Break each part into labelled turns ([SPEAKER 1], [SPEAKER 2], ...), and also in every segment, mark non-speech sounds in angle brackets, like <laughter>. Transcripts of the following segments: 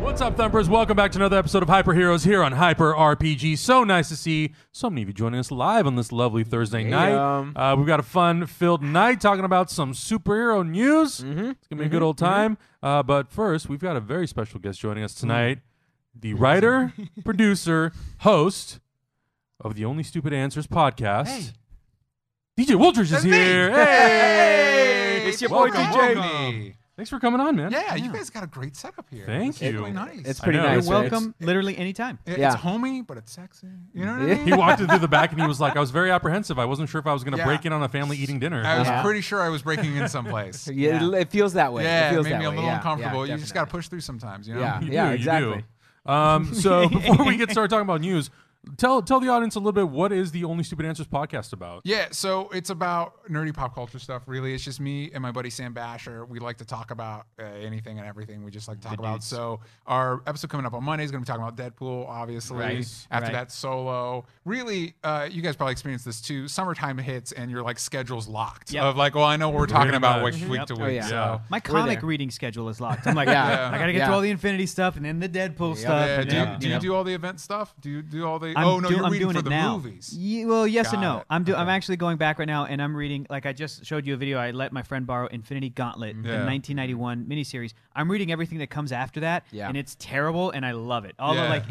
[SPEAKER 1] What's up, Thumpers? Welcome back to another episode of Hyper Heroes here on Hyper RPG. So nice to see so many of you joining us live on this lovely Thursday
[SPEAKER 2] um,
[SPEAKER 1] night. Uh, we've got a fun filled night talking about some superhero news.
[SPEAKER 2] Mm-hmm,
[SPEAKER 1] It's going to be a good old time. Uh, but first, we've got a very special guest joining
[SPEAKER 2] Mm.
[SPEAKER 1] us tonight the writer,
[SPEAKER 2] <laughs>
[SPEAKER 1] producer, host of the Only Stupid Answers podcast. DJ Wooltridge is here. Hey!
[SPEAKER 3] It's your boy,
[SPEAKER 1] Welcome,
[SPEAKER 3] DJ.
[SPEAKER 1] welcome. Thanks for coming on, man.
[SPEAKER 2] Yeah, you guys got a great setup here.
[SPEAKER 1] Thank
[SPEAKER 2] This is
[SPEAKER 1] you.
[SPEAKER 2] Really nice.
[SPEAKER 3] It's
[SPEAKER 1] I
[SPEAKER 3] pretty
[SPEAKER 1] know.
[SPEAKER 3] nice.
[SPEAKER 4] You're
[SPEAKER 1] You're
[SPEAKER 3] right?
[SPEAKER 4] welcome literally anytime.
[SPEAKER 2] It-
[SPEAKER 3] yeah.
[SPEAKER 2] It's homey, but it's sexy. You know what I
[SPEAKER 3] Yeah. <laughs>
[SPEAKER 2] mean?
[SPEAKER 1] He walked in through the back and he was like, I was very apprehensive. I wasn't sure if I was going to
[SPEAKER 2] Yeah.
[SPEAKER 1] break in on a family eating dinner.
[SPEAKER 3] <laughs>
[SPEAKER 2] I was
[SPEAKER 3] Yeah.
[SPEAKER 2] pretty sure I was breaking in someplace.
[SPEAKER 3] Uh-huh. <laughs> Yeah, it- It feels that way. it
[SPEAKER 2] yeah, it
[SPEAKER 3] feels
[SPEAKER 2] made
[SPEAKER 3] that
[SPEAKER 2] me a
[SPEAKER 3] way.
[SPEAKER 2] little
[SPEAKER 3] Yeah, yeah,
[SPEAKER 2] uncomfortable. you just got to
[SPEAKER 3] definitely.
[SPEAKER 2] push through sometimes, you know?
[SPEAKER 3] Yeah.
[SPEAKER 1] You
[SPEAKER 3] yeah,
[SPEAKER 1] do, you
[SPEAKER 3] exactly.
[SPEAKER 1] do.
[SPEAKER 3] <laughs>
[SPEAKER 1] Um, so before we get started talking about news, tell tell the audience a little bit what is the Only Stupid Answers podcast about?
[SPEAKER 2] Yeah, so it's about nerdy pop culture stuff, really. It's just me and my buddy Sam Basher. We like to talk about uh, anything and everything. We just like to talk about. So, our episode coming up on Monday is going to be talking about Deadpool, obviously.
[SPEAKER 4] Right,
[SPEAKER 2] After
[SPEAKER 4] right.
[SPEAKER 2] that, Solo. Really, uh, you guys probably experienced this too. Summertime hits and your like schedule's locked.
[SPEAKER 4] Yep.
[SPEAKER 2] Of like, well, I know what we're talking
[SPEAKER 1] Pretty
[SPEAKER 2] about
[SPEAKER 1] much.
[SPEAKER 2] week, week
[SPEAKER 4] Yep.
[SPEAKER 2] to
[SPEAKER 4] Oh,
[SPEAKER 2] week.
[SPEAKER 3] yeah.
[SPEAKER 2] So.
[SPEAKER 1] Yeah.
[SPEAKER 4] My
[SPEAKER 3] We're
[SPEAKER 4] comic
[SPEAKER 3] there.
[SPEAKER 4] reading schedule is locked. I'm like,
[SPEAKER 3] Yeah.
[SPEAKER 4] I gotta get
[SPEAKER 3] Yeah.
[SPEAKER 4] through all the Infinity stuff and then the Deadpool stuff.
[SPEAKER 2] Yeah,
[SPEAKER 4] and
[SPEAKER 2] Uh, do, you-
[SPEAKER 4] then,
[SPEAKER 2] do you do all the event stuff? Do you do all the?
[SPEAKER 4] I'm
[SPEAKER 2] oh no,
[SPEAKER 4] do-
[SPEAKER 2] you're
[SPEAKER 4] I'm
[SPEAKER 2] reading
[SPEAKER 4] doing
[SPEAKER 2] for
[SPEAKER 4] it
[SPEAKER 2] the
[SPEAKER 4] now.
[SPEAKER 2] movies.
[SPEAKER 4] Ye- well, yes and
[SPEAKER 2] Got
[SPEAKER 4] no.
[SPEAKER 2] it.
[SPEAKER 4] I'm do- I'm actually going back right now, and I'm reading. Like I just showed you a video. I let my friend borrow Infinity Gauntlet, the
[SPEAKER 2] Yeah.
[SPEAKER 4] 1991 miniseries. I'm reading everything that comes after that,
[SPEAKER 3] Yeah.
[SPEAKER 4] and it's terrible, and I love it. All
[SPEAKER 2] Yeah.
[SPEAKER 4] the like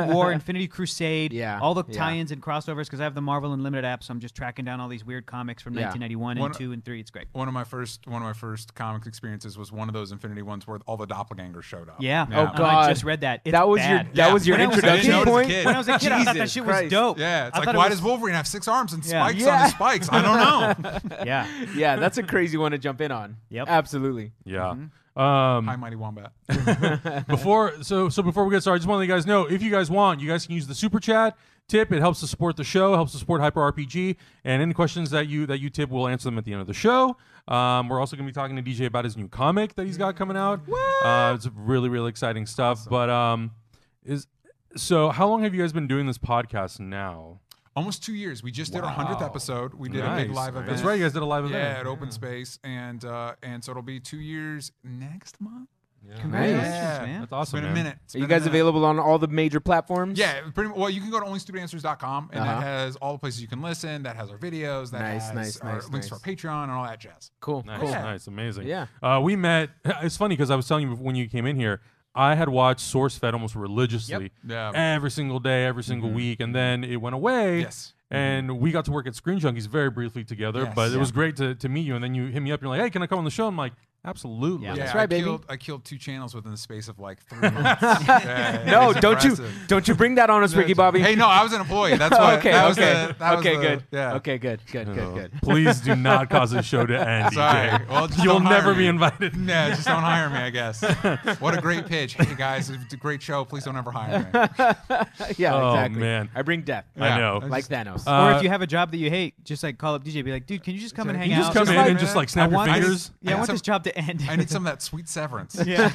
[SPEAKER 2] <laughs>
[SPEAKER 4] War, Infinity Crusade,
[SPEAKER 3] Yeah,
[SPEAKER 4] all the
[SPEAKER 3] yeah.
[SPEAKER 4] tie-ins and crossovers. Because I have the Marvel Unlimited app, so I'm just tracking down all these weird comics from
[SPEAKER 3] Yeah.
[SPEAKER 4] 1991
[SPEAKER 2] One-
[SPEAKER 4] and two and three. It's great.
[SPEAKER 2] One of my first one of my first comics experiences was one of those Infinity ones where all the doppelgangers showed up.
[SPEAKER 4] Yeah.
[SPEAKER 3] Oh,
[SPEAKER 4] And I
[SPEAKER 3] God.
[SPEAKER 4] just read that. It's
[SPEAKER 3] that was
[SPEAKER 4] bad.
[SPEAKER 3] your that
[SPEAKER 2] Yeah.
[SPEAKER 3] was your
[SPEAKER 2] When I was a
[SPEAKER 3] introduction
[SPEAKER 2] kid-
[SPEAKER 3] point.
[SPEAKER 2] Yeah.
[SPEAKER 4] When I was a kid, I thought that
[SPEAKER 3] Jesus
[SPEAKER 4] shit was
[SPEAKER 3] Christ.
[SPEAKER 4] dope.
[SPEAKER 2] Yeah, it's
[SPEAKER 4] I
[SPEAKER 2] like
[SPEAKER 4] thought
[SPEAKER 2] why
[SPEAKER 4] it was-
[SPEAKER 2] does Wolverine have six arms and
[SPEAKER 4] Yeah.
[SPEAKER 2] spikes on
[SPEAKER 3] Yeah.
[SPEAKER 2] his spikes? I don't know.
[SPEAKER 4] Yeah.
[SPEAKER 3] Yeah, that's a crazy one to jump in on.
[SPEAKER 4] Yep.
[SPEAKER 3] Absolutely.
[SPEAKER 1] Yeah.
[SPEAKER 3] Mm-hmm.
[SPEAKER 2] Hi,
[SPEAKER 1] Um,
[SPEAKER 2] mighty wombat.
[SPEAKER 1] <laughs> before so so before we get started, I just want to let you guys know if you guys want, you guys can use the super chat tip. It helps to support the show, helps to support Hyper RPG, and any questions that you that you tip, we'll answer them at the end of the show. Um, we're also going to be talking to DJ about his new comic that he's got coming out. Uh, it's really really exciting stuff. But um, is so how long have you guys been doing this podcast now?
[SPEAKER 2] Almost two years. We just did our hundredth episode. We did a big
[SPEAKER 1] Nice.
[SPEAKER 2] live
[SPEAKER 1] Nice.
[SPEAKER 2] event.
[SPEAKER 1] That's right, you guys did a live event.
[SPEAKER 2] Yeah, at Open Space, and uh, and so it'll be two years next month.
[SPEAKER 3] Congratulations,
[SPEAKER 2] Yeah.
[SPEAKER 4] man.
[SPEAKER 1] That's awesome.
[SPEAKER 2] It's
[SPEAKER 1] man.
[SPEAKER 2] been a minute. It's
[SPEAKER 3] Are you
[SPEAKER 2] been a
[SPEAKER 3] guys
[SPEAKER 2] minute.
[SPEAKER 3] available on all the major platforms?
[SPEAKER 2] Yeah, pretty well. You can go to onlystupidanswers.com and
[SPEAKER 3] Uh-huh.
[SPEAKER 2] that has all the places you can listen. That has our videos. That
[SPEAKER 3] Nice,
[SPEAKER 2] has
[SPEAKER 3] nice,
[SPEAKER 2] our
[SPEAKER 3] nice,
[SPEAKER 2] links to our Patreon and all that jazz.
[SPEAKER 3] Cool.
[SPEAKER 1] Nice,
[SPEAKER 3] Cool.
[SPEAKER 1] nice, amazing.
[SPEAKER 3] Yeah.
[SPEAKER 1] Uh, we met. <laughs> It's funny because I was telling you when you came in here, I had watched SourceFed almost religiously
[SPEAKER 2] Yeah. Mm-hmm.
[SPEAKER 1] every single day, every single week, and then it went away.
[SPEAKER 2] Yes. Mm-hmm.
[SPEAKER 1] And we got to work at Screen Junkies very briefly together,
[SPEAKER 2] Yes.
[SPEAKER 1] but it
[SPEAKER 2] Yeah.
[SPEAKER 1] was great to, to meet you. And then you hit me up and you're like, hey, can I come on the show? I'm like, absolutely.
[SPEAKER 4] Yeah.
[SPEAKER 2] Yeah,
[SPEAKER 3] That's right,
[SPEAKER 2] I
[SPEAKER 3] baby.
[SPEAKER 2] Killed, I killed two channels within the space of like three months. Yeah,
[SPEAKER 3] <laughs>
[SPEAKER 2] it
[SPEAKER 3] No,
[SPEAKER 2] was
[SPEAKER 3] don't you
[SPEAKER 2] impressive.
[SPEAKER 3] don't you bring that on us, Ricky Bobby. <laughs>
[SPEAKER 2] Hey, no, I was an employee. That's why.
[SPEAKER 3] okay,
[SPEAKER 2] that was
[SPEAKER 3] okay,
[SPEAKER 2] the- that was
[SPEAKER 3] okay,
[SPEAKER 2] the-
[SPEAKER 3] good.
[SPEAKER 2] Yeah. Oh.
[SPEAKER 3] Okay, good, good, good,
[SPEAKER 1] So
[SPEAKER 3] good.
[SPEAKER 1] <laughs>
[SPEAKER 3] <laughs>
[SPEAKER 1] Please do not cause the show to end.
[SPEAKER 2] Sorry.
[SPEAKER 1] DJ.
[SPEAKER 2] Well, just
[SPEAKER 1] You'll
[SPEAKER 2] don't hire
[SPEAKER 1] never be
[SPEAKER 2] me.
[SPEAKER 1] invited.
[SPEAKER 2] Yeah, just don't hire me,
[SPEAKER 3] <laughs>
[SPEAKER 2] I guess. What a great pitch. Hey, guys, it's a great show. Please don't ever
[SPEAKER 3] <laughs>
[SPEAKER 2] hire me.
[SPEAKER 3] Yeah,
[SPEAKER 1] Oh,
[SPEAKER 3] exactly.
[SPEAKER 1] man.
[SPEAKER 3] I bring death.
[SPEAKER 1] I
[SPEAKER 2] Yeah.
[SPEAKER 1] know.
[SPEAKER 2] I
[SPEAKER 3] like Thanos.
[SPEAKER 1] Uh,
[SPEAKER 4] or if you have a job that you hate, just like call up DJ, be like, dude, can you just come and hang
[SPEAKER 1] you just
[SPEAKER 4] out?
[SPEAKER 1] come
[SPEAKER 2] Just
[SPEAKER 1] in
[SPEAKER 2] like,
[SPEAKER 1] and just
[SPEAKER 2] man,
[SPEAKER 1] like snap
[SPEAKER 4] I
[SPEAKER 1] your
[SPEAKER 4] want this- <laughs>
[SPEAKER 1] fingers.
[SPEAKER 4] yeah, I want
[SPEAKER 2] Some-
[SPEAKER 4] this job to end.
[SPEAKER 2] I need some of that
[SPEAKER 3] <laughs>
[SPEAKER 2] sweet severance.
[SPEAKER 4] yeah.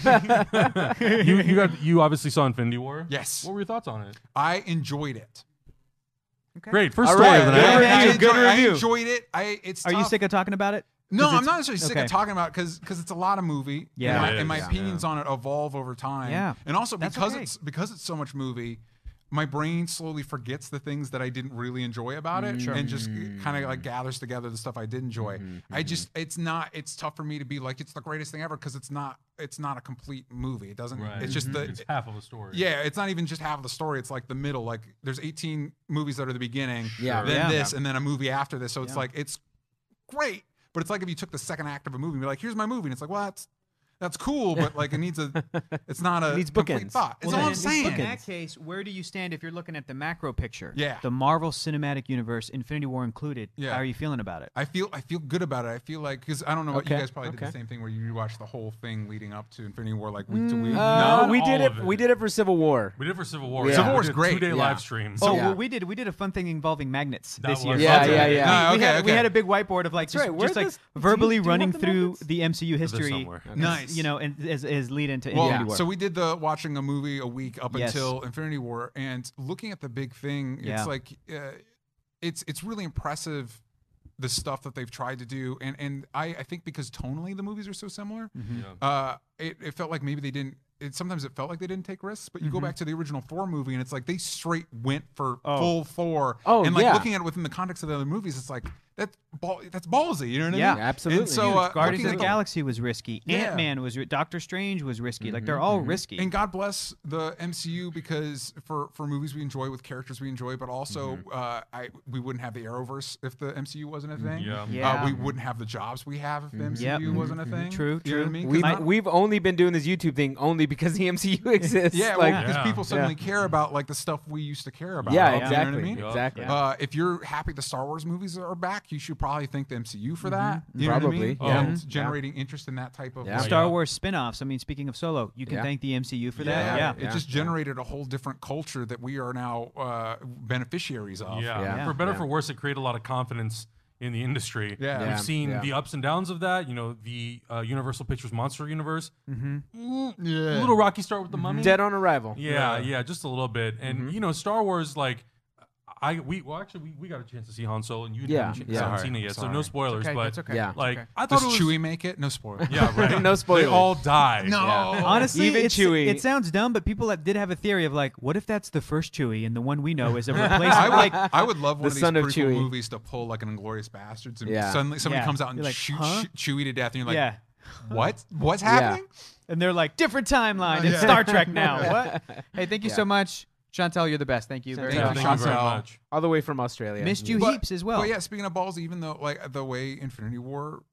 [SPEAKER 1] you, you, got, you obviously saw Infinity War.
[SPEAKER 2] Yes.
[SPEAKER 1] What were your thoughts on it?
[SPEAKER 2] I enjoyed it.
[SPEAKER 1] Great. First
[SPEAKER 3] All
[SPEAKER 1] story
[SPEAKER 3] right.
[SPEAKER 1] of the
[SPEAKER 3] Good
[SPEAKER 1] night.
[SPEAKER 2] I- I
[SPEAKER 3] review,
[SPEAKER 2] enjoyed-
[SPEAKER 3] good review.
[SPEAKER 2] I enjoyed it. I it's
[SPEAKER 4] <laughs> Are you
[SPEAKER 2] tough.
[SPEAKER 4] sick of talking about it?
[SPEAKER 2] No,
[SPEAKER 4] 'Cause
[SPEAKER 2] I'm
[SPEAKER 4] it's-
[SPEAKER 2] not necessarily sick
[SPEAKER 4] okay.
[SPEAKER 2] of talking about because because it's a lot of movie.
[SPEAKER 4] Yeah.
[SPEAKER 2] and my,
[SPEAKER 1] It
[SPEAKER 2] and my
[SPEAKER 1] is,
[SPEAKER 2] opinions on it evolve over time.
[SPEAKER 4] Yeah.
[SPEAKER 2] and also
[SPEAKER 4] That's
[SPEAKER 2] because
[SPEAKER 4] okay.
[SPEAKER 2] it's because it's so much movie, my brain slowly forgets the things that I didn't really enjoy about
[SPEAKER 4] Mm,
[SPEAKER 2] it, and just kind of like gathers together the stuff I did enjoy.
[SPEAKER 1] Mm-hmm,
[SPEAKER 2] I just it's not it's tough for me to be like it's the greatest thing ever because it's not it's not a complete movie. It doesn't. It's
[SPEAKER 4] Mm-hmm.
[SPEAKER 2] just the
[SPEAKER 1] Mhm. It's half of a story.
[SPEAKER 2] yeah, it's not even just half of the story. It's like the middle. Like there's 18 movies that are the beginning,
[SPEAKER 3] Yeah.
[SPEAKER 2] then
[SPEAKER 4] Yeah.
[SPEAKER 2] this, and then a movie after this. So it's like it's great, but it's like if you took the second act of a movie and be like, "Here's my movie," and it's like, "Well, that's that's cool, but like it
[SPEAKER 3] <laughs>
[SPEAKER 2] needs a, it's not a
[SPEAKER 3] It needs
[SPEAKER 2] complete
[SPEAKER 3] bookends.
[SPEAKER 2] thought." That's
[SPEAKER 3] Well, then
[SPEAKER 2] all I'm
[SPEAKER 3] it needs
[SPEAKER 2] saying.
[SPEAKER 4] In that case, where do you stand if you're looking at the macro picture?
[SPEAKER 2] Yeah.
[SPEAKER 4] The Marvel Cinematic Universe, Infinity War included.
[SPEAKER 2] Yeah.
[SPEAKER 4] How are you feeling about it?
[SPEAKER 2] I feel I feel good about it. I feel like because I don't know what
[SPEAKER 3] Okay,
[SPEAKER 2] you guys probably did
[SPEAKER 3] okay.
[SPEAKER 2] the same thing where you watched the whole thing leading up to Infinity War like week to week.
[SPEAKER 3] Uh,
[SPEAKER 1] Not
[SPEAKER 3] we did
[SPEAKER 1] all
[SPEAKER 3] it,
[SPEAKER 1] of it.
[SPEAKER 3] We did it for Civil War.
[SPEAKER 1] We did it for Civil War.
[SPEAKER 3] Yeah.
[SPEAKER 2] Civil War's
[SPEAKER 1] is
[SPEAKER 2] great.
[SPEAKER 1] Two day
[SPEAKER 2] Yeah.
[SPEAKER 1] live stream.
[SPEAKER 4] Oh,
[SPEAKER 3] yeah.
[SPEAKER 4] well, we did. We did a fun thing involving magnets
[SPEAKER 1] That
[SPEAKER 4] this year.
[SPEAKER 1] was
[SPEAKER 3] Yeah,
[SPEAKER 1] fun.
[SPEAKER 3] yeah, yeah.
[SPEAKER 2] No,
[SPEAKER 4] We, we had,
[SPEAKER 2] okay,
[SPEAKER 4] we
[SPEAKER 2] okay.
[SPEAKER 4] had a big whiteboard of like just,
[SPEAKER 3] right. Where
[SPEAKER 4] just like
[SPEAKER 3] this- do you- do
[SPEAKER 4] verbally
[SPEAKER 3] you have
[SPEAKER 4] running
[SPEAKER 3] the
[SPEAKER 4] through
[SPEAKER 3] magnets?
[SPEAKER 4] the MCU history.
[SPEAKER 1] somewhere. Okay.
[SPEAKER 2] Nice.
[SPEAKER 4] You know, and as, as lead into
[SPEAKER 2] Well,
[SPEAKER 4] Infinity War.
[SPEAKER 2] so we did the watching a movie a week up
[SPEAKER 4] Yes.
[SPEAKER 2] until Infinity War, and looking at the big thing,
[SPEAKER 4] Yeah.
[SPEAKER 2] it's like uh, it's it's really impressive the stuff that they've tried to do,
[SPEAKER 4] Mm-hmm.
[SPEAKER 2] and and I I think because tonally the movies are so similar, uh, it, it felt like maybe they didn't it sometimes it felt like they didn't take risks, but you
[SPEAKER 4] Mm-hmm.
[SPEAKER 2] go back to the original four movie and it's like they straight went for full four.
[SPEAKER 3] Oh,
[SPEAKER 2] and like
[SPEAKER 3] yeah.
[SPEAKER 2] looking at it within the context of the other movies, it's like that's ball, that's ballsy. You know what
[SPEAKER 4] Yeah.
[SPEAKER 2] I mean?
[SPEAKER 3] Absolutely.
[SPEAKER 2] And so
[SPEAKER 3] Huge.
[SPEAKER 2] uh,
[SPEAKER 4] Guardians of
[SPEAKER 2] looking
[SPEAKER 4] the
[SPEAKER 2] at
[SPEAKER 4] Galaxy was risky.
[SPEAKER 2] Yeah.
[SPEAKER 4] Ant Man was. Ri- Doctor Strange was risky. Like
[SPEAKER 3] Mm-hmm,
[SPEAKER 4] they're all risky.
[SPEAKER 2] And God bless the MCU because for for movies we enjoy with characters we enjoy, but also
[SPEAKER 1] Mm-hmm.
[SPEAKER 2] uh, I we wouldn't have the Arrowverse if the MCU wasn't a thing.
[SPEAKER 1] Yeah.
[SPEAKER 4] Yeah.
[SPEAKER 2] Uh, we wouldn't have the jobs we have if the MCU
[SPEAKER 4] Yep.
[SPEAKER 2] wasn't a thing.
[SPEAKER 4] True,
[SPEAKER 2] You know what I
[SPEAKER 4] true.
[SPEAKER 2] mean? 'Cause
[SPEAKER 3] We've,
[SPEAKER 2] not-
[SPEAKER 3] we've only been doing this YouTube thing only because the <laughs> MCU
[SPEAKER 2] <laughs>
[SPEAKER 3] exists.
[SPEAKER 2] yeah,
[SPEAKER 3] like,
[SPEAKER 2] because
[SPEAKER 1] Yeah.
[SPEAKER 2] people suddenly care about like the stuff we used to care about.
[SPEAKER 3] yeah,
[SPEAKER 2] you know what I
[SPEAKER 3] exactly,
[SPEAKER 2] mean?
[SPEAKER 3] exactly.
[SPEAKER 4] Yeah.
[SPEAKER 2] Uh, if you're happy the Star Wars movies are back, you should probably thank the MCU for that. You know what I
[SPEAKER 3] Probably,
[SPEAKER 2] mean?
[SPEAKER 1] yeah.
[SPEAKER 2] And generating interest in that type of
[SPEAKER 3] Yeah.
[SPEAKER 2] like,
[SPEAKER 4] Star Wars spin-offs. I mean, speaking of Solo, you can
[SPEAKER 3] Yeah.
[SPEAKER 4] thank the MCU for
[SPEAKER 2] Yeah,
[SPEAKER 4] that. Yeah.
[SPEAKER 2] it just generated a whole different culture that we are now uh, beneficiaries of.
[SPEAKER 1] Yeah.
[SPEAKER 3] Yeah.
[SPEAKER 1] For better or
[SPEAKER 3] Yeah.
[SPEAKER 1] for worse, it created a lot of confidence in the industry.
[SPEAKER 2] Yeah. Yeah.
[SPEAKER 1] We've seen
[SPEAKER 3] Yeah.
[SPEAKER 1] the ups and downs of that. You know, the uh, Universal Pictures Monster Universe. Mm,
[SPEAKER 2] Yeah.
[SPEAKER 1] little rocky start with the mummy.
[SPEAKER 3] Dead on arrival.
[SPEAKER 1] Yeah, yeah, just a little bit. And
[SPEAKER 3] Mm-hmm.
[SPEAKER 1] you know, Star Wars, like I we well actually we, we got a chance to see Han Solo and you didn't have a
[SPEAKER 3] Yeah,
[SPEAKER 1] chance
[SPEAKER 3] yeah.
[SPEAKER 1] I haven't
[SPEAKER 2] Sorry,
[SPEAKER 1] seen it yet, so
[SPEAKER 2] sorry.
[SPEAKER 1] no
[SPEAKER 2] It's
[SPEAKER 1] spoilers.
[SPEAKER 4] Okay,
[SPEAKER 1] but
[SPEAKER 4] that's okay.
[SPEAKER 3] Yeah.
[SPEAKER 4] That's
[SPEAKER 1] like
[SPEAKER 4] okay.
[SPEAKER 1] I thought
[SPEAKER 2] Does
[SPEAKER 1] it was
[SPEAKER 2] Chewie make it? No spoiler. <laughs>
[SPEAKER 1] <laughs> Yeah, right.
[SPEAKER 3] <laughs> No
[SPEAKER 1] They
[SPEAKER 3] spoilers.
[SPEAKER 1] all die.
[SPEAKER 2] No.
[SPEAKER 4] <laughs> Honestly,
[SPEAKER 3] Even
[SPEAKER 4] it's-
[SPEAKER 3] Chewie-
[SPEAKER 4] It sounds dumb, but people have, did have a theory of like, what if that's the first Chewie and the one we know is
[SPEAKER 2] <laughs>
[SPEAKER 4] a replacement?
[SPEAKER 2] I would,
[SPEAKER 4] like,
[SPEAKER 2] I would love one
[SPEAKER 3] The
[SPEAKER 2] of
[SPEAKER 3] son
[SPEAKER 2] these
[SPEAKER 3] of
[SPEAKER 2] prequel
[SPEAKER 3] Chewie.
[SPEAKER 2] movies to pull like an Inglorious Bastards and
[SPEAKER 3] Yeah.
[SPEAKER 2] suddenly somebody
[SPEAKER 4] Yeah.
[SPEAKER 2] comes out and
[SPEAKER 4] You're like,
[SPEAKER 2] shoots
[SPEAKER 4] huh?
[SPEAKER 2] Che- Chewie to death, and you're like,
[SPEAKER 4] yeah.
[SPEAKER 2] "What? What's happening?"
[SPEAKER 4] And they're like, different timeline. It's
[SPEAKER 2] Yeah.
[SPEAKER 4] Star
[SPEAKER 2] <laughs>
[SPEAKER 4] Trek now. what? Hey, thank you
[SPEAKER 3] Yeah.
[SPEAKER 4] so much, Chantel. You're the best. Thank you very
[SPEAKER 3] Chantel.
[SPEAKER 1] Thank
[SPEAKER 4] much.
[SPEAKER 1] you very
[SPEAKER 2] Chantel.
[SPEAKER 1] much.
[SPEAKER 3] All the way from Australia.
[SPEAKER 4] Missed you heaps as well.
[SPEAKER 2] But yeah, speaking of balls, even though like the way Infinity War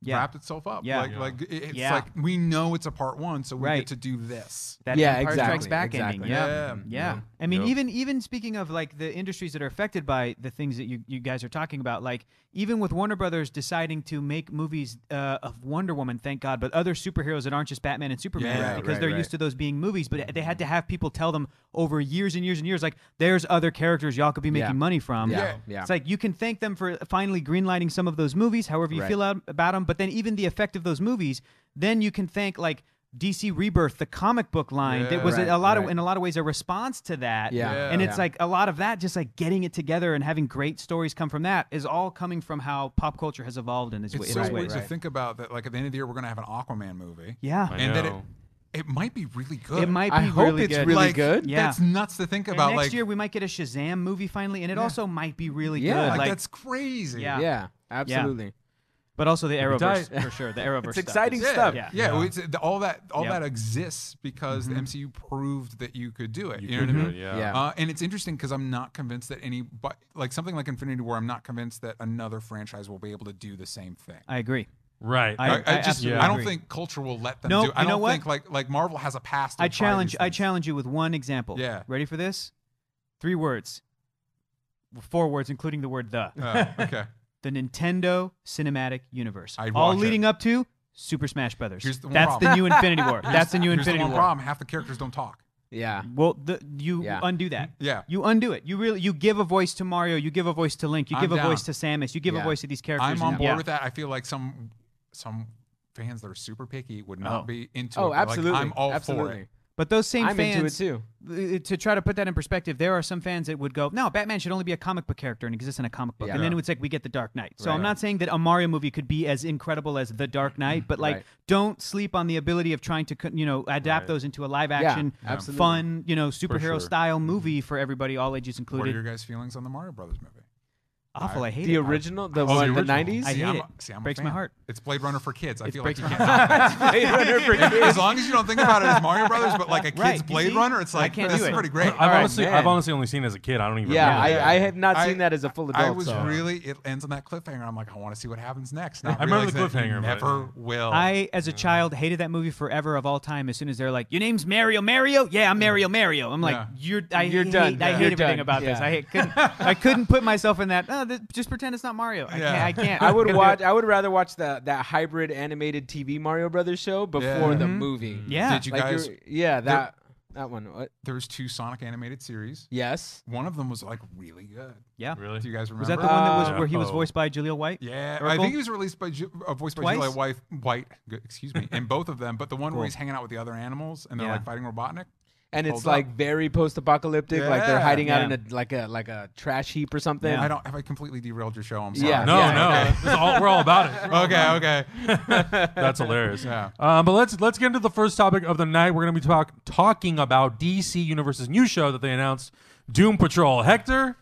[SPEAKER 4] Yeah.
[SPEAKER 2] wrapped itself up,
[SPEAKER 4] Yeah.
[SPEAKER 2] like
[SPEAKER 1] Yeah.
[SPEAKER 2] like it- it's
[SPEAKER 4] Yeah.
[SPEAKER 2] like we know it's a part one, so we
[SPEAKER 4] Right.
[SPEAKER 2] get to do this.
[SPEAKER 4] That
[SPEAKER 3] Yeah,
[SPEAKER 4] Empire Strikes
[SPEAKER 3] exactly,
[SPEAKER 4] Back
[SPEAKER 3] exactly.
[SPEAKER 4] ending. Yeah.
[SPEAKER 2] Yeah.
[SPEAKER 3] Mm-hmm.
[SPEAKER 4] Yeah. I mean,
[SPEAKER 1] Yep.
[SPEAKER 4] even even speaking of like the industries that are affected by the things that you, you guys are talking about, like even with Warner Brothers deciding to make movies uh, of Wonder Woman, thank God, but other superheroes that aren't just Batman and Superman
[SPEAKER 2] Yeah,
[SPEAKER 4] because
[SPEAKER 3] right,
[SPEAKER 4] they're
[SPEAKER 3] right. Mm-hmm.
[SPEAKER 4] used to those being movies, but they had to have people tell them over years and years and years, like, there's other characters y'all could be making
[SPEAKER 3] Yeah.
[SPEAKER 4] money from.
[SPEAKER 3] Yeah. Yeah.
[SPEAKER 4] It's like you can thank them for finally greenlighting some of those movies, however you
[SPEAKER 3] Right.
[SPEAKER 4] feel out about them. But then even the effect of those movies, then you can thank like DC Rebirth, the comic book line that was
[SPEAKER 3] Yeah.
[SPEAKER 4] a lot of
[SPEAKER 3] Right.
[SPEAKER 4] in a lot of ways a response to that.
[SPEAKER 3] Yeah.
[SPEAKER 2] Yeah.
[SPEAKER 4] And it's
[SPEAKER 3] Yeah.
[SPEAKER 4] like a lot of that, just like getting it together and having great stories come from that, is all coming from how pop culture has evolved in this way.
[SPEAKER 2] It's
[SPEAKER 4] in
[SPEAKER 2] so
[SPEAKER 4] those
[SPEAKER 2] weird
[SPEAKER 4] ways.
[SPEAKER 2] to think about that. Like at the end of the year, we're gonna have an Aquaman movie,
[SPEAKER 1] I
[SPEAKER 4] Yeah.
[SPEAKER 2] and that it
[SPEAKER 1] know.
[SPEAKER 2] it might be really good.
[SPEAKER 4] It might be
[SPEAKER 3] I hope
[SPEAKER 4] really
[SPEAKER 3] it's
[SPEAKER 4] good.
[SPEAKER 3] really
[SPEAKER 2] like,
[SPEAKER 3] good.
[SPEAKER 4] Yeah.
[SPEAKER 2] That's nuts to think
[SPEAKER 4] And
[SPEAKER 2] about.
[SPEAKER 4] next
[SPEAKER 2] like
[SPEAKER 4] year we might get a Shazam movie finally, and it also might be really
[SPEAKER 3] Yeah,
[SPEAKER 4] good.
[SPEAKER 2] like,
[SPEAKER 4] Like,
[SPEAKER 2] that's crazy.
[SPEAKER 4] Yeah.
[SPEAKER 3] Yeah, absolutely.
[SPEAKER 4] but also the Arrowverse
[SPEAKER 1] died.
[SPEAKER 4] for sure. The Arrowverse.
[SPEAKER 3] It's
[SPEAKER 4] stuff
[SPEAKER 3] exciting
[SPEAKER 4] is-
[SPEAKER 2] Yeah,
[SPEAKER 3] stuff.
[SPEAKER 2] Yeah,
[SPEAKER 4] Yeah. Mm-hmm.
[SPEAKER 2] It's, the- all that all
[SPEAKER 4] Yeah.
[SPEAKER 2] that exists because the MCU proved that you could do it. You,
[SPEAKER 1] You
[SPEAKER 2] know
[SPEAKER 1] could
[SPEAKER 2] what I
[SPEAKER 1] do
[SPEAKER 2] mean?
[SPEAKER 1] it, yeah.
[SPEAKER 3] Yeah.
[SPEAKER 2] Uh, and it's interesting because I'm not convinced that any, but like something like Infinity War, I'm not convinced that another franchise will be able to do the same thing.
[SPEAKER 4] I agree.
[SPEAKER 1] Right.
[SPEAKER 4] I-
[SPEAKER 2] I, just,
[SPEAKER 4] absolutely
[SPEAKER 2] I don't
[SPEAKER 4] agree.
[SPEAKER 2] think culture will let them
[SPEAKER 4] No,
[SPEAKER 2] do. I
[SPEAKER 4] you know
[SPEAKER 2] don't
[SPEAKER 4] what?
[SPEAKER 2] think like like Marvel has a past.
[SPEAKER 4] I challenge. I challenge you with one example.
[SPEAKER 2] Yeah.
[SPEAKER 4] Ready for this? Three words. Four words, including the word the.
[SPEAKER 2] Uh, okay.
[SPEAKER 4] the Nintendo Cinematic Universe.
[SPEAKER 2] I'd
[SPEAKER 4] all
[SPEAKER 2] watch
[SPEAKER 4] leading
[SPEAKER 2] it.
[SPEAKER 4] up to Super Smash Brothers.
[SPEAKER 2] Here's the one
[SPEAKER 4] That's
[SPEAKER 2] problem.
[SPEAKER 4] the new Infinity
[SPEAKER 2] <laughs>
[SPEAKER 4] War. <laughs> That's the new
[SPEAKER 2] Here's the
[SPEAKER 4] Infinity
[SPEAKER 2] one
[SPEAKER 4] War.
[SPEAKER 2] problem: half the characters don't talk.
[SPEAKER 3] Yeah.
[SPEAKER 4] Well, the, you
[SPEAKER 3] Yeah.
[SPEAKER 4] undo that.
[SPEAKER 2] Yeah.
[SPEAKER 4] You undo it. You really you give a voice to Mario. You give a voice to Link. You
[SPEAKER 2] I'm
[SPEAKER 4] give a
[SPEAKER 2] down.
[SPEAKER 4] voice to Samus. You give a
[SPEAKER 3] Yeah.
[SPEAKER 4] voice to these characters.
[SPEAKER 2] I'm on
[SPEAKER 4] and-
[SPEAKER 2] board
[SPEAKER 4] yeah.
[SPEAKER 2] with that. I feel like some some fans that are super picky would not
[SPEAKER 4] Oh.
[SPEAKER 2] be into it.
[SPEAKER 3] Oh,
[SPEAKER 2] but, like,
[SPEAKER 3] absolutely.
[SPEAKER 2] I'm all
[SPEAKER 3] absolutely.
[SPEAKER 2] for it.
[SPEAKER 4] But those same
[SPEAKER 3] I'm into it
[SPEAKER 4] fans
[SPEAKER 3] too.
[SPEAKER 4] uh, to try to put that in perspective, there are some fans that would go, "No, Batman should only be a comic book character and exist in a comic book."
[SPEAKER 3] Yeah.
[SPEAKER 4] And then
[SPEAKER 3] Yeah.
[SPEAKER 4] it's like we get the Dark Knight. So I'm
[SPEAKER 3] Right. Mm-hmm.
[SPEAKER 4] not saying that a Mario movie could be as incredible as the Dark Knight, but like,
[SPEAKER 3] Right.
[SPEAKER 4] don't sleep on the ability of trying to co- you know adapt
[SPEAKER 1] Right.
[SPEAKER 4] those into a live action,
[SPEAKER 3] absolutely. Mm-hmm.
[SPEAKER 4] fun you know superhero
[SPEAKER 1] sure.
[SPEAKER 4] style movie for everybody, all ages
[SPEAKER 2] What are your
[SPEAKER 4] included.
[SPEAKER 2] guys' feelings on the Mario Brothers movie?
[SPEAKER 4] Awful, I hate
[SPEAKER 3] The
[SPEAKER 4] it.
[SPEAKER 3] original, the
[SPEAKER 2] Oh, the
[SPEAKER 3] one, the,
[SPEAKER 2] original.
[SPEAKER 3] 90s.
[SPEAKER 4] I
[SPEAKER 2] See,
[SPEAKER 4] hate
[SPEAKER 2] I'm
[SPEAKER 4] it.
[SPEAKER 2] a- see, I'm a
[SPEAKER 4] breaks my
[SPEAKER 2] fan.
[SPEAKER 4] heart.
[SPEAKER 2] It's Blade Runner for kids. I feel like
[SPEAKER 4] breaks
[SPEAKER 2] you
[SPEAKER 4] my
[SPEAKER 2] can't. <laughs>
[SPEAKER 3] <laughs>
[SPEAKER 2] as long as you don't think about it as Mario Brothers, but like a kid's
[SPEAKER 4] <laughs> Right, you
[SPEAKER 2] Blade
[SPEAKER 4] see?
[SPEAKER 2] Runner, it's
[SPEAKER 4] I
[SPEAKER 2] like
[SPEAKER 4] can't
[SPEAKER 2] this
[SPEAKER 4] do
[SPEAKER 2] is
[SPEAKER 4] it.
[SPEAKER 2] pretty
[SPEAKER 4] <laughs>
[SPEAKER 2] great.
[SPEAKER 1] I've
[SPEAKER 3] Oh,
[SPEAKER 1] honestly, I've
[SPEAKER 3] man.
[SPEAKER 1] honestly only seen it as a kid. I don't even.
[SPEAKER 3] yeah,
[SPEAKER 1] remember.
[SPEAKER 3] I, I have not
[SPEAKER 2] I-
[SPEAKER 3] seen that as a full adult.
[SPEAKER 2] I was
[SPEAKER 3] so.
[SPEAKER 2] really. It ends on that cliffhanger. I'm like, I want to see what happens next. Not
[SPEAKER 1] I remember the
[SPEAKER 2] realizing that you
[SPEAKER 1] cliffhanger, but-
[SPEAKER 2] Never will.
[SPEAKER 3] Oh.
[SPEAKER 4] I, as a child, hated that movie forever of all time. As soon as they're like, "Your name's Mario, Mario," yeah, I'm Mario, Mario. I'm like,
[SPEAKER 2] Yeah.
[SPEAKER 4] "You're, I
[SPEAKER 3] You're
[SPEAKER 4] hate,
[SPEAKER 3] done.
[SPEAKER 4] I
[SPEAKER 3] Yeah. You're
[SPEAKER 4] hate everything
[SPEAKER 3] done.
[SPEAKER 4] about this.
[SPEAKER 3] Yeah.
[SPEAKER 4] I hate, couldn't, I couldn't put myself in that. Oh, th- just pretend it's not Mario. I
[SPEAKER 2] Yeah.
[SPEAKER 4] can't. I can't.
[SPEAKER 3] I would
[SPEAKER 4] <laughs> Couldn't do
[SPEAKER 3] watch.
[SPEAKER 4] it.
[SPEAKER 3] I would rather watch the that hybrid animated TV Mario Brothers show before the movie.
[SPEAKER 4] Yeah.
[SPEAKER 2] Did you
[SPEAKER 3] Like
[SPEAKER 2] guys?
[SPEAKER 3] you're- yeah, that that one. What?
[SPEAKER 2] There's two Sonic animated series.
[SPEAKER 3] Yes.
[SPEAKER 2] One of them was like really good.
[SPEAKER 4] yeah.
[SPEAKER 1] Really?
[SPEAKER 2] Do you guys remember?
[SPEAKER 4] Was that the one that was
[SPEAKER 1] Uh,
[SPEAKER 4] where he was
[SPEAKER 1] oh.
[SPEAKER 4] voiced by Jaleel White?
[SPEAKER 2] Yeah, I
[SPEAKER 4] Urkel?
[SPEAKER 2] think he was released by Ju- uh, voiced by
[SPEAKER 4] Twice?
[SPEAKER 2] Julia White, White, g- excuse me, in both of them. But the one where he's hanging out with the other animals and they're
[SPEAKER 4] Yeah.
[SPEAKER 2] like fighting Robotnik.
[SPEAKER 3] and it's
[SPEAKER 2] Hold
[SPEAKER 3] like very post-apocalyptic. Like they're
[SPEAKER 2] Yeah.
[SPEAKER 3] hiding out in
[SPEAKER 4] Yeah.
[SPEAKER 3] a like a like a trash heap or something.
[SPEAKER 4] Yeah.
[SPEAKER 2] I don't have I completely derailed your show. I'm sorry.
[SPEAKER 1] <laughs>
[SPEAKER 3] Yeah.
[SPEAKER 1] No, no,
[SPEAKER 2] Okay.
[SPEAKER 1] This is all- we're all about it.
[SPEAKER 3] <laughs>
[SPEAKER 2] Okay, okay.
[SPEAKER 1] That's hilarious.
[SPEAKER 2] Yeah.
[SPEAKER 1] Um, but let's let's get into the first topic of the night. We're going to be talk, talking about DC Universe's new show that they announced, Doom Patrol. Hector,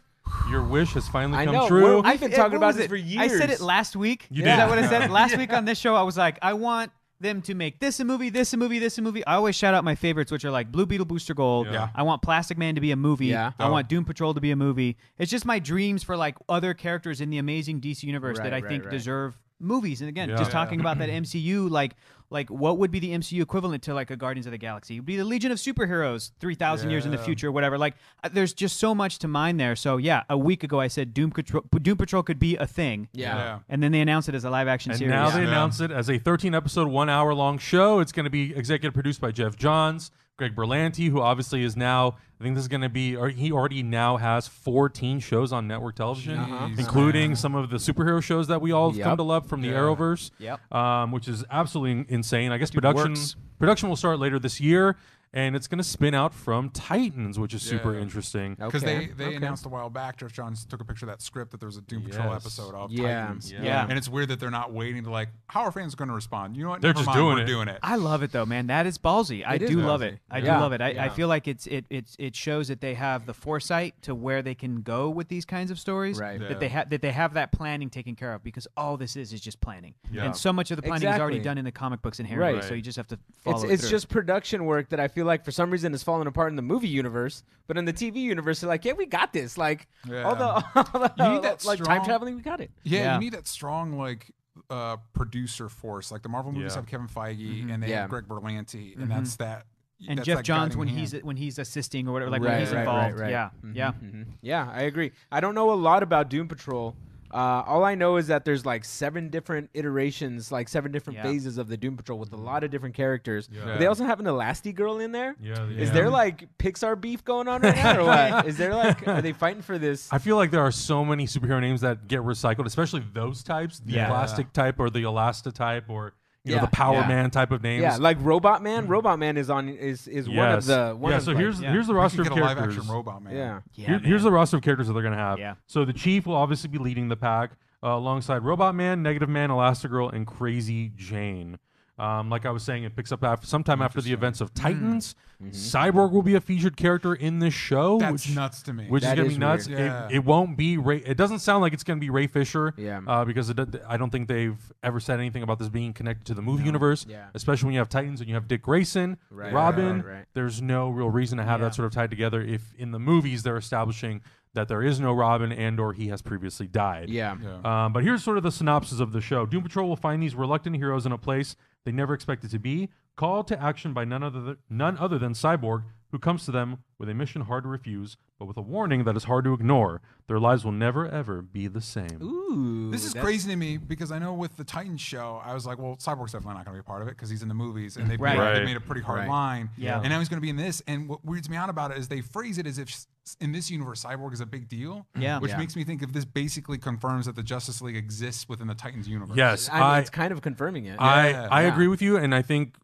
[SPEAKER 1] your wish has finally
[SPEAKER 3] I
[SPEAKER 1] come
[SPEAKER 3] know.
[SPEAKER 1] true.
[SPEAKER 3] We're- We've been
[SPEAKER 4] I-
[SPEAKER 3] talking
[SPEAKER 4] what
[SPEAKER 3] about
[SPEAKER 4] was
[SPEAKER 3] this
[SPEAKER 4] it?
[SPEAKER 3] for
[SPEAKER 4] I said it
[SPEAKER 3] years.
[SPEAKER 4] last week.
[SPEAKER 1] You
[SPEAKER 4] Is
[SPEAKER 1] did.
[SPEAKER 4] that what I
[SPEAKER 3] <laughs>
[SPEAKER 4] said? Last week on this show, I was like, I want them to make this a movie, this a movie, this a movie. I always shout out my favorites, which are like Blue Beetle Booster Gold.
[SPEAKER 1] Yeah.
[SPEAKER 4] I want Plastic Man to be a movie.
[SPEAKER 3] Yeah.
[SPEAKER 4] I
[SPEAKER 2] Oh.
[SPEAKER 4] want Doom Patrol to be a movie. It's just my dreams for like other characters in the amazing DC universe
[SPEAKER 3] Right,
[SPEAKER 4] that I
[SPEAKER 3] right,
[SPEAKER 4] think
[SPEAKER 3] right.
[SPEAKER 4] deserve movies. And again,
[SPEAKER 1] Yeah.
[SPEAKER 4] just
[SPEAKER 1] Yeah.
[SPEAKER 4] talking
[SPEAKER 1] <laughs>
[SPEAKER 4] about that MCU, like like what would be the MCU equivalent to like a Guardians of the Galaxy? It would be the Legion of Superheroes 3,000 years in the
[SPEAKER 2] Yeah.
[SPEAKER 4] future or whatever. Like uh, there's just so much to mine there. So yeah, a week ago I said Doom Patrol, Doom Patrol could be a thing.
[SPEAKER 3] Yeah.
[SPEAKER 2] Yeah.
[SPEAKER 4] And then they announced it as a live action
[SPEAKER 1] and
[SPEAKER 4] series.
[SPEAKER 1] now they
[SPEAKER 2] Yeah.
[SPEAKER 1] announce it as a 13 episode, one hour long show. It's going to be executive produced by Jeff Johns, Greg Berlanti, who obviously is now. I think this is going to be, or he already now has 14 shows on network television,
[SPEAKER 2] Jeez,
[SPEAKER 1] including
[SPEAKER 2] man.
[SPEAKER 1] some of the superhero shows that we all have come
[SPEAKER 3] Yep.
[SPEAKER 1] to love from the
[SPEAKER 2] Yeah.
[SPEAKER 1] Arrowverse.
[SPEAKER 3] Yep.
[SPEAKER 1] Um, which is absolutely in- insane. I guess production
[SPEAKER 3] works.
[SPEAKER 1] production will start later this year, and it's going to spin out from Titans, which is super
[SPEAKER 2] Yeah.
[SPEAKER 1] interesting.
[SPEAKER 2] Because
[SPEAKER 3] Okay.
[SPEAKER 2] they, they
[SPEAKER 3] Okay.
[SPEAKER 2] announced a while back, Jeff Johns took a picture of that script that there was a Doom Patrol
[SPEAKER 1] Yes.
[SPEAKER 2] episode of
[SPEAKER 3] Yeah.
[SPEAKER 2] Titans.
[SPEAKER 3] Yeah.
[SPEAKER 4] Yeah.
[SPEAKER 2] And it's weird that they're not waiting to like, how are fans going to respond? You know what?
[SPEAKER 1] They're
[SPEAKER 2] Never
[SPEAKER 1] just
[SPEAKER 2] mind,
[SPEAKER 1] doing
[SPEAKER 2] we're
[SPEAKER 1] it.
[SPEAKER 2] doing it.
[SPEAKER 4] I love it though, man. That is ballsy. I
[SPEAKER 3] It is
[SPEAKER 4] do love
[SPEAKER 3] ballsy.
[SPEAKER 4] it. I
[SPEAKER 3] Yeah.
[SPEAKER 4] do love it. I, I
[SPEAKER 2] Yeah.
[SPEAKER 4] feel like it's it it's it shows that they have the foresight to where they can go with these kinds of stories.
[SPEAKER 3] Right.
[SPEAKER 4] That they have that they have that planning taken care of because all this is is just planning.
[SPEAKER 2] Yeah.
[SPEAKER 4] And so much of the planning is already
[SPEAKER 3] Exactly.
[SPEAKER 4] done in the comic books inherently.
[SPEAKER 3] Right.
[SPEAKER 4] So you just have to follow
[SPEAKER 3] It's,
[SPEAKER 4] it
[SPEAKER 3] it's
[SPEAKER 4] through.
[SPEAKER 3] just production work that I feel like for some reason is falling apart in the movie universe, but in the TV universe, they're like, yeah, we got this. Like all the, <laughs> all the
[SPEAKER 2] You need that
[SPEAKER 3] like time
[SPEAKER 2] strong-
[SPEAKER 3] traveling, we got it.
[SPEAKER 2] Yeah,
[SPEAKER 4] Yeah.
[SPEAKER 2] you need that strong like uh producer force. Like the Marvel movies
[SPEAKER 1] Yeah.
[SPEAKER 2] have Kevin Feige and they
[SPEAKER 3] Yeah.
[SPEAKER 2] have Greg Berlanti, and that's that.
[SPEAKER 4] Mm-hmm. and
[SPEAKER 2] that's
[SPEAKER 4] Jeff
[SPEAKER 2] that
[SPEAKER 4] Johns
[SPEAKER 2] guiding
[SPEAKER 4] when
[SPEAKER 2] hand. Mm-hmm.
[SPEAKER 4] he's when he's assisting or whatever, like
[SPEAKER 3] Right,
[SPEAKER 4] when he's
[SPEAKER 3] right, right,
[SPEAKER 4] involved.
[SPEAKER 3] right.
[SPEAKER 4] Yeah. Yeah.
[SPEAKER 3] Mm-hmm. Yeah, I agree. I don't know a lot about Doom Patrol. Uh, all I know is that there's like seven different iterations, like seven different
[SPEAKER 4] Yeah.
[SPEAKER 3] phases of the Doom Patrol with a lot of different characters. But they
[SPEAKER 2] Yeah.
[SPEAKER 3] also have an Elastigirl in there. Is
[SPEAKER 1] Yeah,
[SPEAKER 3] there like Pixar beef going on right now, or what? Is there like are they fighting
[SPEAKER 1] <laughs>
[SPEAKER 3] for this?
[SPEAKER 1] I feel like there are so many superhero names that get recycled, especially those types, the
[SPEAKER 4] Yeah.
[SPEAKER 1] plastic type or the Elasta type or you know
[SPEAKER 3] Yeah.
[SPEAKER 1] the Power
[SPEAKER 3] Yeah.
[SPEAKER 1] Man type of names.
[SPEAKER 3] Yeah, like Robot Man. Robot Man is on is is
[SPEAKER 1] yes.
[SPEAKER 3] one of the one
[SPEAKER 1] yeah.
[SPEAKER 3] of
[SPEAKER 1] So
[SPEAKER 3] like-
[SPEAKER 1] here's
[SPEAKER 4] yeah.
[SPEAKER 1] here's the
[SPEAKER 2] We
[SPEAKER 1] roster
[SPEAKER 2] could
[SPEAKER 1] of
[SPEAKER 2] get a live action
[SPEAKER 1] characters.
[SPEAKER 2] robot man.
[SPEAKER 3] yeah.
[SPEAKER 1] Here-
[SPEAKER 4] man.
[SPEAKER 1] here's the roster of characters that they're gonna have.
[SPEAKER 4] Yeah.
[SPEAKER 1] So the Chief will obviously be leading the pack uh, alongside Robot Man, Negative Man, Elastigirl, and Crazy Jane. Um, like I was saying, it picks up after, sometime after the events
[SPEAKER 3] Mm.
[SPEAKER 1] of Titans.
[SPEAKER 3] Mm-hmm.
[SPEAKER 1] Cyborg will be a featured character in this show,
[SPEAKER 2] That's
[SPEAKER 1] which
[SPEAKER 2] nuts to me.
[SPEAKER 1] which is
[SPEAKER 3] That
[SPEAKER 1] gonna
[SPEAKER 3] is
[SPEAKER 1] be nuts.
[SPEAKER 2] weird.
[SPEAKER 1] It-
[SPEAKER 2] Yeah.
[SPEAKER 1] It, won't be Ray. It doesn't sound like it's gonna be Ray Fisher.
[SPEAKER 3] Yeah.
[SPEAKER 1] Uh, because it, do- I don't think they've ever said anything about this being connected to the movie universe.
[SPEAKER 3] Yeah.
[SPEAKER 1] Especially when you have Titans and you have Dick Grayson,
[SPEAKER 3] Right,
[SPEAKER 1] Robin.
[SPEAKER 3] right, right.
[SPEAKER 1] There's no real reason to have
[SPEAKER 4] Yeah.
[SPEAKER 1] that sort of tied together if in the movies they're establishing that there is no Robin and or he has previously died.
[SPEAKER 3] Yeah.
[SPEAKER 2] Yeah.
[SPEAKER 1] Um, but here's sort of the synopsis of the show. Doom Patrol will find these reluctant heroes in a place they never expected to be, called to action by none other th- none other than Cyborg, who comes to them with a mission hard to refuse, but with a warning that is hard to ignore. Their lives will never ever be the same.
[SPEAKER 3] Ooh.
[SPEAKER 2] This is
[SPEAKER 3] that's-
[SPEAKER 2] crazy to me because I know with the Titans show, I was like, well, Cyborg's definitely not going to be a part of it because he's in the movies and they
[SPEAKER 4] Right.
[SPEAKER 1] Right.
[SPEAKER 2] they made a pretty hard
[SPEAKER 3] Right.
[SPEAKER 2] line.
[SPEAKER 4] Yeah.
[SPEAKER 2] And now he's going to be in this. And what weirds me out about it is they phrase it as if s- in this universe, Cyborg is a big deal.
[SPEAKER 1] Mm-hmm.
[SPEAKER 4] Yeah.
[SPEAKER 2] Which
[SPEAKER 3] Yeah.
[SPEAKER 2] makes me think if this basically confirms that the Justice League exists within the Titans universe.
[SPEAKER 1] Yes,
[SPEAKER 3] I mean,
[SPEAKER 1] I
[SPEAKER 3] it's kind of confirming it.
[SPEAKER 1] I,
[SPEAKER 2] Yeah.
[SPEAKER 1] I
[SPEAKER 3] Yeah.
[SPEAKER 1] agree with you, and I think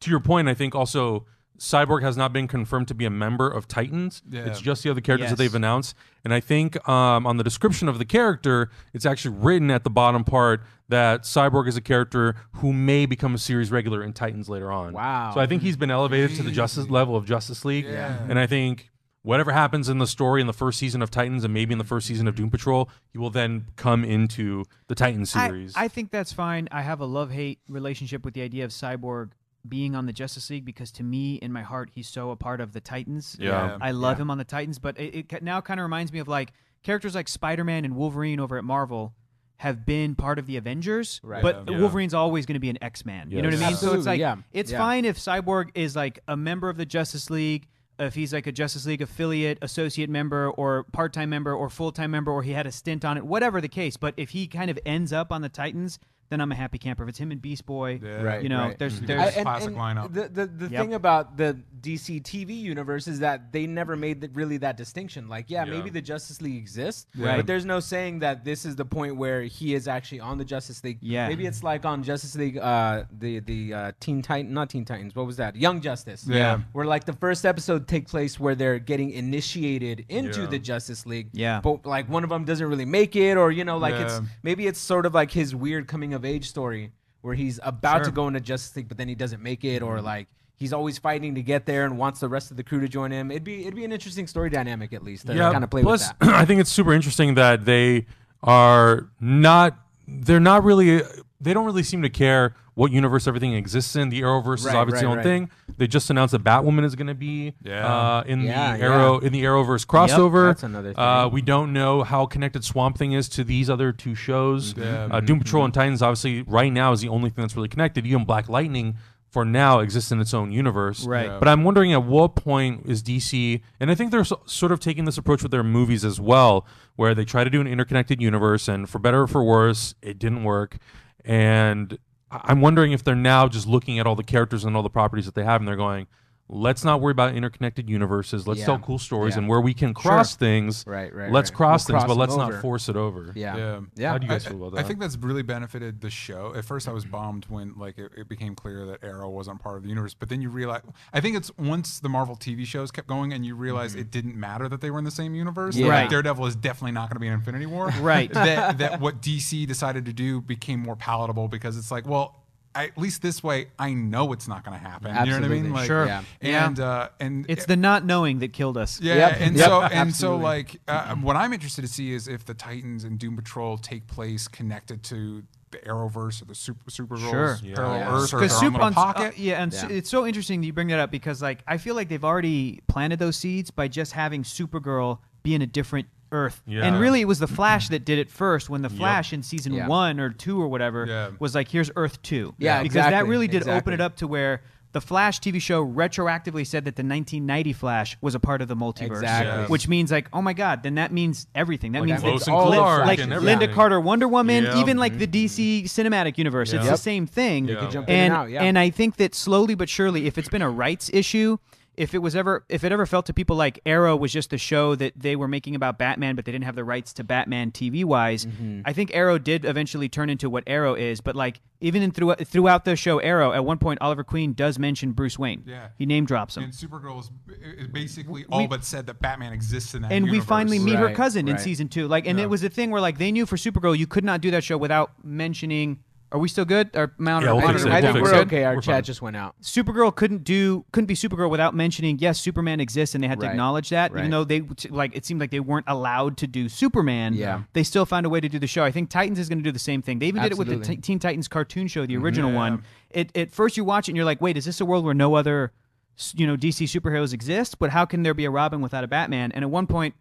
[SPEAKER 1] to your point, I think also Cyborg has not been confirmed to be a member of Titans.
[SPEAKER 2] Yeah.
[SPEAKER 1] It's just the other characters that
[SPEAKER 4] Yes.
[SPEAKER 1] they've announced, and I think um, on the description of the character, it's actually written at the bottom part that Cyborg is a character who may become a series regular in Titans later on.
[SPEAKER 3] Wow.
[SPEAKER 1] So I think he's been elevated to the justice level of Justice League,
[SPEAKER 2] Yeah.
[SPEAKER 1] and I think. Whatever happens in the story in the first season of Titans and maybe in the first season of Doom Patrol, he will then come into the Titans
[SPEAKER 4] I-
[SPEAKER 1] series.
[SPEAKER 4] I, think that's fine. I have a love hate relationship with the idea of Cyborg being on the Justice League because to me, in my heart, he's so a part of the Titans.
[SPEAKER 1] Yeah.
[SPEAKER 4] I love him on the Titans, but it, it ca- now kind of reminds me of like characters like Spider Man and Wolverine over at Marvel have been part of the Avengers,
[SPEAKER 3] Right.
[SPEAKER 4] but
[SPEAKER 1] Yeah.
[SPEAKER 4] Wolverine's always going to be an X Man. You know what I
[SPEAKER 1] Yes.
[SPEAKER 4] mean? So it's
[SPEAKER 3] Absolutely,
[SPEAKER 4] like
[SPEAKER 3] yeah.
[SPEAKER 4] it's
[SPEAKER 3] Yeah.
[SPEAKER 4] fine if Cyborg is like a member of the Justice League. If he's like a Justice League affiliate, associate member, or part time member, or full time member, or he had a stint on it, whatever the case. But if he kind of ends up on the Titans, then I'm a happy camper. If it's him and Beast Boy,
[SPEAKER 2] Yeah.
[SPEAKER 3] Right.
[SPEAKER 4] you know, there's
[SPEAKER 2] Mhm.
[SPEAKER 4] there's
[SPEAKER 2] I- classic lineup.
[SPEAKER 3] The the, the
[SPEAKER 4] Yep.
[SPEAKER 3] thing about the DC TV universe is that they never made the, really that distinction. Like, yeah,
[SPEAKER 1] Yeah.
[SPEAKER 3] maybe the Justice League exists,
[SPEAKER 4] Right.
[SPEAKER 3] but there's no saying that this is the point where he is actually on the Justice League.
[SPEAKER 4] Yeah.
[SPEAKER 3] maybe it's like on Justice League, uh, the the uh, Teen Titan, not Teen Titans, what was that? Young Justice.
[SPEAKER 2] Yeah.
[SPEAKER 3] where like the first episode take place where they're getting initiated into
[SPEAKER 1] Yeah.
[SPEAKER 3] the Justice League.
[SPEAKER 4] Yeah.
[SPEAKER 3] but like one of them doesn't really make it, or you know, like it's
[SPEAKER 2] Yeah.
[SPEAKER 3] maybe it's sort of like his weird coming of age story where he's about to go into Justice League, but then he doesn't make it, or
[SPEAKER 1] Mm-hmm.
[SPEAKER 3] like he's always fighting to get there and wants the rest of the crew to join him. It'd be it'd be an interesting story dynamic at least to kind of play
[SPEAKER 1] plus,
[SPEAKER 3] with
[SPEAKER 1] <clears throat>
[SPEAKER 3] that.
[SPEAKER 1] I think it's super interesting that they are not. They're not really. They don't really seem to care what universe everything exists in. The Arrowverse is
[SPEAKER 3] Right,
[SPEAKER 1] obviously
[SPEAKER 3] right,
[SPEAKER 1] own
[SPEAKER 3] right.
[SPEAKER 1] thing. They just announced that Batwoman is going to be
[SPEAKER 2] Yeah.
[SPEAKER 1] uh, in
[SPEAKER 3] Yeah,
[SPEAKER 1] the Arrow in the Arrowverse crossover.
[SPEAKER 3] that's another thing.
[SPEAKER 1] Uh, we don't know how connected Swamp Thing is to these other two shows.
[SPEAKER 2] Yeah.
[SPEAKER 1] Uh, Doom
[SPEAKER 3] Mm-hmm.
[SPEAKER 1] Patrol and Titans obviously right now is the only thing that's really connected. Even Black Lightning for now exists in its own universe.
[SPEAKER 4] Right.
[SPEAKER 2] Yeah.
[SPEAKER 1] But I'm wondering at what point is DC, and I think they're so, sort of taking this approach with their movies as well, where they try to do an interconnected universe, and for better or for worse, it didn't work. And I- I'm wondering if they're now just looking at all the characters and all the properties that they have, and they're going, let's not worry about interconnected universes. Let's
[SPEAKER 3] Yeah.
[SPEAKER 1] tell cool stories,
[SPEAKER 3] Yeah.
[SPEAKER 1] and where we can cross things,
[SPEAKER 3] Right, right,
[SPEAKER 1] let's
[SPEAKER 3] right.
[SPEAKER 1] cross
[SPEAKER 3] We'll
[SPEAKER 1] things,
[SPEAKER 3] cross
[SPEAKER 1] but let's
[SPEAKER 3] them
[SPEAKER 1] not
[SPEAKER 3] over.
[SPEAKER 1] force it over.
[SPEAKER 3] Yeah,
[SPEAKER 2] Yeah.
[SPEAKER 3] yeah.
[SPEAKER 1] How do you guys
[SPEAKER 2] I-
[SPEAKER 1] feel about
[SPEAKER 2] I
[SPEAKER 1] that?
[SPEAKER 2] think that's really benefited the show. At first, I was bummed when like it, it became clear that Arrow wasn't part of the universe. But then you realize, I think it's once the Marvel TV shows kept going, and you realize it didn't matter that they were in the same universe.
[SPEAKER 3] Yeah.
[SPEAKER 2] Like,
[SPEAKER 4] Right.
[SPEAKER 2] Daredevil is definitely not going to be in Infinity War.
[SPEAKER 4] Right.
[SPEAKER 2] that that what DC decided to do became more palatable because it's like, well. I, at least this way, I know it's not going to happen. You know what I
[SPEAKER 3] Absolutely.
[SPEAKER 2] mean? Like,
[SPEAKER 3] Sure. Yeah.
[SPEAKER 2] And uh, and
[SPEAKER 4] it's the not knowing that killed us.
[SPEAKER 2] yeah,
[SPEAKER 3] Yep.
[SPEAKER 2] and
[SPEAKER 3] Yep.
[SPEAKER 2] so and so
[SPEAKER 3] Absolutely.
[SPEAKER 2] like uh, what I'm interested to see is if the Titans and Doom Patrol take place connected to the Arrowverse or the Super Supergirls
[SPEAKER 4] Sure.
[SPEAKER 2] parallel
[SPEAKER 3] Yeah.
[SPEAKER 2] Earth or
[SPEAKER 4] Because
[SPEAKER 2] their own
[SPEAKER 4] soup
[SPEAKER 2] little
[SPEAKER 4] on
[SPEAKER 2] pocket.
[SPEAKER 4] uh, yeah, and su-
[SPEAKER 3] Yeah.
[SPEAKER 4] it's so interesting that you bring that up because like I feel like they've already planted those seeds by just having Supergirl be in a different Earth,
[SPEAKER 1] Yeah.
[SPEAKER 4] and really it was the Flash that did it first. When the Flash in season
[SPEAKER 3] Yeah.
[SPEAKER 4] one or two or whatever
[SPEAKER 2] Yeah.
[SPEAKER 4] was like, "Here's Earth 2.
[SPEAKER 3] Yeah,
[SPEAKER 4] because that
[SPEAKER 3] exactly,
[SPEAKER 4] really did open
[SPEAKER 3] exactly.
[SPEAKER 4] it up to where. The Flash TV show retroactively said that the 1990 Flash was a part of the multiverse,
[SPEAKER 3] Exactly. Yeah.
[SPEAKER 4] which means like, oh my God, then that means everything. That
[SPEAKER 3] Like,
[SPEAKER 4] means
[SPEAKER 3] that
[SPEAKER 4] that
[SPEAKER 3] means
[SPEAKER 1] and
[SPEAKER 3] all the
[SPEAKER 1] Clark
[SPEAKER 4] like
[SPEAKER 3] Flashes,
[SPEAKER 1] and
[SPEAKER 3] yeah.
[SPEAKER 1] everything.
[SPEAKER 4] Linda Carter, Wonder Woman,
[SPEAKER 1] Yeah.
[SPEAKER 4] even like the DC cinematic universe. It's
[SPEAKER 1] Yeah.
[SPEAKER 4] the same thing.
[SPEAKER 1] could
[SPEAKER 3] jump in
[SPEAKER 4] and
[SPEAKER 3] and out, yeah.
[SPEAKER 4] and I think that slowly but surely, if it's been a rights issue, if it was ever if it ever felt to people like Arrow was just a show that they were making about Batman, but they didn't have the rights to Batman TV wise,
[SPEAKER 3] Mm-hmm.
[SPEAKER 4] I think Arrow did eventually turn into what Arrow is. But like even in through, throughout the show Arrow, at one point Oliver Queen does mention Bruce Wayne.
[SPEAKER 2] Yeah.
[SPEAKER 4] he name drops him.
[SPEAKER 2] And Supergirl is is basically all but said that Batman exists in that.
[SPEAKER 4] and we
[SPEAKER 2] universe.
[SPEAKER 4] finally meet her
[SPEAKER 3] Right,
[SPEAKER 4] cousin in
[SPEAKER 3] right.
[SPEAKER 4] season two. Like, and
[SPEAKER 2] Yeah.
[SPEAKER 4] it was a thing where like they knew for Supergirl you could not do that show without mentioning. Are we still good? Or Mount?
[SPEAKER 1] Yeah,
[SPEAKER 4] or
[SPEAKER 1] we'll
[SPEAKER 3] I
[SPEAKER 1] fix
[SPEAKER 3] think,
[SPEAKER 1] it.
[SPEAKER 3] I think
[SPEAKER 1] We'll
[SPEAKER 3] we're
[SPEAKER 1] fix it.
[SPEAKER 3] okay. Our
[SPEAKER 1] We're
[SPEAKER 3] chat
[SPEAKER 1] fine.
[SPEAKER 3] just went out.
[SPEAKER 4] Supergirl couldn't do couldn't be Supergirl without mentioning yes, Superman exists, and they had to
[SPEAKER 3] Right.
[SPEAKER 4] acknowledge that.
[SPEAKER 3] Right.
[SPEAKER 4] Even though they like, it seemed like they weren't allowed to do Superman.
[SPEAKER 3] Yeah.
[SPEAKER 4] they still found a way to do the show. I think Titans is going to do the same thing. They even did it with the
[SPEAKER 3] Absolutely.
[SPEAKER 4] t- Teen Titans cartoon show, the original one. It at first you watch it and you're like, wait, is this a world where no other s- you know DC superheroes exist? But how can there be a Robin without a Batman? And at one point.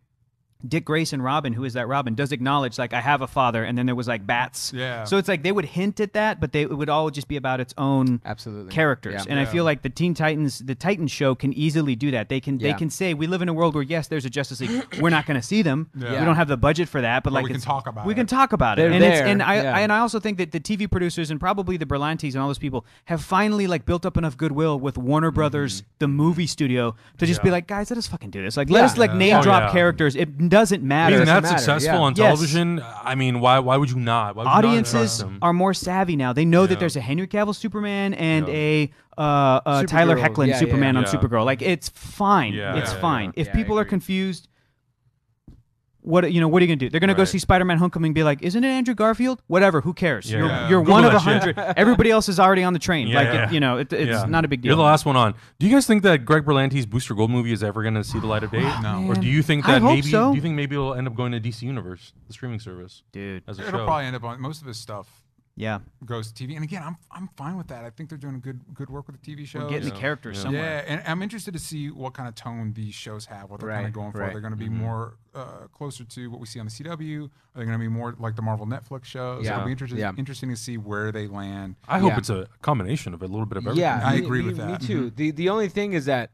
[SPEAKER 4] Dick Grayson Robin, who is that Robin, does acknowledge like I have a father, and then there was like bats.
[SPEAKER 2] Yeah.
[SPEAKER 4] So it's like they would hint at that, but they it would all just be about its own
[SPEAKER 3] Absolutely.
[SPEAKER 4] characters.
[SPEAKER 3] Yeah.
[SPEAKER 4] And I feel like the Teen Titans, the Titans show can easily do that. They can
[SPEAKER 3] Yeah.
[SPEAKER 4] they can say we live in a world where yes, there's a Justice League. We're not going to see them.
[SPEAKER 2] Yeah.
[SPEAKER 4] We don't have the budget for that, but, like
[SPEAKER 2] we can
[SPEAKER 4] it's-
[SPEAKER 2] talk about
[SPEAKER 4] We can
[SPEAKER 2] it.
[SPEAKER 4] talk about
[SPEAKER 3] They're
[SPEAKER 4] it. And
[SPEAKER 3] there,
[SPEAKER 4] and I
[SPEAKER 3] yeah.
[SPEAKER 4] and I also think that the TV producers and probably the Berlantes and all those people have finally like built up enough goodwill with Warner Brothers, the movie studio, to just be like, guys, let us fucking do this. Like let
[SPEAKER 3] Yeah.
[SPEAKER 4] us like
[SPEAKER 3] Yeah.
[SPEAKER 4] name
[SPEAKER 1] Oh,
[SPEAKER 4] drop
[SPEAKER 1] yeah.
[SPEAKER 4] characters. It doesn't
[SPEAKER 1] I
[SPEAKER 4] matter.
[SPEAKER 1] mean,
[SPEAKER 3] Doesn't
[SPEAKER 1] that's
[SPEAKER 3] matter,
[SPEAKER 1] successful
[SPEAKER 3] yeah.
[SPEAKER 1] on
[SPEAKER 4] Yes.
[SPEAKER 1] television. I mean, why why would you not? Why would you not trust
[SPEAKER 4] audiences
[SPEAKER 1] them?
[SPEAKER 4] are more savvy now. They know
[SPEAKER 1] Yeah.
[SPEAKER 4] that there's a Henry Cavill Superman and
[SPEAKER 1] Yeah.
[SPEAKER 4] a uh, uh, Tyler
[SPEAKER 3] Supergirl.
[SPEAKER 4] Hecklin
[SPEAKER 3] Yeah, yeah,
[SPEAKER 4] Superman
[SPEAKER 1] yeah.
[SPEAKER 4] on
[SPEAKER 1] Yeah.
[SPEAKER 4] Supergirl. Like it's fine.
[SPEAKER 1] Yeah,
[SPEAKER 4] it's
[SPEAKER 1] yeah,
[SPEAKER 4] fine.
[SPEAKER 1] yeah.
[SPEAKER 4] If
[SPEAKER 3] Yeah, I
[SPEAKER 4] people are
[SPEAKER 3] agree.
[SPEAKER 4] confused, what you know, what are you gonna do? They're gonna go
[SPEAKER 1] Right.
[SPEAKER 4] see Spider-Man: Homecoming, and be like, "Isn't it Andrew Garfield?" Whatever. Who cares?
[SPEAKER 1] Yeah.
[SPEAKER 4] You're,
[SPEAKER 1] Yeah. <laughs>
[SPEAKER 4] you're
[SPEAKER 1] Google
[SPEAKER 4] one of
[SPEAKER 1] that
[SPEAKER 4] a
[SPEAKER 1] shit.
[SPEAKER 4] hundred. Everybody else is already on the train.
[SPEAKER 1] Yeah,
[SPEAKER 4] like
[SPEAKER 1] yeah.
[SPEAKER 4] It, you know, it, it's
[SPEAKER 1] Yeah.
[SPEAKER 4] not a big deal.
[SPEAKER 1] You're the last one on. Do you guys think that Greg Berlanti's Booster Gold movie is ever going to see the light of day?
[SPEAKER 2] No.
[SPEAKER 1] Or do you think
[SPEAKER 4] I
[SPEAKER 1] that
[SPEAKER 4] hope
[SPEAKER 1] maybe
[SPEAKER 4] so.
[SPEAKER 1] do you think maybe it'll end up going to DC Universe, the streaming service,
[SPEAKER 4] dude.
[SPEAKER 1] as a
[SPEAKER 2] It'll
[SPEAKER 1] show?
[SPEAKER 2] probably end up on most of his stuff
[SPEAKER 4] Yeah,
[SPEAKER 2] goes to TV. And again, I'm I'm fine with that. I think they're doing good good work with the TV shows.
[SPEAKER 4] we're getting the characters
[SPEAKER 1] Yeah.
[SPEAKER 4] somewhere.
[SPEAKER 2] Yeah, and I'm interested to see what kind of tone these shows have, what they're kind of
[SPEAKER 3] Right,
[SPEAKER 2] going for.
[SPEAKER 3] right. Mm-hmm.
[SPEAKER 2] They're going to be more uh, closer to what we see on the CW. Are they going to be more like the Marvel Netflix shows?
[SPEAKER 3] Yeah,
[SPEAKER 2] It'll be interesting,
[SPEAKER 3] yeah.
[SPEAKER 2] interesting to see where they land.
[SPEAKER 1] I hope
[SPEAKER 3] Yeah.
[SPEAKER 1] it's a combination of a little bit of everything.
[SPEAKER 3] Yeah,
[SPEAKER 2] I
[SPEAKER 3] me-
[SPEAKER 2] agree
[SPEAKER 3] me-
[SPEAKER 2] with that. Mm-hmm.
[SPEAKER 3] Me too. The the only thing is that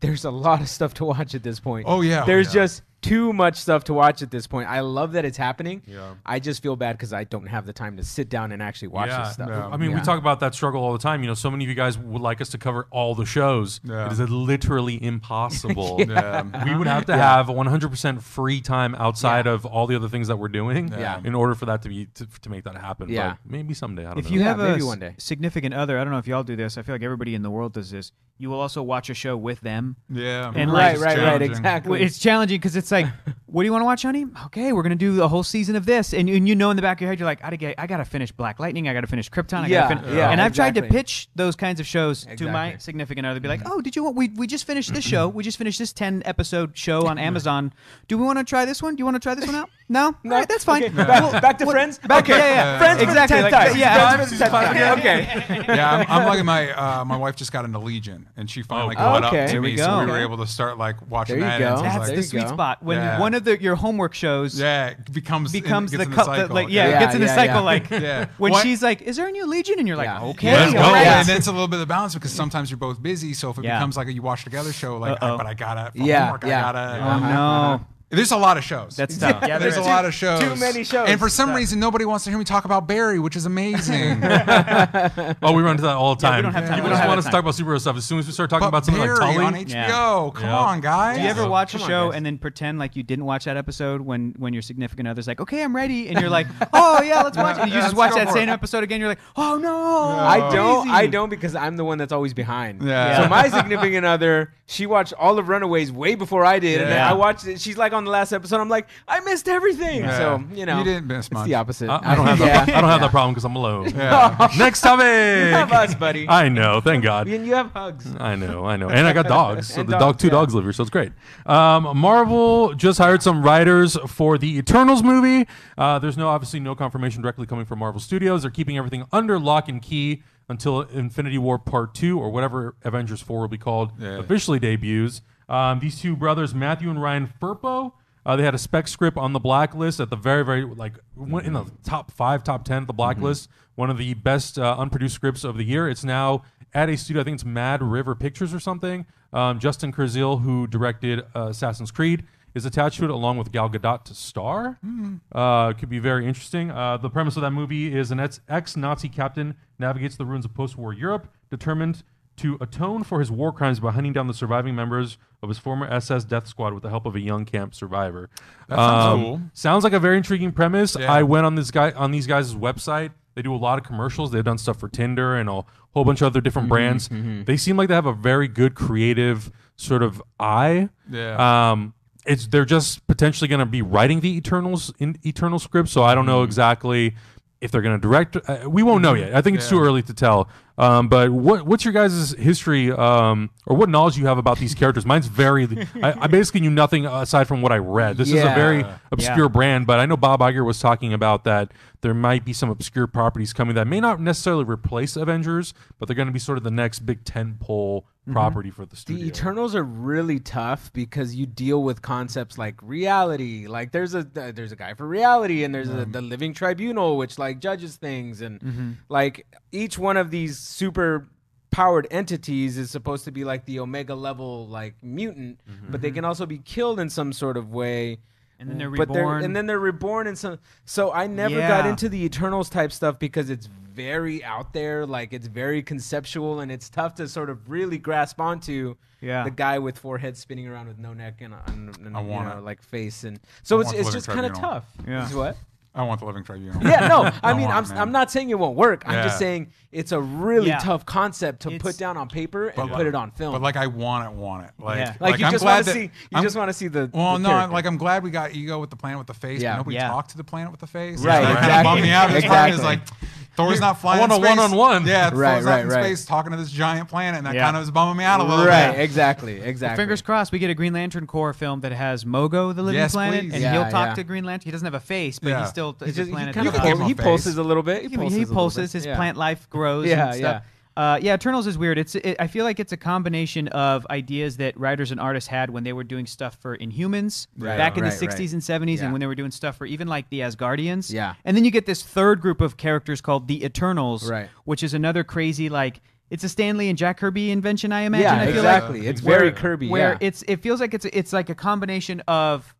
[SPEAKER 3] there's a lot of stuff to watch at this point.
[SPEAKER 2] Oh, yeah.
[SPEAKER 3] There's
[SPEAKER 2] Oh, yeah.
[SPEAKER 3] just too much stuff to watch at this point. I love that it's happening.
[SPEAKER 2] Yeah.
[SPEAKER 3] I just feel bad because I don't have the time to sit down and actually watch
[SPEAKER 1] Yeah.
[SPEAKER 3] this stuff.
[SPEAKER 2] No.
[SPEAKER 1] I mean, we
[SPEAKER 3] Yeah.
[SPEAKER 1] talk about that struggle all the time. You know, so many of you guys would like us to cover all the shows.
[SPEAKER 2] Yeah.
[SPEAKER 1] It is literally impossible.
[SPEAKER 2] Yeah.
[SPEAKER 1] We would have to have 100% free time outside of all the other things that we're doing
[SPEAKER 3] Yeah.
[SPEAKER 1] in order for that to be to, to make that happen.
[SPEAKER 3] Yeah.
[SPEAKER 1] But maybe someday. I don't
[SPEAKER 4] If
[SPEAKER 1] know.
[SPEAKER 4] you
[SPEAKER 3] Yeah,
[SPEAKER 4] have a
[SPEAKER 3] maybe
[SPEAKER 4] s-
[SPEAKER 3] one day.
[SPEAKER 4] significant other, I don't know if y'all do this. I feel like everybody in the world does this. You will also watch a show with them.
[SPEAKER 2] Yeah.
[SPEAKER 4] And
[SPEAKER 3] Right,
[SPEAKER 4] It's
[SPEAKER 3] right, right,
[SPEAKER 2] challenging.
[SPEAKER 4] Well,
[SPEAKER 3] exactly.
[SPEAKER 4] It's challenging because
[SPEAKER 3] <laughs>
[SPEAKER 4] it's like, what do you want to watch, honey? Okay, we're gonna do a whole season of this, and, and you know in the back of your head, you're like, I gotta, I gotta finish Black Lightning, I gotta finish Krypton, I
[SPEAKER 3] Yeah,
[SPEAKER 4] gotta finish.
[SPEAKER 3] yeah,
[SPEAKER 4] and I've tried to
[SPEAKER 3] exactly.
[SPEAKER 4] pitch those kinds of shows to my
[SPEAKER 3] Exactly. Mm-hmm.
[SPEAKER 4] significant other, be like, oh, did you want? We we just finished this show. We just finished this ten episode show
[SPEAKER 3] Mm-hmm.
[SPEAKER 4] on Amazon. Do we want to try this one? Do you want to try this
[SPEAKER 3] <laughs>
[SPEAKER 4] one out? No, no, that's fine.
[SPEAKER 3] Okay, Back,
[SPEAKER 4] Well,
[SPEAKER 3] back to
[SPEAKER 4] what-
[SPEAKER 3] friends.
[SPEAKER 4] Back,
[SPEAKER 3] okay.
[SPEAKER 4] yeah, yeah,
[SPEAKER 3] Friends for
[SPEAKER 4] exactly.
[SPEAKER 3] ten
[SPEAKER 4] like,
[SPEAKER 3] times.
[SPEAKER 4] <laughs> Yeah,
[SPEAKER 3] Friends for ten
[SPEAKER 1] Five,
[SPEAKER 3] times.
[SPEAKER 1] yeah.
[SPEAKER 3] Okay.
[SPEAKER 2] yeah, I'm, I'm
[SPEAKER 4] <laughs>
[SPEAKER 2] like my uh, my wife just got into Legion, and she finally
[SPEAKER 1] Oh,
[SPEAKER 2] caught
[SPEAKER 3] okay.
[SPEAKER 2] up to
[SPEAKER 3] There
[SPEAKER 4] we
[SPEAKER 2] me, so
[SPEAKER 4] go.
[SPEAKER 2] we were able to start like watching
[SPEAKER 3] There you
[SPEAKER 2] that.
[SPEAKER 3] go.
[SPEAKER 2] And so I was
[SPEAKER 4] That's
[SPEAKER 2] like,
[SPEAKER 3] you
[SPEAKER 4] the sweet
[SPEAKER 3] go.
[SPEAKER 4] spot when
[SPEAKER 2] Yeah.
[SPEAKER 4] one of the your homework shows
[SPEAKER 2] yeah, it becomes
[SPEAKER 4] becomes
[SPEAKER 2] it
[SPEAKER 4] the,
[SPEAKER 2] gets in
[SPEAKER 4] cu- the,
[SPEAKER 2] cycle.
[SPEAKER 4] like yeah,
[SPEAKER 3] Yeah,
[SPEAKER 4] it gets in the
[SPEAKER 3] yeah,
[SPEAKER 4] cycle
[SPEAKER 3] yeah.
[SPEAKER 2] <laughs>
[SPEAKER 4] like
[SPEAKER 2] Yeah.
[SPEAKER 4] when
[SPEAKER 2] What-
[SPEAKER 4] she's like, "Is there a new Legion?" and you're like,
[SPEAKER 3] Yeah.
[SPEAKER 4] "Okay,
[SPEAKER 1] Let's go.
[SPEAKER 4] all right."
[SPEAKER 3] Yeah.
[SPEAKER 2] Oh, And it's a little bit of balance because sometimes you're both busy. So if it
[SPEAKER 4] Yeah.
[SPEAKER 2] becomes like a you watch together show, like, I,
[SPEAKER 4] Uh-oh.
[SPEAKER 2] but I gotta, for
[SPEAKER 3] Yeah,
[SPEAKER 2] homework,
[SPEAKER 3] yeah. Uh-huh.
[SPEAKER 2] I gotta.
[SPEAKER 4] Oh no,
[SPEAKER 2] There's a lot of shows.
[SPEAKER 4] that's tough.
[SPEAKER 3] Yeah,
[SPEAKER 2] there's a
[SPEAKER 3] too-
[SPEAKER 2] lot of shows.
[SPEAKER 3] too many shows.
[SPEAKER 2] And for some reason, nobody wants to hear me talk about Barry, which is
[SPEAKER 1] <laughs>
[SPEAKER 2] amazing.
[SPEAKER 1] Oh, we run into that all the time.
[SPEAKER 4] we don't have time.
[SPEAKER 1] You
[SPEAKER 4] We
[SPEAKER 1] just
[SPEAKER 4] don't
[SPEAKER 1] want
[SPEAKER 4] have
[SPEAKER 1] us to talk
[SPEAKER 4] time.
[SPEAKER 1] about superhero stuff. As soon as we start talking
[SPEAKER 2] but
[SPEAKER 1] about something
[SPEAKER 2] Barry
[SPEAKER 1] like Tully,
[SPEAKER 2] on HBO, come
[SPEAKER 1] Yeah.
[SPEAKER 2] on, guys.
[SPEAKER 4] Do you ever
[SPEAKER 1] Yeah.
[SPEAKER 4] watch a
[SPEAKER 3] Come on,
[SPEAKER 4] show
[SPEAKER 3] guys.
[SPEAKER 4] and then pretend like you didn't watch that episode when when your significant other's like, "Okay, I'm ready," and you're
[SPEAKER 2] <laughs>
[SPEAKER 4] like, "Oh yeah, let's watch." it. And you
[SPEAKER 2] Yeah,
[SPEAKER 4] just
[SPEAKER 2] let's
[SPEAKER 4] watch
[SPEAKER 2] go
[SPEAKER 4] that
[SPEAKER 2] for
[SPEAKER 4] same
[SPEAKER 2] it.
[SPEAKER 4] episode again. You're like, "Oh no,
[SPEAKER 3] I don't.
[SPEAKER 4] crazy."
[SPEAKER 3] I don't because I'm the one that's always behind.
[SPEAKER 2] Yeah.
[SPEAKER 3] So my significant other, she watched all of Runaways way before I did, and then
[SPEAKER 2] Yeah.
[SPEAKER 3] I watched it. She's like on the last episode. I'm like, I missed everything.
[SPEAKER 2] Yeah.
[SPEAKER 3] So you know,
[SPEAKER 2] You didn't miss
[SPEAKER 3] It's
[SPEAKER 2] much.
[SPEAKER 3] the opposite.
[SPEAKER 4] Uh-uh.
[SPEAKER 1] I, I don't
[SPEAKER 4] <laughs>
[SPEAKER 1] have
[SPEAKER 2] <laughs>
[SPEAKER 1] that.
[SPEAKER 3] Yeah.
[SPEAKER 1] I don't have that problem because I'm alone.
[SPEAKER 2] Yeah.
[SPEAKER 1] <laughs> Next topic.
[SPEAKER 3] You have
[SPEAKER 2] <laughs>
[SPEAKER 3] us, buddy.
[SPEAKER 1] I know. Thank God.
[SPEAKER 3] And you have hugs.
[SPEAKER 1] I know, I know, and I got dogs. So
[SPEAKER 3] And
[SPEAKER 1] the dog,
[SPEAKER 3] dogs,
[SPEAKER 1] two
[SPEAKER 3] yeah.
[SPEAKER 1] dogs live here, so it's great. Um, Marvel just hired some writers for the Eternals movie. Uh, there's no, obviously, no confirmation directly coming from Marvel Studios. They're keeping everything under lock and key until Infinity War Part Two or whatever Avengers Four will be called
[SPEAKER 2] Yeah.
[SPEAKER 1] officially debuts. Um, these two brothers, Matthew and Ryan Furpo. Uh, they had a spec script on the blacklist at the very, very like went in the top five, top ten of the blacklist. One of the best uh, unproduced scripts of the year. It's now at a studio. I think it's Mad River Pictures or something. Um, Justin Kurzel, who directed uh, Assassin's Creed, is attached to it along with Gal Gadot to star.
[SPEAKER 2] Mm-hmm.
[SPEAKER 1] Uh, could be very interesting. Uh, the premise of that movie is an ex- ex-Nazi captain navigates the ruins of post-war Europe, determined to atone for his war crimes by hunting down the surviving members of his former SS death squad with the help of a young camp survivor. Um, That
[SPEAKER 2] sounds cool.
[SPEAKER 1] Sounds like a very intriguing premise.
[SPEAKER 2] Yeah.
[SPEAKER 1] I went on this guy on these guys' website. They do a lot of commercials. They've done stuff for Tinder and a whole bunch of other different
[SPEAKER 2] Mm-hmm,
[SPEAKER 1] brands. They seem like they have a very good creative sort of eye.
[SPEAKER 2] Yeah.
[SPEAKER 1] Um, it's they're just potentially going to be writing the Eternals in Eternal script. So I don't know
[SPEAKER 2] Mm-hmm.
[SPEAKER 1] exactly if they're going to direct. Uh, we won't know yet. I think it's too
[SPEAKER 2] Yeah.
[SPEAKER 1] early to tell. Um, but what what's your guys' history um, or what knowledge you have about these characters? Mine's very. <laughs> I, I basically knew nothing aside from what I read. This is a
[SPEAKER 3] Yeah.
[SPEAKER 1] very obscure
[SPEAKER 4] Yeah.
[SPEAKER 1] brand, but I know Bob Iger was talking about that there might be some obscure properties coming that may not necessarily replace Avengers, but they're going to be sort of the next big ten pole
[SPEAKER 4] Mm-hmm.
[SPEAKER 1] property for the studio.
[SPEAKER 3] The Eternals are really tough because you deal with concepts like reality. Like there's a th- there's a guy for reality, and there's
[SPEAKER 4] Mm-hmm.
[SPEAKER 3] a, the Living Tribunal, which like judges things, and like each one of these super powered entities is supposed to be like the Omega level like mutant, but they can also be killed in some sort of way.
[SPEAKER 4] Mm-hmm. And then they're
[SPEAKER 3] But they're,
[SPEAKER 4] reborn.
[SPEAKER 3] and then they're reborn in some. So I never got
[SPEAKER 4] Yeah.
[SPEAKER 3] into the Eternals type stuff because it's very out there, like it's very conceptual, and it's tough to sort of really grasp onto.
[SPEAKER 4] Yeah.
[SPEAKER 3] the guy with four heads spinning around with no neck and, and, and
[SPEAKER 2] I
[SPEAKER 3] you
[SPEAKER 2] want
[SPEAKER 3] know,
[SPEAKER 2] it.
[SPEAKER 3] like face and so it's
[SPEAKER 2] want
[SPEAKER 3] it's
[SPEAKER 2] Living
[SPEAKER 3] just kind of
[SPEAKER 2] Tribunal.
[SPEAKER 3] tough.
[SPEAKER 4] Yeah.
[SPEAKER 3] Is
[SPEAKER 2] <laughs>
[SPEAKER 3] what?
[SPEAKER 2] I want the Living
[SPEAKER 3] <laughs>
[SPEAKER 2] Tribunal.
[SPEAKER 3] Yeah, no. I
[SPEAKER 2] I
[SPEAKER 3] mean,
[SPEAKER 2] want
[SPEAKER 3] I'm
[SPEAKER 2] it, man.
[SPEAKER 3] I'm not saying it won't work. I'm
[SPEAKER 2] Yeah.
[SPEAKER 3] just saying it's a really
[SPEAKER 4] Yeah.
[SPEAKER 3] tough concept to
[SPEAKER 4] It's-
[SPEAKER 3] put down on paper and
[SPEAKER 2] But
[SPEAKER 3] put
[SPEAKER 2] like-
[SPEAKER 3] it on film.
[SPEAKER 2] But like, I want it, want it. Like,
[SPEAKER 4] Yeah.
[SPEAKER 3] Like, you
[SPEAKER 2] I'm
[SPEAKER 3] just
[SPEAKER 2] glad
[SPEAKER 3] want to
[SPEAKER 2] that-
[SPEAKER 3] see you
[SPEAKER 2] I'm-
[SPEAKER 3] just want to see the
[SPEAKER 2] Well,
[SPEAKER 3] the
[SPEAKER 2] no,
[SPEAKER 3] character.
[SPEAKER 2] like I'm glad we got ego with the planet with the face.
[SPEAKER 3] Yeah.
[SPEAKER 2] but nobody
[SPEAKER 4] Yeah.
[SPEAKER 2] talked to the planet with the face.
[SPEAKER 3] Right,
[SPEAKER 2] That kinda
[SPEAKER 3] exactly.
[SPEAKER 2] bummed me out. This part is like
[SPEAKER 3] Exactly.
[SPEAKER 2] Thor's not flying.
[SPEAKER 1] want
[SPEAKER 2] in
[SPEAKER 1] a
[SPEAKER 2] space.
[SPEAKER 1] one-on-one.
[SPEAKER 2] Yeah,
[SPEAKER 3] Right,
[SPEAKER 2] Thor's
[SPEAKER 3] right,
[SPEAKER 2] not in
[SPEAKER 3] right.
[SPEAKER 2] space talking to this giant planet, and that
[SPEAKER 4] Yeah.
[SPEAKER 2] kind of was bumming me out a little
[SPEAKER 3] right,
[SPEAKER 2] bit.
[SPEAKER 3] exactly, exactly.
[SPEAKER 4] Fingers crossed, we get a Green Lantern Corps film that has Mogo, the Living
[SPEAKER 2] Yes,
[SPEAKER 4] Planet,
[SPEAKER 2] please.
[SPEAKER 4] and
[SPEAKER 3] Yeah,
[SPEAKER 4] he'll talk
[SPEAKER 3] yeah.
[SPEAKER 4] to Green Lantern. He doesn't have a face, but
[SPEAKER 2] Yeah.
[SPEAKER 4] he's still
[SPEAKER 3] He
[SPEAKER 4] he's a
[SPEAKER 3] just- he
[SPEAKER 4] planet.
[SPEAKER 3] kind
[SPEAKER 2] You
[SPEAKER 3] of
[SPEAKER 2] can
[SPEAKER 4] that talks.
[SPEAKER 2] give
[SPEAKER 3] pul-
[SPEAKER 2] him
[SPEAKER 3] he
[SPEAKER 2] a
[SPEAKER 3] pulses
[SPEAKER 2] face.
[SPEAKER 3] a little bit. He
[SPEAKER 4] He,
[SPEAKER 3] pulses.
[SPEAKER 4] he
[SPEAKER 3] a little
[SPEAKER 4] pulses,
[SPEAKER 3] bit.
[SPEAKER 4] his
[SPEAKER 3] Yeah.
[SPEAKER 4] plant life grows
[SPEAKER 3] Yeah,
[SPEAKER 4] and stuff. Uh, yeah, Eternals is weird. It's it, I feel like it's a combination of ideas that writers and artists had when they were doing stuff for Inhumans
[SPEAKER 3] Right,
[SPEAKER 4] back in
[SPEAKER 3] right,
[SPEAKER 4] the
[SPEAKER 3] right.
[SPEAKER 4] 60s and 70s,
[SPEAKER 3] Yeah.
[SPEAKER 4] and when they were doing stuff for even like the Asgardians.
[SPEAKER 3] Yeah.
[SPEAKER 4] And then you get this third group of characters called the Eternals,
[SPEAKER 3] Right.
[SPEAKER 4] which is another crazy like it's a Stanley and Jack Kirby invention, I imagine.
[SPEAKER 3] Yeah,
[SPEAKER 4] I feel like
[SPEAKER 3] exactly. It's very Kirby.
[SPEAKER 4] where
[SPEAKER 3] yeah.
[SPEAKER 4] it's it feels like it's it's like a combination of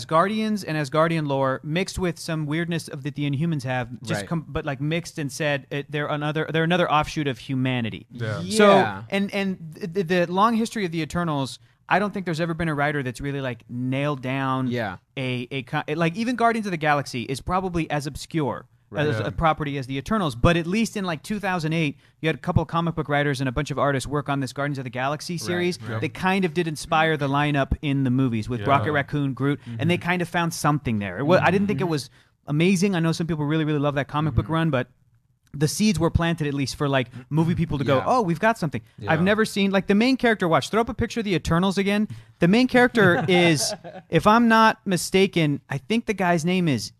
[SPEAKER 4] Asgardians and Asgardian lore mixed with some weirdness of that the Inhumans have, just
[SPEAKER 3] Right.
[SPEAKER 4] com- but like mixed and said it, they're another they're another offshoot of humanity.
[SPEAKER 2] Yeah.
[SPEAKER 3] Yeah.
[SPEAKER 4] So and and the, the long history of the Eternals, I don't think there's ever been a writer that's really like nailed down
[SPEAKER 3] Yeah.
[SPEAKER 4] a a co- like even Guardians of the Galaxy is probably as obscure. As
[SPEAKER 2] Yeah.
[SPEAKER 4] a property as the Eternals, but at least in like 2008, you had a couple of comic book writers and a bunch of artists work on this Guardians of the Galaxy series
[SPEAKER 2] Yep.
[SPEAKER 4] that kind of did inspire the lineup in the movies with
[SPEAKER 1] Yeah.
[SPEAKER 4] Rocket Raccoon, Groot,
[SPEAKER 3] Mm-hmm.
[SPEAKER 4] and they kind of found something there. It wa- I didn't think it was amazing. I know some people really, really love that comic
[SPEAKER 3] Mm-hmm.
[SPEAKER 4] book run, but the seeds were planted at least for like movie people to go,
[SPEAKER 3] Mm-hmm. Yeah.
[SPEAKER 4] oh, we've got something. I've
[SPEAKER 3] Yeah.
[SPEAKER 4] never seen like the main character. Watch, throw up a picture of the Eternals again. The main character is, if I'm not mistaken, I think the guy's name is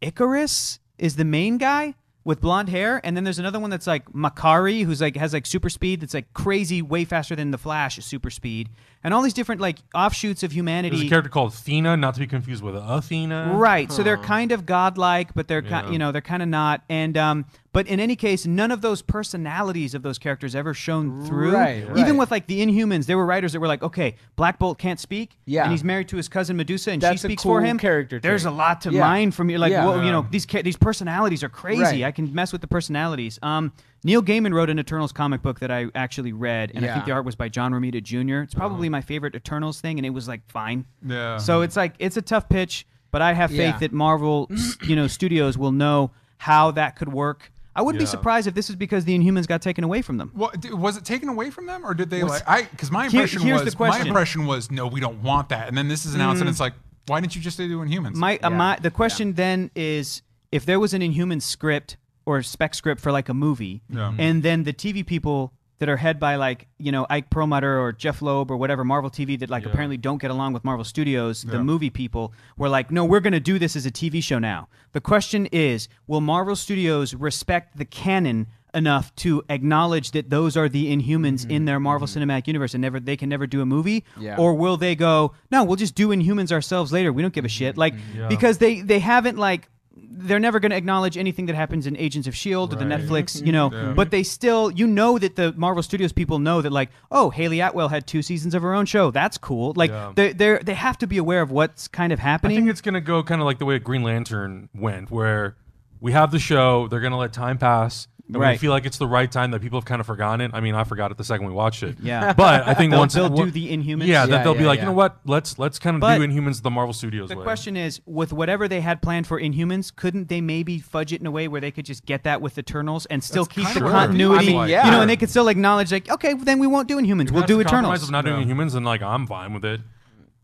[SPEAKER 4] Icarus. Is the main guy with blonde hair, and then there's another one that's like Makari, who's like has like super speed that's like crazy, way faster than the Flash super speed, and all these different like offshoots of humanity.
[SPEAKER 1] There's a character called Athena, not to be confused with Athena.
[SPEAKER 4] Right. So they're kind of godlike, but they're kind,
[SPEAKER 1] Yeah.
[SPEAKER 4] you know, they're kind of not. And um, but in any case, none of those personalities of those characters ever shone through.
[SPEAKER 3] Right, right.
[SPEAKER 4] Even with like the Inhumans, there were writers that were like, okay, Black Bolt can't speak.
[SPEAKER 3] Yeah.
[SPEAKER 4] And he's married to his cousin Medusa, and
[SPEAKER 3] That's
[SPEAKER 4] she
[SPEAKER 3] a
[SPEAKER 4] speaks
[SPEAKER 3] cool
[SPEAKER 4] for him.
[SPEAKER 3] character
[SPEAKER 4] There's
[SPEAKER 3] trait.
[SPEAKER 4] a lot to
[SPEAKER 3] Yeah.
[SPEAKER 4] mine from you. Like,
[SPEAKER 3] Yeah.
[SPEAKER 4] well, you know,
[SPEAKER 2] Yeah.
[SPEAKER 4] these ca- these personalities are crazy.
[SPEAKER 3] Right.
[SPEAKER 4] I can mess with the personalities. Um. Neil Gaiman wrote an Eternals comic book that I actually read, and I think
[SPEAKER 3] Yeah. Uh-huh.
[SPEAKER 4] the art was by John Romita Jr. It's probably my favorite Eternals thing, and it was like fine.
[SPEAKER 2] Yeah.
[SPEAKER 4] So it's like it's a tough pitch, but I have faith
[SPEAKER 3] Yeah.
[SPEAKER 4] that Marvel, s- you know, studios will know how that could work. I wouldn't be
[SPEAKER 1] Yeah.
[SPEAKER 4] surprised if this is because the Inhumans got taken away from them.
[SPEAKER 2] What, d- was it taken away from them, or did they
[SPEAKER 4] Was-
[SPEAKER 2] like? I because my
[SPEAKER 4] Here-
[SPEAKER 2] impression
[SPEAKER 4] here's the
[SPEAKER 2] was my
[SPEAKER 4] question. Mm.
[SPEAKER 2] impression was no, we don't want that. And then this is announced, and it's like, why didn't you just do in humans?
[SPEAKER 4] My, uh,
[SPEAKER 3] Yeah.
[SPEAKER 4] my the question then is if there was an Inhuman script or spec script for like a movie,
[SPEAKER 2] Yeah.
[SPEAKER 3] Mm-hmm.
[SPEAKER 4] and then the TV people that are head by like you know Ike Perlmutter or Jeff Loeb or whatever Marvel TV that like apparently don't get along with Marvel Studios, the movie people were like, no, we're going to do this as a TV show now. The question is, will Marvel Studios respect the canon? Enough to acknowledge that those are the Inhumans in their Marvel Cinematic Universe, and never they can never do a movie,
[SPEAKER 3] Mm-hmm. Yeah.
[SPEAKER 4] or will they go? No, we'll just do Inhumans ourselves later. We don't give a shit. Like
[SPEAKER 1] Yeah.
[SPEAKER 4] because they they haven't like they're never going to acknowledge anything that happens in Agents of Shield E or the
[SPEAKER 1] Right. Mm-hmm.
[SPEAKER 4] Netflix, you know.
[SPEAKER 2] Yeah.
[SPEAKER 4] But they still, you know, that the Marvel Studios people know that, like, oh, Haley Atwell had two seasons of her own show. That's cool. Like,
[SPEAKER 1] Yeah.
[SPEAKER 4] they they they have to be aware of what's kind of
[SPEAKER 1] I think
[SPEAKER 4] happening.
[SPEAKER 1] it's going to go kind of like the way Green Lantern went, where we have the show, they're going to let time pass, and we
[SPEAKER 4] Right.
[SPEAKER 1] feel like it's the right time that people have kind of forgotten it. I mean, I forgot it the second we watched it.
[SPEAKER 4] Yeah.
[SPEAKER 1] <laughs> But I think
[SPEAKER 4] They'll-
[SPEAKER 1] once
[SPEAKER 4] they'll
[SPEAKER 1] wo-
[SPEAKER 4] do the Inhumans.
[SPEAKER 1] Yeah, that
[SPEAKER 3] Yeah,
[SPEAKER 1] they'll be
[SPEAKER 3] yeah,
[SPEAKER 1] like,
[SPEAKER 3] yeah.
[SPEAKER 1] you know what? Let's let's kind of
[SPEAKER 4] But-
[SPEAKER 1] do Inhumans the Marvel Studios
[SPEAKER 4] The
[SPEAKER 1] way.
[SPEAKER 4] question is, with whatever they had planned for Inhumans, couldn't they maybe fudge it in a way where they could just get that with Eternals and still
[SPEAKER 2] That's
[SPEAKER 4] keep
[SPEAKER 2] kind
[SPEAKER 4] the
[SPEAKER 2] of what it
[SPEAKER 4] continuity?
[SPEAKER 3] feels like. I mean, yeah.
[SPEAKER 4] You know, and they could still acknowledge, like, okay, then we won't do Inhumans. we'll
[SPEAKER 1] That's
[SPEAKER 4] do
[SPEAKER 1] the compromise
[SPEAKER 4] Eternals.
[SPEAKER 1] of not doing humans, and like I'm fine with it.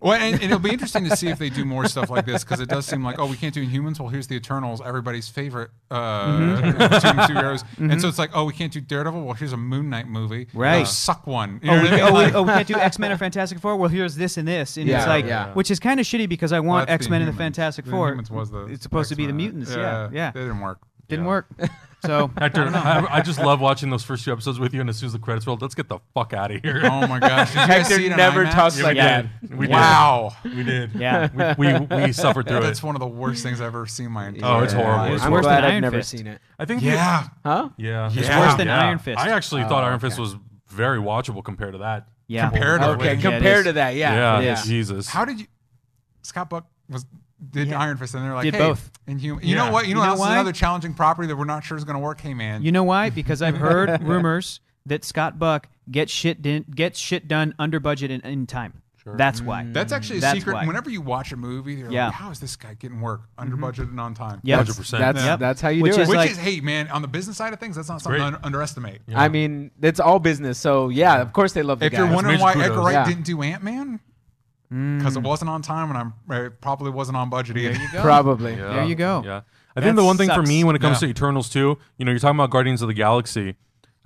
[SPEAKER 2] Well, and, and it'll be interesting to see if they do more stuff like this because it does seem like, oh, we can't do Inhumans. Well, here's the Eternals, everybody's favorite uh,
[SPEAKER 4] Mm-hmm.
[SPEAKER 2] team of superheroes. And so it's like, oh, we can't do Daredevil. Well, here's a Moon Knight movie.
[SPEAKER 4] Right.
[SPEAKER 2] Go suck one. You know
[SPEAKER 4] oh, we,
[SPEAKER 2] what I mean?
[SPEAKER 4] oh, we,
[SPEAKER 2] Like-
[SPEAKER 4] oh,
[SPEAKER 3] <laughs>
[SPEAKER 4] we can't do X Men or Fantastic Four. Well, here's this and this, and it's
[SPEAKER 3] Yeah,
[SPEAKER 4] like,
[SPEAKER 3] yeah.
[SPEAKER 4] which is kind of shitty because I want
[SPEAKER 2] Well, that's
[SPEAKER 4] X Men and the
[SPEAKER 2] Inhumans.
[SPEAKER 4] Fantastic
[SPEAKER 2] The
[SPEAKER 4] Four.
[SPEAKER 2] Inhumans was the
[SPEAKER 4] it's supposed to be the
[SPEAKER 2] X-Men.
[SPEAKER 4] mutants. Yeah, yeah.
[SPEAKER 2] They didn't work.
[SPEAKER 4] Didn't
[SPEAKER 1] Yeah.
[SPEAKER 2] <laughs>
[SPEAKER 4] work. So
[SPEAKER 1] Hector, I, I just love watching those first two episodes with you, and as soon as the credits rolled, let's get the fuck out of
[SPEAKER 2] <laughs>
[SPEAKER 1] here.
[SPEAKER 2] Oh my gosh! Did you guys
[SPEAKER 3] Hector
[SPEAKER 2] see it on
[SPEAKER 3] never
[SPEAKER 2] IMAX?
[SPEAKER 3] talks
[SPEAKER 1] Yeah,
[SPEAKER 3] like
[SPEAKER 1] we
[SPEAKER 3] that.
[SPEAKER 1] did. We did.
[SPEAKER 2] Wow.
[SPEAKER 1] we did.
[SPEAKER 4] yeah,
[SPEAKER 1] we, we we suffered through it.
[SPEAKER 2] That's one of the worst things I've ever seen in my entire
[SPEAKER 1] Oh, it's horrible.
[SPEAKER 3] I'm
[SPEAKER 1] It's
[SPEAKER 4] worse
[SPEAKER 3] glad
[SPEAKER 4] than
[SPEAKER 3] I've
[SPEAKER 4] Iron
[SPEAKER 3] never
[SPEAKER 4] Fist.
[SPEAKER 3] seen it.
[SPEAKER 1] I think the-
[SPEAKER 2] Yeah.
[SPEAKER 3] Huh?
[SPEAKER 1] yeah,
[SPEAKER 2] It's
[SPEAKER 1] Yeah.
[SPEAKER 2] worse than
[SPEAKER 4] Iron Fist.
[SPEAKER 1] I actually
[SPEAKER 3] Oh,
[SPEAKER 1] thought Iron
[SPEAKER 3] okay.
[SPEAKER 1] Fist was very watchable compared to that.
[SPEAKER 4] yeah.
[SPEAKER 2] Comparative.
[SPEAKER 1] Oh,
[SPEAKER 3] Okay,
[SPEAKER 1] yeah, it
[SPEAKER 3] compared
[SPEAKER 4] is.
[SPEAKER 3] to that, yeah,
[SPEAKER 1] Yeah,
[SPEAKER 3] yeah.
[SPEAKER 1] Jesus.
[SPEAKER 2] How did you? Scott Buck was did
[SPEAKER 4] Yeah.
[SPEAKER 2] Iron Fist, and they're like,
[SPEAKER 4] Did
[SPEAKER 2] hey,
[SPEAKER 4] both.
[SPEAKER 2] Inhuman. You
[SPEAKER 1] Yeah.
[SPEAKER 2] know what? You know,
[SPEAKER 4] You know
[SPEAKER 2] that's
[SPEAKER 4] why?
[SPEAKER 2] another challenging property that we're not sure is going to work. Hey, man.
[SPEAKER 4] You know why? Because I've heard
[SPEAKER 3] <laughs>
[SPEAKER 4] rumors that Scott Buck gets shit din- gets shit done under budget and in time. That's why.
[SPEAKER 2] that's actually a
[SPEAKER 4] That's
[SPEAKER 2] secret.
[SPEAKER 4] why.
[SPEAKER 2] Whenever you watch a movie, they're
[SPEAKER 4] Yeah.
[SPEAKER 2] like, how is this guy getting work under budget and on time?
[SPEAKER 4] Yep.
[SPEAKER 1] 100%.
[SPEAKER 3] That's
[SPEAKER 4] Yep.
[SPEAKER 3] that's how you
[SPEAKER 4] Which
[SPEAKER 3] do
[SPEAKER 4] is
[SPEAKER 3] it.
[SPEAKER 2] Which
[SPEAKER 4] like-
[SPEAKER 2] is, hey, man, on the business side of things, that's not something
[SPEAKER 1] great.
[SPEAKER 2] to un- underestimate.
[SPEAKER 3] I mean, it's all business. So yeah, of course they love the
[SPEAKER 2] If
[SPEAKER 3] guy.
[SPEAKER 2] you're wondering
[SPEAKER 1] major
[SPEAKER 2] why
[SPEAKER 1] kudos.
[SPEAKER 2] Edgar Wright
[SPEAKER 3] Yeah.
[SPEAKER 2] didn't do Ant Man, because it wasn't on time and I'm, it probably wasn't on budget either.
[SPEAKER 3] Probably.
[SPEAKER 1] Yeah.
[SPEAKER 4] There you go.
[SPEAKER 1] Yeah. I
[SPEAKER 4] That
[SPEAKER 1] think the one thing for
[SPEAKER 4] sucks.
[SPEAKER 1] me when it comes
[SPEAKER 2] Yeah.
[SPEAKER 1] to Eternals too, you know, you're talking about Guardians of the Galaxy.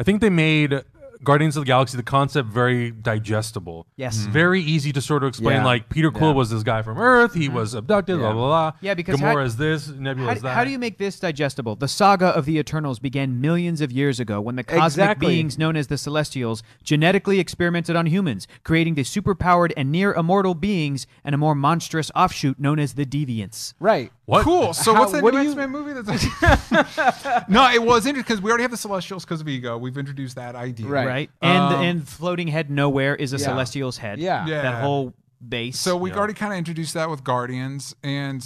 [SPEAKER 1] I think they made uh, Guardians of the Galaxy the concept very digestible.
[SPEAKER 4] Yes. Mhm.
[SPEAKER 1] Very easy to sort of explain
[SPEAKER 3] Yeah.
[SPEAKER 1] like Peter Quill
[SPEAKER 3] Yeah.
[SPEAKER 1] was this guy from Earth, he was abducted, blah blah blah.
[SPEAKER 4] Mm-hmm. Yeah, because
[SPEAKER 1] Gamora
[SPEAKER 4] how-
[SPEAKER 1] is this, Nebula
[SPEAKER 4] How,
[SPEAKER 1] is that.
[SPEAKER 4] how do you make this digestible? The saga of the Eternals began millions of years ago when the cosmic
[SPEAKER 3] Exactly.
[SPEAKER 4] beings known as the Celestials genetically experimented on humans, creating the superpowered and near immortal beings and a more monstrous offshoot known as the Deviants.
[SPEAKER 3] Right.
[SPEAKER 1] What?
[SPEAKER 2] Cool. So
[SPEAKER 3] How-
[SPEAKER 2] what's that
[SPEAKER 3] what
[SPEAKER 2] new
[SPEAKER 3] do you-
[SPEAKER 2] X-Men movie? That's <laughs> no, it was interesting because we already have the Celestials because of Ego. We've introduced that idea.
[SPEAKER 3] Right.
[SPEAKER 4] Right? And
[SPEAKER 2] Um,
[SPEAKER 4] and floating head nowhere is a
[SPEAKER 3] Yeah.
[SPEAKER 4] Celestial's head.
[SPEAKER 3] Yeah.
[SPEAKER 2] Yeah.
[SPEAKER 4] That whole base.
[SPEAKER 2] So we have already kind of introduced that with Guardians, and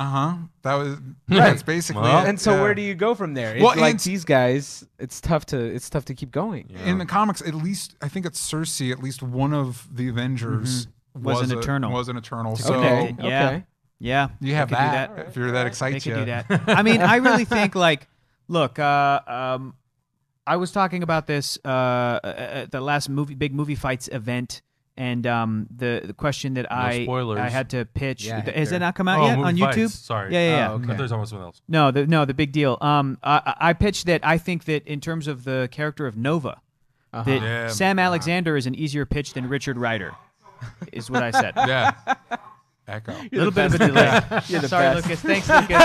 [SPEAKER 2] uh huh. That was that's basically
[SPEAKER 1] Well-
[SPEAKER 2] it.
[SPEAKER 3] And so
[SPEAKER 2] Yeah.
[SPEAKER 3] where do you go from there? It's
[SPEAKER 2] Well,
[SPEAKER 3] like
[SPEAKER 2] and-
[SPEAKER 3] these guys, it's tough to it's tough to keep going.
[SPEAKER 2] in the comics, at least I think it's Cersei. At least one of the Avengers
[SPEAKER 4] Was an
[SPEAKER 2] a-
[SPEAKER 4] Eternal.
[SPEAKER 2] Was an Eternal. So
[SPEAKER 3] Okay.
[SPEAKER 4] Connected, Yeah.
[SPEAKER 3] okay.
[SPEAKER 4] Yeah.
[SPEAKER 2] you have
[SPEAKER 4] they could do
[SPEAKER 2] that, if you're that
[SPEAKER 4] They
[SPEAKER 2] excites
[SPEAKER 4] could
[SPEAKER 2] you.
[SPEAKER 4] do that. I mean, I really think like, look, uh, um, I was talking about this uh, at the last movie, big movie fights event, and um, the the question that I
[SPEAKER 1] spoilers.
[SPEAKER 4] I had to pitch
[SPEAKER 3] Yeah,
[SPEAKER 4] has
[SPEAKER 3] Hector.
[SPEAKER 4] it not come out
[SPEAKER 1] Oh,
[SPEAKER 4] yet
[SPEAKER 1] movie
[SPEAKER 4] on
[SPEAKER 1] fights.
[SPEAKER 4] YouTube?
[SPEAKER 1] Sorry.
[SPEAKER 4] Yeah, yeah, yeah.
[SPEAKER 3] Oh,
[SPEAKER 1] I
[SPEAKER 3] okay.
[SPEAKER 1] thought there was almost something else.
[SPEAKER 4] No, the, no, the big deal. Um, I, I I pitched that I think that in terms of the character of Nova, that
[SPEAKER 1] Yeah.
[SPEAKER 4] Sam Alexander is an easier pitch than Richard Ryder, is what I said. A
[SPEAKER 2] <laughs> Yeah. Echo.
[SPEAKER 4] little bit of a delay. Sorry,
[SPEAKER 3] best.
[SPEAKER 4] Lucas. Thanks, Lucas.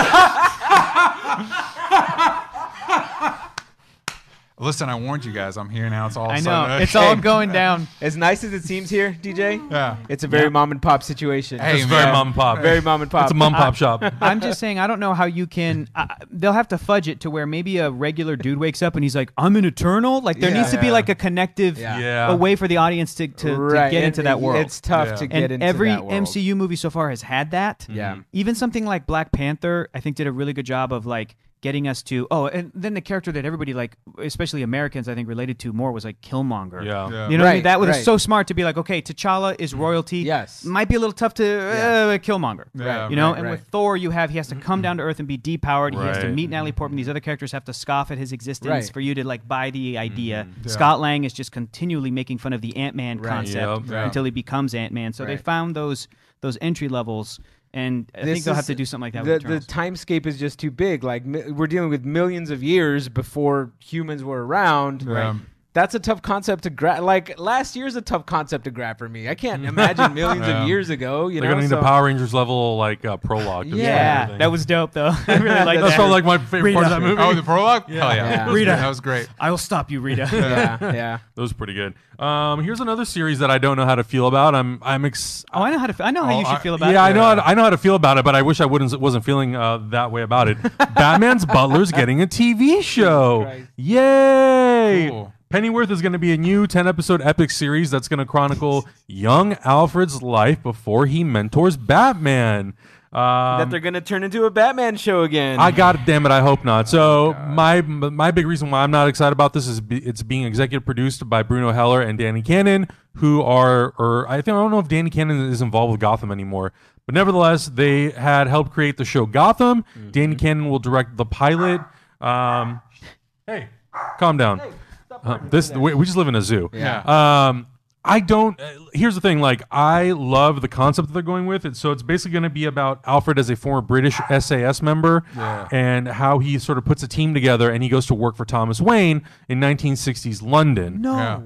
[SPEAKER 2] Listen, I warned you guys. I'm here now. It's all. of a
[SPEAKER 4] I know
[SPEAKER 2] sudden- <laughs>
[SPEAKER 4] it's all going down.
[SPEAKER 3] As nice as it seems here, DJ,
[SPEAKER 2] Yeah.
[SPEAKER 3] it's a very mom and pop situation.
[SPEAKER 2] Hey,
[SPEAKER 1] It's very
[SPEAKER 2] man.
[SPEAKER 1] mom and pop.
[SPEAKER 3] Very mom and pop.
[SPEAKER 1] It's a mom and
[SPEAKER 4] <laughs>
[SPEAKER 1] pop shop.
[SPEAKER 4] I'm just saying, I don't know how you can. I they'll have to fudge it to where maybe a regular dude wakes up and he's like, "I'm an eternal." Like there
[SPEAKER 3] Yeah.
[SPEAKER 4] needs to be
[SPEAKER 2] Yeah.
[SPEAKER 4] like a connective,
[SPEAKER 3] Yeah.
[SPEAKER 1] Yeah.
[SPEAKER 4] a way for the audience to to,
[SPEAKER 3] Right,
[SPEAKER 4] to get
[SPEAKER 3] and
[SPEAKER 4] into that world.
[SPEAKER 3] It's tough
[SPEAKER 2] Yeah.
[SPEAKER 3] to get
[SPEAKER 4] and
[SPEAKER 3] into
[SPEAKER 4] every
[SPEAKER 3] that world. Mm-hmm.
[SPEAKER 4] MCU movie so far has had that.
[SPEAKER 3] Yeah.
[SPEAKER 4] Even something like Black Panther, I think, did a really good job of like getting us to oh, and then the character that everybody like, especially Americans, I think, related to more was like Killmonger.
[SPEAKER 1] Yeah.
[SPEAKER 2] Yeah.
[SPEAKER 4] You know what I mean?
[SPEAKER 3] Right,
[SPEAKER 4] That was
[SPEAKER 3] right.
[SPEAKER 4] so smart to be like, okay, T'Challa is royalty.
[SPEAKER 3] Yes.
[SPEAKER 4] Might be a little tough to uh, Killmonger.
[SPEAKER 1] Uh,
[SPEAKER 2] Yeah,
[SPEAKER 4] You know,
[SPEAKER 3] right,
[SPEAKER 4] and with
[SPEAKER 3] right.
[SPEAKER 4] Thor, you have he has to come down to Earth and be depowered. He has to
[SPEAKER 1] Right.
[SPEAKER 4] meet Natalie Portman. These other characters have to scoff at his existence
[SPEAKER 3] Right.
[SPEAKER 4] for you to like buy the idea.
[SPEAKER 1] Mm-hmm.
[SPEAKER 2] Yeah.
[SPEAKER 4] Scott Lang is just continually making fun of the Ant Man
[SPEAKER 3] Right.
[SPEAKER 4] concept
[SPEAKER 1] Yep. Yeah.
[SPEAKER 4] until he becomes Ant Man. So they
[SPEAKER 3] Right.
[SPEAKER 4] found those those entry levels, and I
[SPEAKER 3] This
[SPEAKER 4] think they'll
[SPEAKER 3] is-
[SPEAKER 4] have to do something like that.
[SPEAKER 3] The,
[SPEAKER 4] with
[SPEAKER 3] the
[SPEAKER 4] Eternals.
[SPEAKER 3] timescape is just too big. Like mi- we're dealing with millions of years before humans were around.
[SPEAKER 2] Right.
[SPEAKER 3] That's a tough concept to grab. Like last year's a tough concept to grab for me. I can't imagine millions <laughs>
[SPEAKER 2] Yeah.
[SPEAKER 3] of years ago. You
[SPEAKER 1] They're
[SPEAKER 3] know,
[SPEAKER 1] gonna need
[SPEAKER 3] so-
[SPEAKER 1] a Power Rangers level like uh, prologue. to this
[SPEAKER 4] yeah,
[SPEAKER 1] thing.
[SPEAKER 4] that was dope though. <laughs> I really like
[SPEAKER 1] That's
[SPEAKER 4] that.
[SPEAKER 1] felt <laughs> like my favorite part of that movie.
[SPEAKER 2] Oh, the prologue. Yeah. Hell yeah.
[SPEAKER 3] Yeah.
[SPEAKER 2] That was
[SPEAKER 4] Rita.
[SPEAKER 2] great. That was great.
[SPEAKER 4] I will stop you,
[SPEAKER 1] <laughs>
[SPEAKER 4] Rita.
[SPEAKER 3] <laughs> yeah, yeah.
[SPEAKER 1] That was pretty good. Um, here's another series that I don't know how to feel about. I'm I'm ex-
[SPEAKER 4] Oh, I know how to. f- I know how
[SPEAKER 2] Oh,
[SPEAKER 4] you should
[SPEAKER 2] I-
[SPEAKER 4] feel about
[SPEAKER 1] yeah,
[SPEAKER 4] it.
[SPEAKER 1] I know how to, I know how to feel about it, but I wish I wouldn't wasn't feeling uh, that way about it. Batman's butler's getting a TV show.
[SPEAKER 3] Christ.
[SPEAKER 1] Yay!
[SPEAKER 2] Cool.
[SPEAKER 1] Pennyworth is going to be a new 10 episode epic series that's going to chronicle young Alfred's life before he mentors Batman. Um,
[SPEAKER 3] that they're gonna turn into a Batman show again.
[SPEAKER 1] I God damn it, I hope not. So my my big reason why I'm not excited about this is be, it's being executive produced by Bruno Heller and Danny Cannon, who are or I think I don't know if Danny Cannon is involved with Gotham anymore, but nevertheless they had helped create the show Gotham. Danny Cannon will direct the pilot. Um, hey, calm down. Uh, this we, we just live in a zoo.
[SPEAKER 3] Yeah.
[SPEAKER 1] Um, I don't. Uh, here's the thing. Like, I love the concept that they're going with. It so it's basically going to be about Alfred as a former British SAS member and how he sort of puts a team together and he goes to work for Thomas Wayne in 1960s London.
[SPEAKER 4] No.
[SPEAKER 2] Yeah.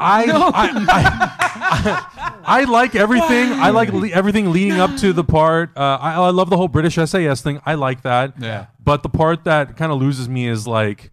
[SPEAKER 1] I, I, I, <laughs> I like everything. I like le- everything leading up to the part. Uh, I, I love the whole British SAS thing. I like that.
[SPEAKER 2] Yeah.
[SPEAKER 1] But the part that kind of loses me is like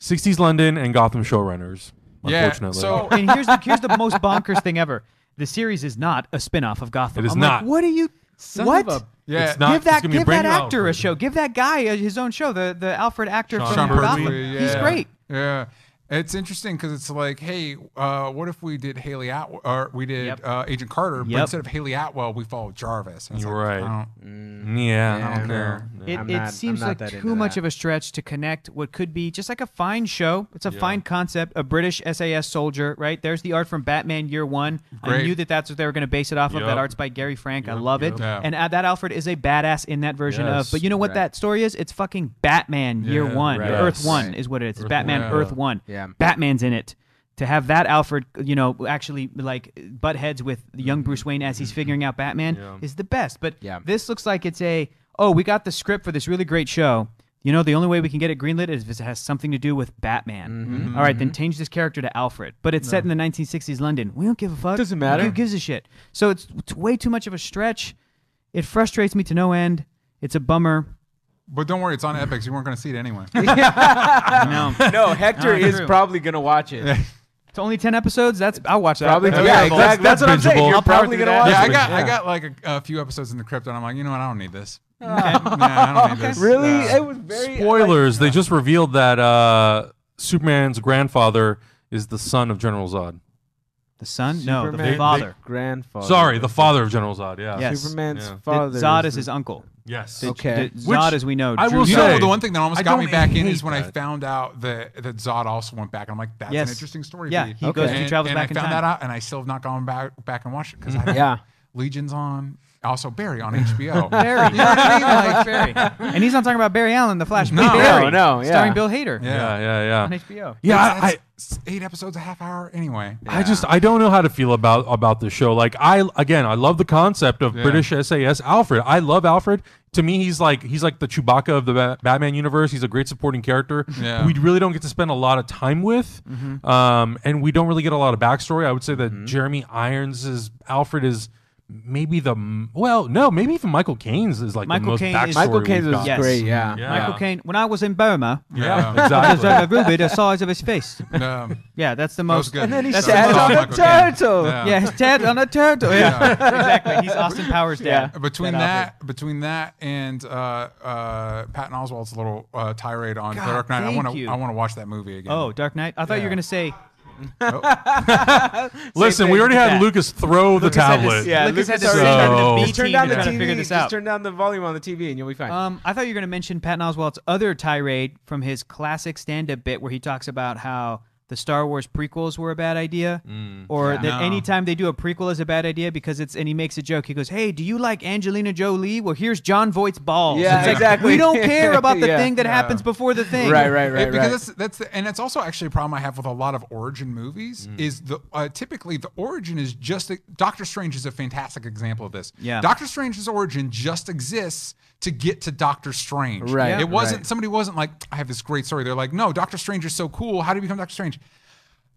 [SPEAKER 1] 60s London and Gotham showrunners.
[SPEAKER 2] Yeah.
[SPEAKER 1] Unfortunately.
[SPEAKER 2] So
[SPEAKER 4] <laughs> and here's the here's the most bonkers thing ever. The series is not a spin-off of Gotham.
[SPEAKER 1] It is
[SPEAKER 4] I'm
[SPEAKER 1] not.
[SPEAKER 4] Like, what are you?
[SPEAKER 3] Son
[SPEAKER 4] what?
[SPEAKER 3] of a-
[SPEAKER 2] yeah.
[SPEAKER 1] It's not-
[SPEAKER 4] give that
[SPEAKER 1] gonna be a
[SPEAKER 4] give
[SPEAKER 1] brand
[SPEAKER 4] that
[SPEAKER 1] new
[SPEAKER 4] actor a
[SPEAKER 1] Alfred.
[SPEAKER 4] show. Give that guy a, his own show. The the Alfred actor
[SPEAKER 1] Sean
[SPEAKER 4] from
[SPEAKER 2] Sean
[SPEAKER 4] Gotham.
[SPEAKER 2] Pertwee,
[SPEAKER 4] He's
[SPEAKER 2] yeah.
[SPEAKER 4] great.
[SPEAKER 2] Yeah. It's interesting because it's like, hey, uh, what if we did Haley Atwell, or we did
[SPEAKER 4] Yep.
[SPEAKER 2] uh, Agent Carter, but
[SPEAKER 4] Yep.
[SPEAKER 2] instead of Haley Atwell, we follow Jarvis. And it's
[SPEAKER 1] You're
[SPEAKER 2] like,
[SPEAKER 1] right.
[SPEAKER 2] I
[SPEAKER 1] Yeah,
[SPEAKER 3] <laughs> Yeah,
[SPEAKER 1] I don't
[SPEAKER 3] no.
[SPEAKER 1] care.
[SPEAKER 4] It,
[SPEAKER 3] I'm
[SPEAKER 4] it
[SPEAKER 3] not- I'm
[SPEAKER 4] seems
[SPEAKER 3] not
[SPEAKER 4] like
[SPEAKER 3] that into
[SPEAKER 4] too much
[SPEAKER 3] that.
[SPEAKER 4] of a stretch to connect what could be just like a fine show. It's a fine concept. A British SAS soldier, right? There's the art from Batman Year One. I
[SPEAKER 2] Great.
[SPEAKER 4] knew that that's what they were going to base it off of. That
[SPEAKER 1] Yep.
[SPEAKER 4] art's by Gary Frank. I love it.
[SPEAKER 2] yep. Yeah.
[SPEAKER 4] And uh, that Alfred is a badass in that version
[SPEAKER 1] Yes.
[SPEAKER 4] of. But you know what
[SPEAKER 3] Right.
[SPEAKER 4] that story is? It's fucking Batman Year
[SPEAKER 2] Yeah,
[SPEAKER 4] One,
[SPEAKER 1] right.
[SPEAKER 4] Earth
[SPEAKER 1] Yes.
[SPEAKER 4] One is what it is. It's Batman
[SPEAKER 2] One.
[SPEAKER 4] Earth One.
[SPEAKER 3] Yeah.
[SPEAKER 4] Batman's in it. To have that Alfred, you know, actually like butt heads with young Bruce Wayne as he's figuring out Batman is the best. But
[SPEAKER 3] Mm-hmm. Yeah.
[SPEAKER 4] this looks like it's a oh, we got the script for this really great show. You know, the only way we can get it greenlit is if it has something to do with Batman.
[SPEAKER 3] Mm-hmm.
[SPEAKER 4] All right, then change this character to Alfred. But it's set in the 1960s London. We don't give a fuck.
[SPEAKER 3] Doesn't matter.
[SPEAKER 4] Who gives a shit? So it's, it's way too much of a stretch. It frustrates me to no end. It's a bummer.
[SPEAKER 2] But don't worry, it's on Epics. You weren't going to see it anyway.
[SPEAKER 4] no,
[SPEAKER 3] <laughs> no, Hector
[SPEAKER 4] No,
[SPEAKER 3] is
[SPEAKER 4] true.
[SPEAKER 3] probably gonna watch it.
[SPEAKER 4] it's only 10 episodes. That's I'll watch that.
[SPEAKER 3] Probably,
[SPEAKER 4] That's
[SPEAKER 3] yeah,
[SPEAKER 4] terrible.
[SPEAKER 3] exactly.
[SPEAKER 1] That's
[SPEAKER 3] That's, what I'm saying.
[SPEAKER 1] bingeable.
[SPEAKER 3] You're
[SPEAKER 1] I'll
[SPEAKER 4] power
[SPEAKER 3] probably
[SPEAKER 4] through
[SPEAKER 3] gonna
[SPEAKER 4] that.
[SPEAKER 3] watch
[SPEAKER 2] yeah, I
[SPEAKER 3] it.
[SPEAKER 2] got I got like a, a few episodes in the crypt, and I'm like, you know what? I don't need this. Nah, I don't need this.
[SPEAKER 3] Really,
[SPEAKER 2] Yeah.
[SPEAKER 3] it was very uh,
[SPEAKER 1] Spoilers. they just revealed that uh, Superman's grandfather is the son of General Zod.
[SPEAKER 4] The son? no,
[SPEAKER 3] Superman-
[SPEAKER 4] the father.
[SPEAKER 3] grandfather.
[SPEAKER 1] Sorry, the father of General Zod. Yeah.
[SPEAKER 4] Yes.
[SPEAKER 3] Superman's
[SPEAKER 1] Yeah.
[SPEAKER 3] father.
[SPEAKER 4] Zod is his uncle.
[SPEAKER 1] Yes.
[SPEAKER 3] Okay.
[SPEAKER 4] D-
[SPEAKER 1] Which
[SPEAKER 4] Zod, as we know,
[SPEAKER 1] I
[SPEAKER 4] Drew
[SPEAKER 1] will
[SPEAKER 2] You
[SPEAKER 4] Zod.
[SPEAKER 1] say-
[SPEAKER 2] know, the one thing that almost
[SPEAKER 1] I
[SPEAKER 2] got me
[SPEAKER 1] don't
[SPEAKER 2] back in is
[SPEAKER 1] hate
[SPEAKER 2] when I
[SPEAKER 1] that.
[SPEAKER 2] found out that, that Zod also went back. I'm like, that's
[SPEAKER 4] Yes.
[SPEAKER 2] an interesting story.
[SPEAKER 4] Yeah,
[SPEAKER 2] beat.
[SPEAKER 4] he goes-
[SPEAKER 3] he
[SPEAKER 2] and,
[SPEAKER 4] travels
[SPEAKER 2] and
[SPEAKER 4] back
[SPEAKER 2] I
[SPEAKER 4] in
[SPEAKER 2] found
[SPEAKER 4] time. Mm-hmm.
[SPEAKER 2] that out, and I still have not gone back back and watched it because I
[SPEAKER 3] Yeah.
[SPEAKER 2] Legion's on, also Barry on HBO.
[SPEAKER 4] <laughs>
[SPEAKER 2] <laughs>
[SPEAKER 4] Barry.
[SPEAKER 2] you know what I mean? Like,
[SPEAKER 4] <laughs> and he's not talking about Barry Allen, the Flash.
[SPEAKER 2] No.
[SPEAKER 4] Barry,
[SPEAKER 3] No, no, yeah.
[SPEAKER 4] starring Bill Hader
[SPEAKER 2] yeah,
[SPEAKER 1] Yeah. Yeah.
[SPEAKER 4] on
[SPEAKER 1] Yeah.
[SPEAKER 4] HBO.
[SPEAKER 1] Yeah. I, I,
[SPEAKER 2] It's- it's eight episodes, a half hour. Anyway,
[SPEAKER 1] I just I don't know how to feel about about the show. Like I again, I love the concept of
[SPEAKER 2] Yeah.
[SPEAKER 1] British SAS Alfred. I love Alfred. To me, he's like he's like the Chewbacca of the Ba- Batman universe. He's a great supporting character.
[SPEAKER 2] Yeah.
[SPEAKER 1] We really don't get to spend a lot of time with, um, and we don't really get a lot of backstory. I would say that Jeremy Irons is Alfred is maybe the m- well, no, maybe even Michael Caine's is like
[SPEAKER 4] Michael
[SPEAKER 1] the most
[SPEAKER 4] Caine
[SPEAKER 1] backstory
[SPEAKER 4] is-
[SPEAKER 3] Michael
[SPEAKER 1] we've
[SPEAKER 3] Caine's was
[SPEAKER 1] got.
[SPEAKER 4] Yes.
[SPEAKER 3] great. Yeah.
[SPEAKER 1] Yeah.
[SPEAKER 4] Michael Caine. When I was in Burma,
[SPEAKER 1] Yeah,
[SPEAKER 2] Yeah.
[SPEAKER 4] <laughs> I was
[SPEAKER 1] exactly.
[SPEAKER 4] a ruby the size of his face.
[SPEAKER 2] um,
[SPEAKER 4] Yeah, that's
[SPEAKER 2] that
[SPEAKER 4] the <laughs> most.
[SPEAKER 2] was good.
[SPEAKER 3] And then he
[SPEAKER 4] That's
[SPEAKER 3] sat
[SPEAKER 4] the
[SPEAKER 3] on a
[SPEAKER 2] most Michael Caine.
[SPEAKER 3] turtle.
[SPEAKER 2] Yeah.
[SPEAKER 4] Yeah, his dad on a turtle. Yeah,
[SPEAKER 2] Yeah.
[SPEAKER 4] <laughs> exactly. He's Austin Powers' dad.
[SPEAKER 2] between
[SPEAKER 4] That
[SPEAKER 2] that, between that and uh, uh, Patton Oswald's little uh, tirade on
[SPEAKER 4] God,
[SPEAKER 2] The Dark Knight, I
[SPEAKER 4] thank
[SPEAKER 2] want to
[SPEAKER 4] you.
[SPEAKER 2] I want to watch that movie again.
[SPEAKER 4] Oh, Dark Knight. I thought you
[SPEAKER 2] Yeah.
[SPEAKER 4] were gonna say.
[SPEAKER 1] Listen,
[SPEAKER 4] thing
[SPEAKER 1] we already
[SPEAKER 4] with
[SPEAKER 1] had
[SPEAKER 4] that.
[SPEAKER 1] Lucas throw the
[SPEAKER 4] had to-
[SPEAKER 1] tablet.
[SPEAKER 4] Yeah,
[SPEAKER 3] Yeah, Lucas
[SPEAKER 4] Lucas, had to
[SPEAKER 3] already
[SPEAKER 4] sit down
[SPEAKER 1] So-
[SPEAKER 4] at the
[SPEAKER 1] Just
[SPEAKER 4] B
[SPEAKER 3] Turn
[SPEAKER 4] team
[SPEAKER 3] down the
[SPEAKER 4] trying
[SPEAKER 3] TV.
[SPEAKER 4] to figure this
[SPEAKER 3] just
[SPEAKER 4] out.
[SPEAKER 3] turn down the volume on the TV, and you'll be fine.
[SPEAKER 4] Um, I thought you were going to mention Patton Oswalt's other tirade from his classic stand-up bit where he talks about how the Star Wars prequels were a bad idea,
[SPEAKER 3] Mm.
[SPEAKER 4] or that
[SPEAKER 2] No.
[SPEAKER 4] anytime they do a prequel is a bad idea because it's. And he makes a joke. He goes, "Hey, do you like Angelina Jolie? Well, here's John Voight's balls."
[SPEAKER 3] Yeah,
[SPEAKER 4] It's like,
[SPEAKER 3] exactly. <laughs>
[SPEAKER 4] We don't care about the
[SPEAKER 3] Yeah.
[SPEAKER 4] thing that
[SPEAKER 2] Yeah.
[SPEAKER 4] happens before the thing.
[SPEAKER 3] right, right, right,
[SPEAKER 2] It- because
[SPEAKER 3] right.
[SPEAKER 2] that's that's the, and that's also actually a problem I have with a lot of origin movies
[SPEAKER 3] Mm.
[SPEAKER 2] is the uh, typically the origin is just a, Doctor Strange is a fantastic example of this.
[SPEAKER 4] Yeah.
[SPEAKER 2] Doctor Strange's origin just exists to get to Doctor Strange.
[SPEAKER 3] Right, Yeah.
[SPEAKER 2] It wasn't
[SPEAKER 3] right.
[SPEAKER 2] somebody wasn't like I have this great story. They're like, no, Doctor Strange is so cool. How do you become Doctor Strange?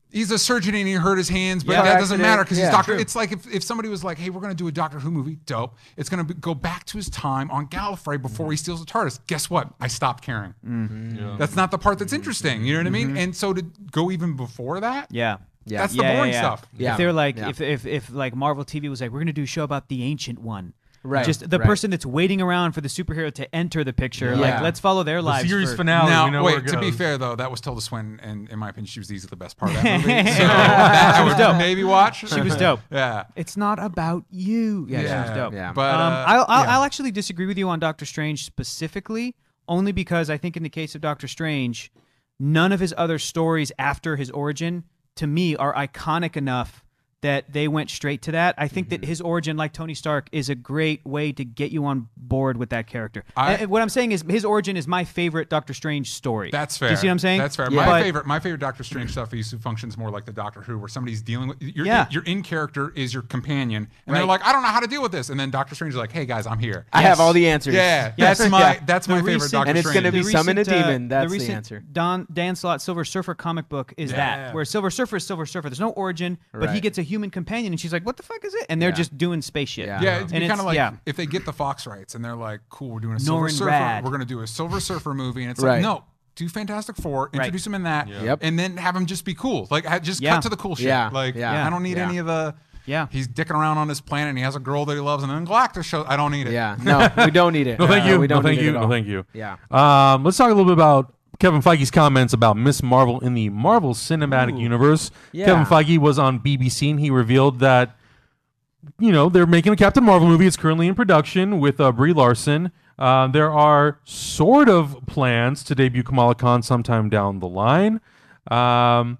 [SPEAKER 2] He's a surgeon and he hurt his hands, but
[SPEAKER 3] Yeah.
[SPEAKER 2] that doesn't
[SPEAKER 3] Accident.
[SPEAKER 2] matter because
[SPEAKER 3] Yeah.
[SPEAKER 2] he's Doctor. It's like if, if somebody was like, "Hey, we're gonna do a Doctor Who movie, dope. It's gonna be, go back to his time on Gallifrey before he steals the TARDIS." Guess what? I stopped caring.
[SPEAKER 4] Mm-hmm.
[SPEAKER 2] That's not the part that's interesting. You know what I mean? And so to go even before that,
[SPEAKER 4] Yeah.
[SPEAKER 3] Yeah.
[SPEAKER 2] that's the boring stuff.
[SPEAKER 3] Yeah.
[SPEAKER 4] If they're like,
[SPEAKER 3] Yeah.
[SPEAKER 4] if, if if like Marvel TV was like, we're gonna do a show about the ancient one.
[SPEAKER 3] Right,
[SPEAKER 4] Just the
[SPEAKER 3] right.
[SPEAKER 4] person that's waiting around for the superhero to enter the picture. Like,
[SPEAKER 3] Yeah.
[SPEAKER 4] let's follow their
[SPEAKER 1] The
[SPEAKER 4] lives.
[SPEAKER 1] series
[SPEAKER 4] first.
[SPEAKER 1] finale. we know
[SPEAKER 2] Now,
[SPEAKER 1] where
[SPEAKER 2] wait.
[SPEAKER 1] it
[SPEAKER 2] To be
[SPEAKER 1] goes.
[SPEAKER 2] fair, though, that was Tilda Swinton, and in my opinion, she was easily the best part of
[SPEAKER 4] <laughs>
[SPEAKER 2] that movie. so that I would
[SPEAKER 4] dope.
[SPEAKER 2] maybe watch.
[SPEAKER 4] She was dope.
[SPEAKER 2] <laughs> yeah.
[SPEAKER 4] It's not about you. Yeah,
[SPEAKER 2] Yeah.
[SPEAKER 4] she was dope.
[SPEAKER 3] Yeah.
[SPEAKER 2] But
[SPEAKER 4] um,
[SPEAKER 2] uh,
[SPEAKER 4] I'll, I'll,
[SPEAKER 2] yeah.
[SPEAKER 4] I'll actually disagree with you on Doctor Strange specifically, only because I think in the case of Doctor Strange, none of his other stories after his origin, to me, are iconic enough that they went straight to that. I think
[SPEAKER 2] Mm-hmm.
[SPEAKER 4] that his origin, like Tony Stark, is a great way to get you on board with that character.
[SPEAKER 2] I-
[SPEAKER 4] And- and what I'm saying is, his origin is my favorite Doctor Strange story.
[SPEAKER 2] That's
[SPEAKER 4] Do
[SPEAKER 2] fair.
[SPEAKER 4] you see what I'm saying?
[SPEAKER 2] That's fair.
[SPEAKER 4] But-
[SPEAKER 2] My favorite, my favorite Doctor Strange stuff is who functions more like the Doctor Who, where somebody's dealing with your
[SPEAKER 4] Yeah.
[SPEAKER 2] your in character is your companion, and they're
[SPEAKER 4] Right.
[SPEAKER 2] like, I don't know how to deal with this, and then Doctor Strange is like, Hey guys, I'm here.
[SPEAKER 3] I have all the answers.
[SPEAKER 2] yeah, that's my that's
[SPEAKER 4] The
[SPEAKER 2] my favorite
[SPEAKER 4] recent-
[SPEAKER 2] Doctor
[SPEAKER 3] And it's
[SPEAKER 2] Strange.
[SPEAKER 3] gonna be
[SPEAKER 4] the
[SPEAKER 3] summon a
[SPEAKER 4] recent, uh,
[SPEAKER 3] demon. That's the
[SPEAKER 4] recent
[SPEAKER 3] answer.
[SPEAKER 4] Don Dan Slott Silver Surfer comic book is
[SPEAKER 2] Yeah.
[SPEAKER 4] that where Silver Surfer is Silver Surfer. There's no origin, but he
[SPEAKER 3] Right.
[SPEAKER 4] gets a human companion, and she's like, "What the fuck is it?" And they're just doing spaceship.
[SPEAKER 3] Yeah.
[SPEAKER 2] Yeah, it'd
[SPEAKER 4] And
[SPEAKER 2] be kind
[SPEAKER 4] it's-
[SPEAKER 2] of like
[SPEAKER 4] yeah.
[SPEAKER 2] if they get the Fox rights and they're like, "Cool, we're doing a Silver
[SPEAKER 4] Norrin
[SPEAKER 2] Surfer.
[SPEAKER 4] Rad.
[SPEAKER 2] We're gonna do a Silver Surfer movie," and it's
[SPEAKER 3] Right.
[SPEAKER 2] like, "No, do Fantastic Four, introduce them in that,
[SPEAKER 3] Yep.
[SPEAKER 2] and then have them just be cool. Like, ha- just
[SPEAKER 4] Yeah.
[SPEAKER 2] cut to the cool shit.
[SPEAKER 3] Yeah.
[SPEAKER 2] Like,
[SPEAKER 3] Yeah.
[SPEAKER 2] I don't need
[SPEAKER 3] Yeah.
[SPEAKER 2] any of the.
[SPEAKER 4] Yeah.
[SPEAKER 2] he's dicking around on his planet. and He has a girl that he loves, and then Galactus shows. I don't need it.
[SPEAKER 3] Yeah. No, we don't need it.
[SPEAKER 1] No, thank you.
[SPEAKER 3] We don't
[SPEAKER 1] no, thank
[SPEAKER 3] need
[SPEAKER 1] you.
[SPEAKER 3] It at
[SPEAKER 1] No,
[SPEAKER 3] all.
[SPEAKER 1] thank you.
[SPEAKER 3] Yeah.
[SPEAKER 1] Um, let's talk a little bit about Kevin Feige's comments about Miss Marvel in the Marvel Cinematic Universe.
[SPEAKER 3] Yeah.
[SPEAKER 1] Kevin Feige was on BBC and he revealed that, you know, they're making a Captain Marvel movie. It's currently in production with uh, Brie Larson. Uh, there are sort of plans to debut Kamala Khan sometime down the line. Um,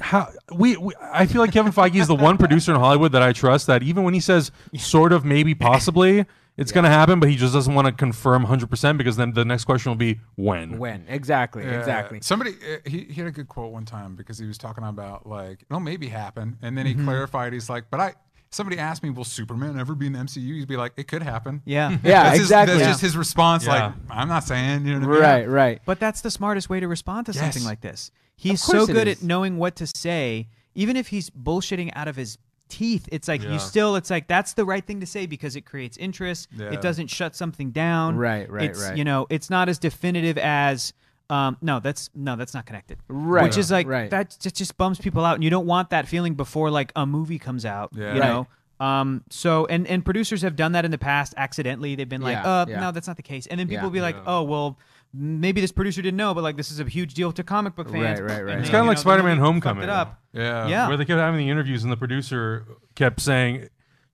[SPEAKER 1] how we, we I feel like Kevin Feige is the one producer in Hollywood that I trust that even when he says sort of maybe possibly it's going to happen but he just doesn't want to confirm 100% because then the next question will be when.
[SPEAKER 3] When exactly?
[SPEAKER 2] Yeah.
[SPEAKER 3] Exactly.
[SPEAKER 2] Somebody uh, he, he had a good quote one time because he was talking about like it'll maybe happen, and then he
[SPEAKER 4] Mm-hmm.
[SPEAKER 2] clarified. He's like, "But I." Somebody asked me, "Will Superman ever be in the MCU?" He'd be like, "It could happen."
[SPEAKER 3] <laughs>
[SPEAKER 4] Yeah.
[SPEAKER 3] Yeah,
[SPEAKER 2] that's his-
[SPEAKER 3] exactly.
[SPEAKER 2] that's
[SPEAKER 3] Yeah.
[SPEAKER 2] just his response.
[SPEAKER 1] Yeah.
[SPEAKER 2] Like, I'm not saying. You know what I mean?
[SPEAKER 3] Right. Right.
[SPEAKER 4] But that's the smartest way to respond to something
[SPEAKER 2] Yes.
[SPEAKER 4] like this. He's
[SPEAKER 3] course
[SPEAKER 4] so
[SPEAKER 3] it
[SPEAKER 4] good
[SPEAKER 3] is.
[SPEAKER 4] at knowing what to say, even if he's bullshitting out of his teeth. It's like
[SPEAKER 1] Yeah.
[SPEAKER 4] you still. It's like that's the right thing to say because it creates interest.
[SPEAKER 2] Yeah.
[SPEAKER 4] It doesn't shut something down.
[SPEAKER 3] Right, right,
[SPEAKER 4] it's,
[SPEAKER 3] right.
[SPEAKER 4] You know, it's not as definitive as. Um, no, that's no, that's not connected.
[SPEAKER 3] Right,
[SPEAKER 4] which is like
[SPEAKER 3] right.
[SPEAKER 4] that just just bums people out, and you don't want that feeling before like a movie comes out.
[SPEAKER 2] Yeah.
[SPEAKER 4] You
[SPEAKER 3] Right.
[SPEAKER 4] know, um, so and and producers have done that in the past accidentally. They've been like,
[SPEAKER 3] Yeah,
[SPEAKER 4] uh,
[SPEAKER 3] yeah.
[SPEAKER 4] no, that's not the case, and then people
[SPEAKER 3] Yeah.
[SPEAKER 4] will be like, oh well, maybe this producer didn't know, but like this is a huge deal to comic book
[SPEAKER 3] Right,
[SPEAKER 4] fans.
[SPEAKER 3] right, right.
[SPEAKER 4] And
[SPEAKER 3] It's
[SPEAKER 4] they,
[SPEAKER 1] kinda
[SPEAKER 4] you
[SPEAKER 1] like
[SPEAKER 4] know, they
[SPEAKER 1] Spider-Man
[SPEAKER 4] really
[SPEAKER 1] Homecoming.
[SPEAKER 4] Fucked it up.
[SPEAKER 2] Yeah.
[SPEAKER 4] Yeah.
[SPEAKER 1] where they kept having the interviews and the producer kept saying,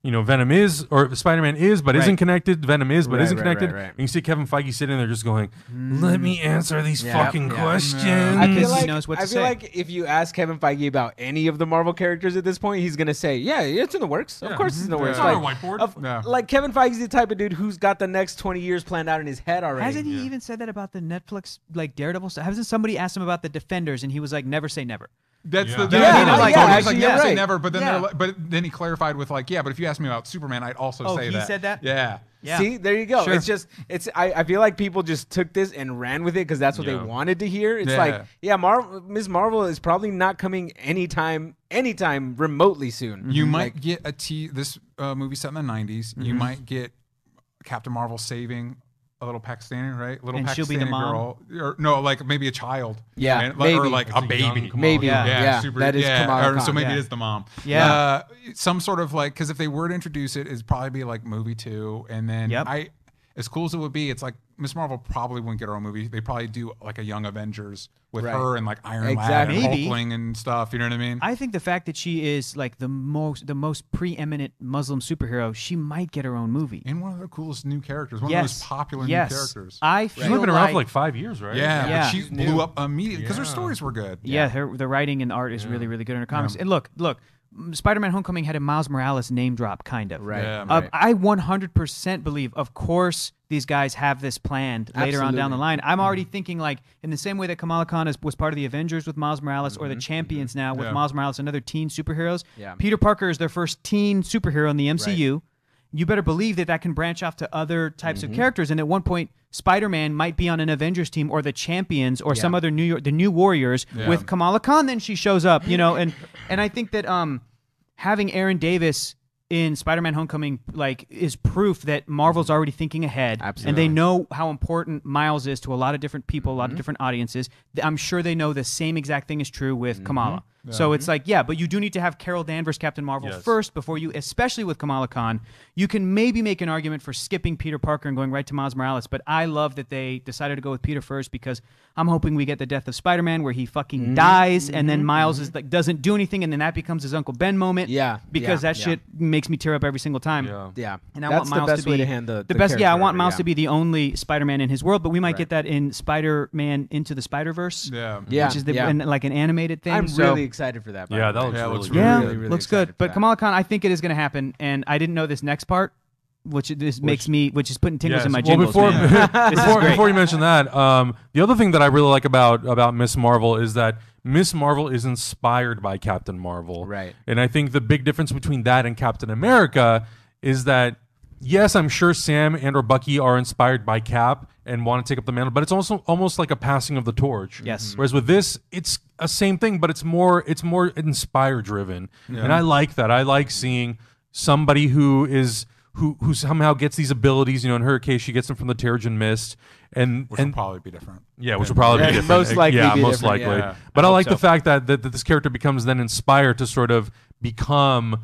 [SPEAKER 1] you know, Venom is or Spider Man is, but isn't
[SPEAKER 4] Right.
[SPEAKER 1] connected. Venom is, but
[SPEAKER 3] Right,
[SPEAKER 1] isn't
[SPEAKER 3] right,
[SPEAKER 1] connected.
[SPEAKER 3] right, right.
[SPEAKER 1] And you see Kevin Feige sitting there just going, "Let me answer these
[SPEAKER 3] Yeah,
[SPEAKER 1] fucking
[SPEAKER 3] yeah.
[SPEAKER 1] questions."
[SPEAKER 2] Yeah.
[SPEAKER 4] I feel
[SPEAKER 3] feel
[SPEAKER 4] Because he
[SPEAKER 3] like,
[SPEAKER 4] knows what
[SPEAKER 3] I
[SPEAKER 4] to
[SPEAKER 3] feel
[SPEAKER 4] say.
[SPEAKER 3] like if you ask Kevin Feige about any of the Marvel characters at this point, he's gonna say, "Yeah, it's in the works. Of course, it's in the works."
[SPEAKER 2] It's not
[SPEAKER 3] Like,
[SPEAKER 2] on a whiteboard.
[SPEAKER 3] of-
[SPEAKER 2] No.
[SPEAKER 3] like Kevin Feige's the type of dude who's got the next twenty years planned out in his head already.
[SPEAKER 4] Hasn't he even said that about the Netflix like Daredevil stuff? Hasn't somebody asked him about the Defenders and he was like, "Never say never."
[SPEAKER 2] That's the
[SPEAKER 1] Yeah.
[SPEAKER 2] that's
[SPEAKER 4] Yeah,
[SPEAKER 2] the
[SPEAKER 4] yeah,
[SPEAKER 2] thing.
[SPEAKER 4] like,
[SPEAKER 2] Tony's
[SPEAKER 4] actually,
[SPEAKER 2] like
[SPEAKER 4] you're
[SPEAKER 2] never say
[SPEAKER 3] right.
[SPEAKER 2] never, but then
[SPEAKER 4] Yeah.
[SPEAKER 2] they're like, but then he clarified with like yeah, but if you asked me about Superman, I'd also
[SPEAKER 4] Oh,
[SPEAKER 2] say
[SPEAKER 4] he
[SPEAKER 2] that.
[SPEAKER 4] said that?
[SPEAKER 2] Yeah.
[SPEAKER 4] Yeah.
[SPEAKER 3] See, there you go.
[SPEAKER 4] Sure.
[SPEAKER 3] It's just it's I, I feel like people just took this and ran with it because that's what
[SPEAKER 1] Yeah.
[SPEAKER 3] they wanted to hear. It's
[SPEAKER 2] Yeah.
[SPEAKER 3] like, yeah, Mar- Ms. Marvel is probably not coming anytime anytime remotely soon. Mm-hmm.
[SPEAKER 2] You might get a T. This uh, movie set in the '90s. You might get Captain Marvel saving a little Pakistani, right? Little
[SPEAKER 4] And
[SPEAKER 2] Pakistani
[SPEAKER 4] she'll be the
[SPEAKER 2] girl, or no, like maybe a child.
[SPEAKER 3] Yeah,
[SPEAKER 2] and, like, or
[SPEAKER 3] maybe.
[SPEAKER 2] like
[SPEAKER 1] It's
[SPEAKER 2] a
[SPEAKER 1] a
[SPEAKER 2] baby.
[SPEAKER 1] young Kamala
[SPEAKER 3] Maybe,
[SPEAKER 4] Yeah.
[SPEAKER 3] yeah,
[SPEAKER 2] yeah,
[SPEAKER 3] that is
[SPEAKER 2] yeah,
[SPEAKER 3] Kamala
[SPEAKER 2] or
[SPEAKER 3] Khan,
[SPEAKER 2] so maybe
[SPEAKER 3] yeah.
[SPEAKER 2] it is the mom.
[SPEAKER 4] Yeah.
[SPEAKER 2] uh, some sort of like because if they were to introduce it, it'd probably be like movie two, and then
[SPEAKER 4] Yep.
[SPEAKER 2] I, as cool as it would be, it's like Miss Marvel probably wouldn't get her own movie. They probably do like a Young Avengers with
[SPEAKER 3] Right.
[SPEAKER 2] her and like Iron Lad
[SPEAKER 3] Exactly.
[SPEAKER 2] and
[SPEAKER 4] Maybe.
[SPEAKER 2] Hulkling and stuff. You know what I mean?
[SPEAKER 4] I think the fact that she is like the most the most preeminent Muslim superhero, she might get her own movie.
[SPEAKER 2] and one of the coolest new characters, one of the
[SPEAKER 4] yes,
[SPEAKER 2] most popular
[SPEAKER 4] yes.
[SPEAKER 2] new characters.
[SPEAKER 4] I
[SPEAKER 1] She's
[SPEAKER 4] feel
[SPEAKER 1] only been around
[SPEAKER 4] like,
[SPEAKER 1] for like five years, right?
[SPEAKER 2] yeah, but
[SPEAKER 4] Yeah.
[SPEAKER 2] she
[SPEAKER 4] She's
[SPEAKER 2] blew up immediately because her
[SPEAKER 1] Yeah.
[SPEAKER 2] stories were good.
[SPEAKER 4] yeah, her the writing and art is really really good in her comics. And look, look, m- Spider-Man: Homecoming had a Miles Morales name drop, kind of.
[SPEAKER 3] Right.
[SPEAKER 2] Yeah.
[SPEAKER 4] Uh,
[SPEAKER 3] right.
[SPEAKER 4] I 100% believe, of course, these guys have this planned later on down
[SPEAKER 3] Absolutely.
[SPEAKER 4] the
[SPEAKER 3] Mm-hmm.
[SPEAKER 4] line. I'm already thinking, like, in the same way that Kamala Khan is, was part of the Avengers with Miles Morales or the Champions now with
[SPEAKER 2] Yeah.
[SPEAKER 4] Miles Morales and other teen superheroes,
[SPEAKER 3] Mm-hmm. Yeah.
[SPEAKER 4] Peter Parker is their first teen superhero in the MCU. You better believe that that can branch off to other types
[SPEAKER 3] Mm-hmm.
[SPEAKER 4] of characters. And at one point, Spider Man might be on an Avengers team or the Champions or some other New York, the New Warriors
[SPEAKER 2] Yeah.
[SPEAKER 4] with Kamala Khan. Then she shows up, you know, and and I think that um, having Aaron Davis in Spider-Man: Homecoming like is proof that Marvel's already thinking ahead, and
[SPEAKER 3] Absolutely.
[SPEAKER 4] they know how important Miles is to a lot of different people, a lot of different audiences. Th- I'm sure they know the same exact thing is true with Kamala. So it's like, yeah, but you do need to have Carol Danvers, Captain Marvel,
[SPEAKER 1] Yes.
[SPEAKER 4] first before you, especially with Kamala Khan. You can maybe make an argument for skipping Peter Parker and going right to Miles Morales, but I love that they decided to go with Peter first because I'm hoping we get the death of Spider-Man where he fucking
[SPEAKER 3] Mm-hmm.
[SPEAKER 4] dies, and then Miles is like doesn't do anything, and then that becomes his Uncle Ben moment
[SPEAKER 3] Yeah,
[SPEAKER 4] because
[SPEAKER 3] yeah,
[SPEAKER 4] that
[SPEAKER 3] yeah.
[SPEAKER 4] shit makes me tear up every single time.
[SPEAKER 1] Yeah.
[SPEAKER 3] yeah,
[SPEAKER 4] And I
[SPEAKER 3] That's
[SPEAKER 4] want Miles
[SPEAKER 3] the best
[SPEAKER 4] to be
[SPEAKER 3] way to hand the,
[SPEAKER 4] best. Yeah, I
[SPEAKER 3] character
[SPEAKER 4] want
[SPEAKER 3] over,
[SPEAKER 4] Miles
[SPEAKER 3] yeah.
[SPEAKER 4] to be the only Spider-Man in his world, but we might
[SPEAKER 3] Right.
[SPEAKER 4] get that in Spider-Man Into the Spider-Verse,
[SPEAKER 2] Yeah.
[SPEAKER 3] Yeah,
[SPEAKER 4] which is the,
[SPEAKER 3] yeah.
[SPEAKER 4] an- like an animated thing.
[SPEAKER 3] I'm
[SPEAKER 4] so-
[SPEAKER 3] really excited for that. by
[SPEAKER 1] yeah,
[SPEAKER 3] the
[SPEAKER 1] that
[SPEAKER 3] way.
[SPEAKER 1] looks
[SPEAKER 2] Yeah, it
[SPEAKER 1] really,
[SPEAKER 2] looks
[SPEAKER 1] really
[SPEAKER 4] yeah,
[SPEAKER 1] good.
[SPEAKER 3] really
[SPEAKER 4] looks
[SPEAKER 3] excited
[SPEAKER 4] good.
[SPEAKER 3] for
[SPEAKER 4] But
[SPEAKER 3] that.
[SPEAKER 4] Kamala Khan, I think it is going to happen, and I didn't know this next part, which this makes me, which is putting tingles
[SPEAKER 1] Yes.
[SPEAKER 4] in my
[SPEAKER 1] well,
[SPEAKER 4] jingles.
[SPEAKER 1] before
[SPEAKER 4] man.
[SPEAKER 1] <laughs>
[SPEAKER 4] This is
[SPEAKER 1] before,
[SPEAKER 4] great.
[SPEAKER 1] before you mention that, um, the other thing that I really like about about Miss Marvel is that Miss Marvel is inspired by Captain Marvel,
[SPEAKER 3] Right.
[SPEAKER 1] And I think the big difference between that and Captain America is that yes, I'm sure Sam and or Bucky are inspired by Cap and want to take up the mantle, but it's also almost like a passing of the torch.
[SPEAKER 4] Yes.
[SPEAKER 1] Whereas with this, it's a same thing, but it's more it's more inspire driven, and I like that. I like seeing somebody who is. Who, who somehow gets these abilities, you know, in her case, she gets them from the Terrigen Mist, and
[SPEAKER 2] Which
[SPEAKER 1] and
[SPEAKER 2] will probably be different.
[SPEAKER 1] yeah, which will probably be
[SPEAKER 3] Yeah,
[SPEAKER 1] different.
[SPEAKER 3] most likely
[SPEAKER 1] yeah,
[SPEAKER 3] be
[SPEAKER 1] most
[SPEAKER 3] different,
[SPEAKER 1] likely.
[SPEAKER 2] yeah.
[SPEAKER 1] But I, like
[SPEAKER 4] so.
[SPEAKER 1] the fact that, that that this character becomes then inspired to sort of become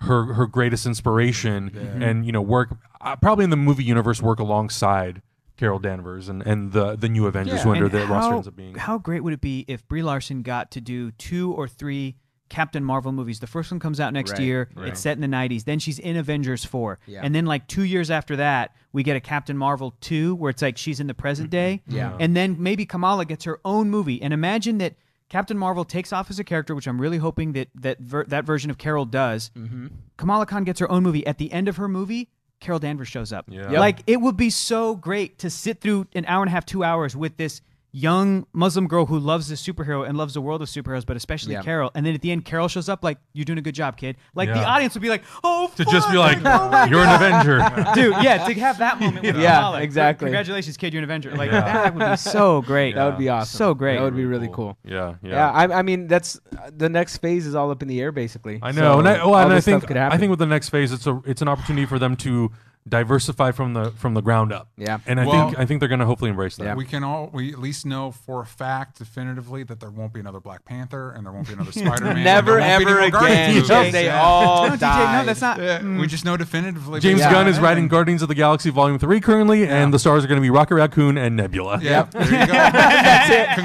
[SPEAKER 1] her her greatest inspiration, and you know, work uh, probably in the movie universe, work alongside Carol Danvers and, and the the new Avengers,
[SPEAKER 3] Yeah.
[SPEAKER 1] who under
[SPEAKER 4] And
[SPEAKER 1] the roster
[SPEAKER 4] how-
[SPEAKER 1] ends up being.
[SPEAKER 4] How great would it be if Brie Larson got to do two or three Captain Marvel movies? The first one comes out next
[SPEAKER 3] Right,
[SPEAKER 4] year.
[SPEAKER 1] right.
[SPEAKER 4] It's set in the '90s. Then she's in Avengers four,
[SPEAKER 3] Yeah.
[SPEAKER 4] and then like two years after that, we get a Captain Marvel two, where it's like she's in the present
[SPEAKER 1] Mm-hmm.
[SPEAKER 4] day.
[SPEAKER 3] Yeah.
[SPEAKER 4] and then maybe Kamala gets her own movie. And imagine that. Captain Marvel takes off as a character, which I'm really hoping that that ver- that version of Carol does.
[SPEAKER 1] Mm-hmm.
[SPEAKER 4] Kamala Khan gets her own movie. At the end of her movie, Carol Danvers shows up.
[SPEAKER 1] Yeah. Yep.
[SPEAKER 4] Like it would be so great to sit through an hour and a half, two hours with this young Muslim girl who loves this superhero and loves the world of superheroes, but especially
[SPEAKER 3] Yeah.
[SPEAKER 4] Carol. And then at the end, Carol shows up like, "You're doing a good job, kid." Like the
[SPEAKER 1] Yeah.
[SPEAKER 4] audience would be like, "Oh."
[SPEAKER 1] to just be
[SPEAKER 4] fuck,
[SPEAKER 1] like,
[SPEAKER 4] oh my
[SPEAKER 1] you're an Avenger.
[SPEAKER 4] God." Dude, yeah, to have that moment
[SPEAKER 3] <laughs>
[SPEAKER 4] with
[SPEAKER 3] Yeah,
[SPEAKER 4] Kamala.
[SPEAKER 3] exactly.
[SPEAKER 4] Congratulations, kid, you're an Avenger. Like that would
[SPEAKER 3] <laughs>
[SPEAKER 4] be so great.
[SPEAKER 3] That would be awesome.
[SPEAKER 4] So great.
[SPEAKER 3] That would be really cool.
[SPEAKER 1] Yeah, yeah.
[SPEAKER 3] Yeah, I, I mean that's uh, the next phase is all up in the air basically.
[SPEAKER 1] I know, and I, well,
[SPEAKER 3] all
[SPEAKER 1] and I
[SPEAKER 3] this
[SPEAKER 1] think
[SPEAKER 3] stuff could
[SPEAKER 1] I
[SPEAKER 3] happen.
[SPEAKER 1] think with the next phase, it's a it's an opportunity for them to diversify from the from the ground up.
[SPEAKER 3] Yeah.
[SPEAKER 1] and I
[SPEAKER 2] Well-
[SPEAKER 1] think I think they're going to hopefully embrace that.
[SPEAKER 3] Yeah.
[SPEAKER 2] We can all we at least know for a fact definitively that there won't be another Black Panther and there won't <laughs> be another Spider Man.
[SPEAKER 3] Never ever again.
[SPEAKER 4] movies.
[SPEAKER 3] They all
[SPEAKER 4] no, DJ,
[SPEAKER 3] died.
[SPEAKER 4] no, that's not.
[SPEAKER 2] We just know definitively.
[SPEAKER 1] James
[SPEAKER 2] based on
[SPEAKER 1] Gunn is
[SPEAKER 2] that.
[SPEAKER 1] writing Guardians of the Galaxy Volume Three currently, and the stars are going to be Rocket Raccoon and Nebula.
[SPEAKER 2] Yep. There you go. <laughs> That's it.
[SPEAKER 1] gonna be a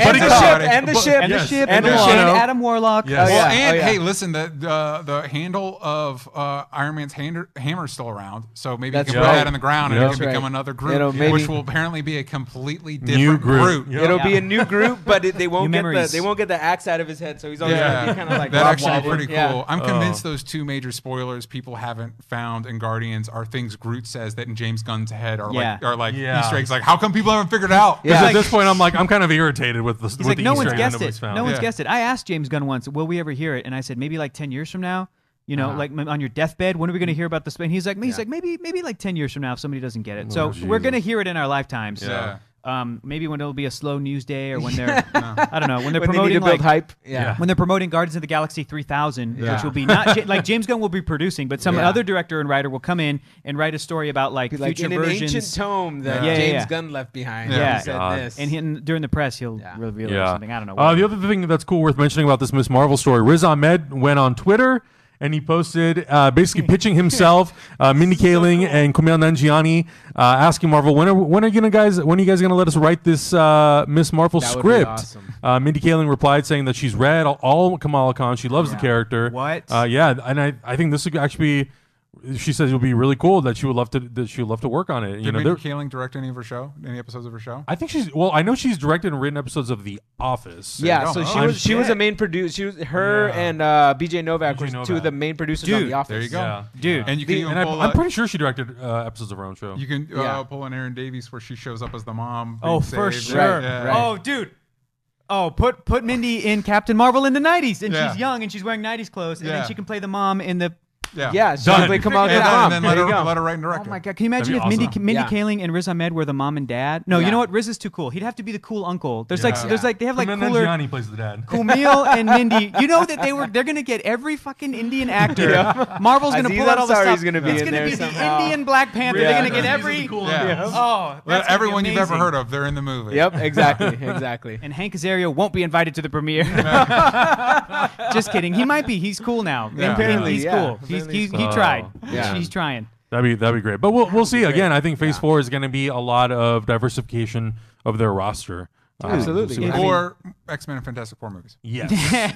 [SPEAKER 2] Congratulations.
[SPEAKER 1] buddy
[SPEAKER 3] and the
[SPEAKER 1] cop.
[SPEAKER 3] ship, and the ship,
[SPEAKER 4] And
[SPEAKER 1] Yes.
[SPEAKER 4] the ship,
[SPEAKER 3] and,
[SPEAKER 4] and,
[SPEAKER 3] the
[SPEAKER 1] Milano.
[SPEAKER 3] ship, and Adam Warlock.
[SPEAKER 1] Yes.
[SPEAKER 3] Oh,
[SPEAKER 2] Well,
[SPEAKER 3] yeah.
[SPEAKER 2] and
[SPEAKER 3] oh, yeah.
[SPEAKER 2] hey, listen, the the, the handle of uh, Iron Man's hand, hammer's still around, so maybe
[SPEAKER 3] That's
[SPEAKER 2] you can
[SPEAKER 1] right.
[SPEAKER 2] put that on the ground
[SPEAKER 1] Yeah.
[SPEAKER 2] and it
[SPEAKER 1] That's
[SPEAKER 2] can become
[SPEAKER 3] right.
[SPEAKER 2] another group,
[SPEAKER 3] It'll maybe-
[SPEAKER 2] which will apparently be a completely different
[SPEAKER 1] New Groot.
[SPEAKER 2] group.
[SPEAKER 1] Yeah.
[SPEAKER 3] It'll be a <laughs> new group, but it, they won't
[SPEAKER 4] New
[SPEAKER 3] get the
[SPEAKER 4] memories.
[SPEAKER 3] they won't get the axe out of his head, so he's always
[SPEAKER 2] Yeah,
[SPEAKER 3] gonna be kind of like
[SPEAKER 2] that
[SPEAKER 3] Rob
[SPEAKER 2] actually be
[SPEAKER 3] Wahlberg.
[SPEAKER 2] pretty cool.
[SPEAKER 3] Yeah.
[SPEAKER 2] I'm
[SPEAKER 1] Oh.
[SPEAKER 2] convinced those two major spoilers people haven't found in Guardians are things Groot says that in James Gunn's head are
[SPEAKER 4] Yeah.
[SPEAKER 2] like are like
[SPEAKER 1] Yeah.
[SPEAKER 2] Easter eggs. Like, how come people haven't figured it out?
[SPEAKER 3] Yeah.
[SPEAKER 1] Because
[SPEAKER 4] Like-
[SPEAKER 1] at this point, I'm like, I'm kind of irritated with the with
[SPEAKER 4] He's like,
[SPEAKER 1] the
[SPEAKER 4] no
[SPEAKER 1] Easter
[SPEAKER 4] one's
[SPEAKER 1] egg
[SPEAKER 4] guessed
[SPEAKER 1] nobody's
[SPEAKER 4] it.
[SPEAKER 1] found.
[SPEAKER 4] No one's
[SPEAKER 2] Yeah.
[SPEAKER 4] guessed it. I asked James Gunn once, "Will we ever hear it?" And I said, "Maybe like ten years from now." You know, like m- on your deathbed, when are we going to hear about this? And he's like, he's like, maybe, maybe like ten years from now, if somebody doesn't get it. so we're going to hear it in our lifetimes.
[SPEAKER 2] Yeah.
[SPEAKER 4] Um, maybe when it'll be a slow news day, or when they're, I don't know, when
[SPEAKER 3] When
[SPEAKER 4] they're
[SPEAKER 3] they need
[SPEAKER 4] promoting
[SPEAKER 3] to build
[SPEAKER 4] like,
[SPEAKER 3] hype. Yeah.
[SPEAKER 4] when they're promoting Guardians of the Galaxy 3000, which
[SPEAKER 2] Yeah.
[SPEAKER 4] will be not Ja- like James Gunn will be producing, but some
[SPEAKER 3] Yeah.
[SPEAKER 4] other director and writer will come in and write a story about like
[SPEAKER 3] Be
[SPEAKER 4] future
[SPEAKER 3] like in an
[SPEAKER 4] versions.
[SPEAKER 3] ancient tome that
[SPEAKER 4] Yeah. Yeah,
[SPEAKER 3] James
[SPEAKER 4] yeah.
[SPEAKER 3] Gunn left behind.
[SPEAKER 4] Yeah.
[SPEAKER 3] He said
[SPEAKER 1] God.
[SPEAKER 3] this.
[SPEAKER 4] and he, and during the press, he'll
[SPEAKER 3] Yeah.
[SPEAKER 4] reveal it or
[SPEAKER 1] Yeah.
[SPEAKER 4] something. I don't know.
[SPEAKER 1] Uh, the other thing that's cool worth mentioning about this Miss Marvel story, Riz Ahmed went on Twitter and he posted uh, basically pitching
[SPEAKER 4] <laughs>
[SPEAKER 1] himself, uh, Mindy Kaling and Kumail Nanjiani, uh, asking Marvel, when are when are you gonna guys when are you guys gonna let us write this uh, Miss Marvel
[SPEAKER 3] That would be
[SPEAKER 1] script?
[SPEAKER 3] awesome.
[SPEAKER 1] Uh, Mindy Kaling replied saying that she's read all, all Kamala Khan, she loves the character.
[SPEAKER 4] What?
[SPEAKER 1] Uh, yeah, and I, I think this would actually be. She says it would be really cool that she would love to that she would love to work on it. You
[SPEAKER 2] Did
[SPEAKER 1] know,
[SPEAKER 2] Mindy
[SPEAKER 1] there-
[SPEAKER 2] Kaling direct any of her show? Any episodes of her show?
[SPEAKER 1] I think she's well. I know she's directed and written episodes of The Office.
[SPEAKER 3] yeah,
[SPEAKER 2] go.
[SPEAKER 3] so she
[SPEAKER 2] Oh,
[SPEAKER 3] was she was a
[SPEAKER 4] shit.
[SPEAKER 3] main producer. She was her
[SPEAKER 1] Yeah.
[SPEAKER 3] and uh, BJ Novak
[SPEAKER 1] B.J.
[SPEAKER 3] were two of
[SPEAKER 1] Novak.
[SPEAKER 3] the main producers on
[SPEAKER 4] Dude,
[SPEAKER 3] The Office.
[SPEAKER 2] There you go.
[SPEAKER 1] Yeah.
[SPEAKER 4] Dude.
[SPEAKER 2] And you can
[SPEAKER 3] The-
[SPEAKER 2] even
[SPEAKER 1] And I,
[SPEAKER 2] pull
[SPEAKER 1] I'm
[SPEAKER 2] a-
[SPEAKER 1] pretty sure she directed uh, episodes of her own show.
[SPEAKER 2] You can uh,
[SPEAKER 3] Yeah.
[SPEAKER 2] pull an Aaron Davies where she shows up as the mom.
[SPEAKER 4] Oh,
[SPEAKER 2] being
[SPEAKER 4] for
[SPEAKER 2] saved.
[SPEAKER 4] sure.
[SPEAKER 3] Right, right.
[SPEAKER 4] Oh, dude. Oh, put put Mindy in Captain Marvel in the '90s, and
[SPEAKER 2] Yeah.
[SPEAKER 4] she's young and she's wearing '90s clothes, and
[SPEAKER 2] Yeah.
[SPEAKER 4] then she can play the mom in the.
[SPEAKER 2] Yeah.
[SPEAKER 3] Yeah, she
[SPEAKER 1] Done.
[SPEAKER 3] played Kamala
[SPEAKER 2] And, then,
[SPEAKER 3] Khan.
[SPEAKER 2] and then
[SPEAKER 3] There
[SPEAKER 2] let
[SPEAKER 3] you
[SPEAKER 2] her,
[SPEAKER 3] go.
[SPEAKER 2] let her write and direct
[SPEAKER 4] Oh
[SPEAKER 2] it.
[SPEAKER 4] my god! Can you imagine
[SPEAKER 1] be
[SPEAKER 4] if Mindy
[SPEAKER 1] awesome.
[SPEAKER 4] Mindy
[SPEAKER 3] Yeah.
[SPEAKER 4] Kaling and Riz Ahmed were the mom and dad? No,
[SPEAKER 3] Yeah.
[SPEAKER 4] you know what? Riz is too cool. He'd have to be the cool uncle. There's like
[SPEAKER 2] Yeah.
[SPEAKER 4] there's like they have like cooler. <laughs>
[SPEAKER 1] Nanjiani plays the dad.
[SPEAKER 4] Kumail and Mindy. You know that they were they're gonna get every fucking Indian actor. Marvel's gonna
[SPEAKER 3] Aziz
[SPEAKER 4] pull out all the
[SPEAKER 3] Ansari's
[SPEAKER 4] stuff.
[SPEAKER 3] gonna be
[SPEAKER 4] it's
[SPEAKER 3] in
[SPEAKER 4] gonna
[SPEAKER 3] there
[SPEAKER 4] be
[SPEAKER 3] somehow.
[SPEAKER 4] the Indian Black Panther.
[SPEAKER 3] Yeah.
[SPEAKER 4] They're gonna get every
[SPEAKER 2] Yeah.
[SPEAKER 4] Oh
[SPEAKER 2] Let
[SPEAKER 4] that's
[SPEAKER 2] everyone you've ever heard of, they're in the movie.
[SPEAKER 3] Yep, exactly,
[SPEAKER 4] <laughs>
[SPEAKER 3] exactly.
[SPEAKER 4] And Hank Azaria won't be invited to the premiere. <laughs> Just kidding. He might be. He's cool now.
[SPEAKER 2] Yeah.
[SPEAKER 3] Apparently,
[SPEAKER 4] he's
[SPEAKER 3] yeah.
[SPEAKER 4] cool. He's,
[SPEAKER 3] Apparently
[SPEAKER 4] he,
[SPEAKER 3] he's
[SPEAKER 4] he
[SPEAKER 1] cool.
[SPEAKER 4] tried.
[SPEAKER 1] Oh,
[SPEAKER 3] yeah.
[SPEAKER 4] He's trying.
[SPEAKER 1] <laughs> That'd be that'd be great. But we'll we'll see. Again, I think Phase Four is going to be a lot of diversification of their roster. Uh,
[SPEAKER 3] Absolutely.
[SPEAKER 1] we'll see what-
[SPEAKER 4] I mean-
[SPEAKER 2] Or X Men and Fantastic
[SPEAKER 3] <laughs>
[SPEAKER 2] Four movies.
[SPEAKER 1] yes,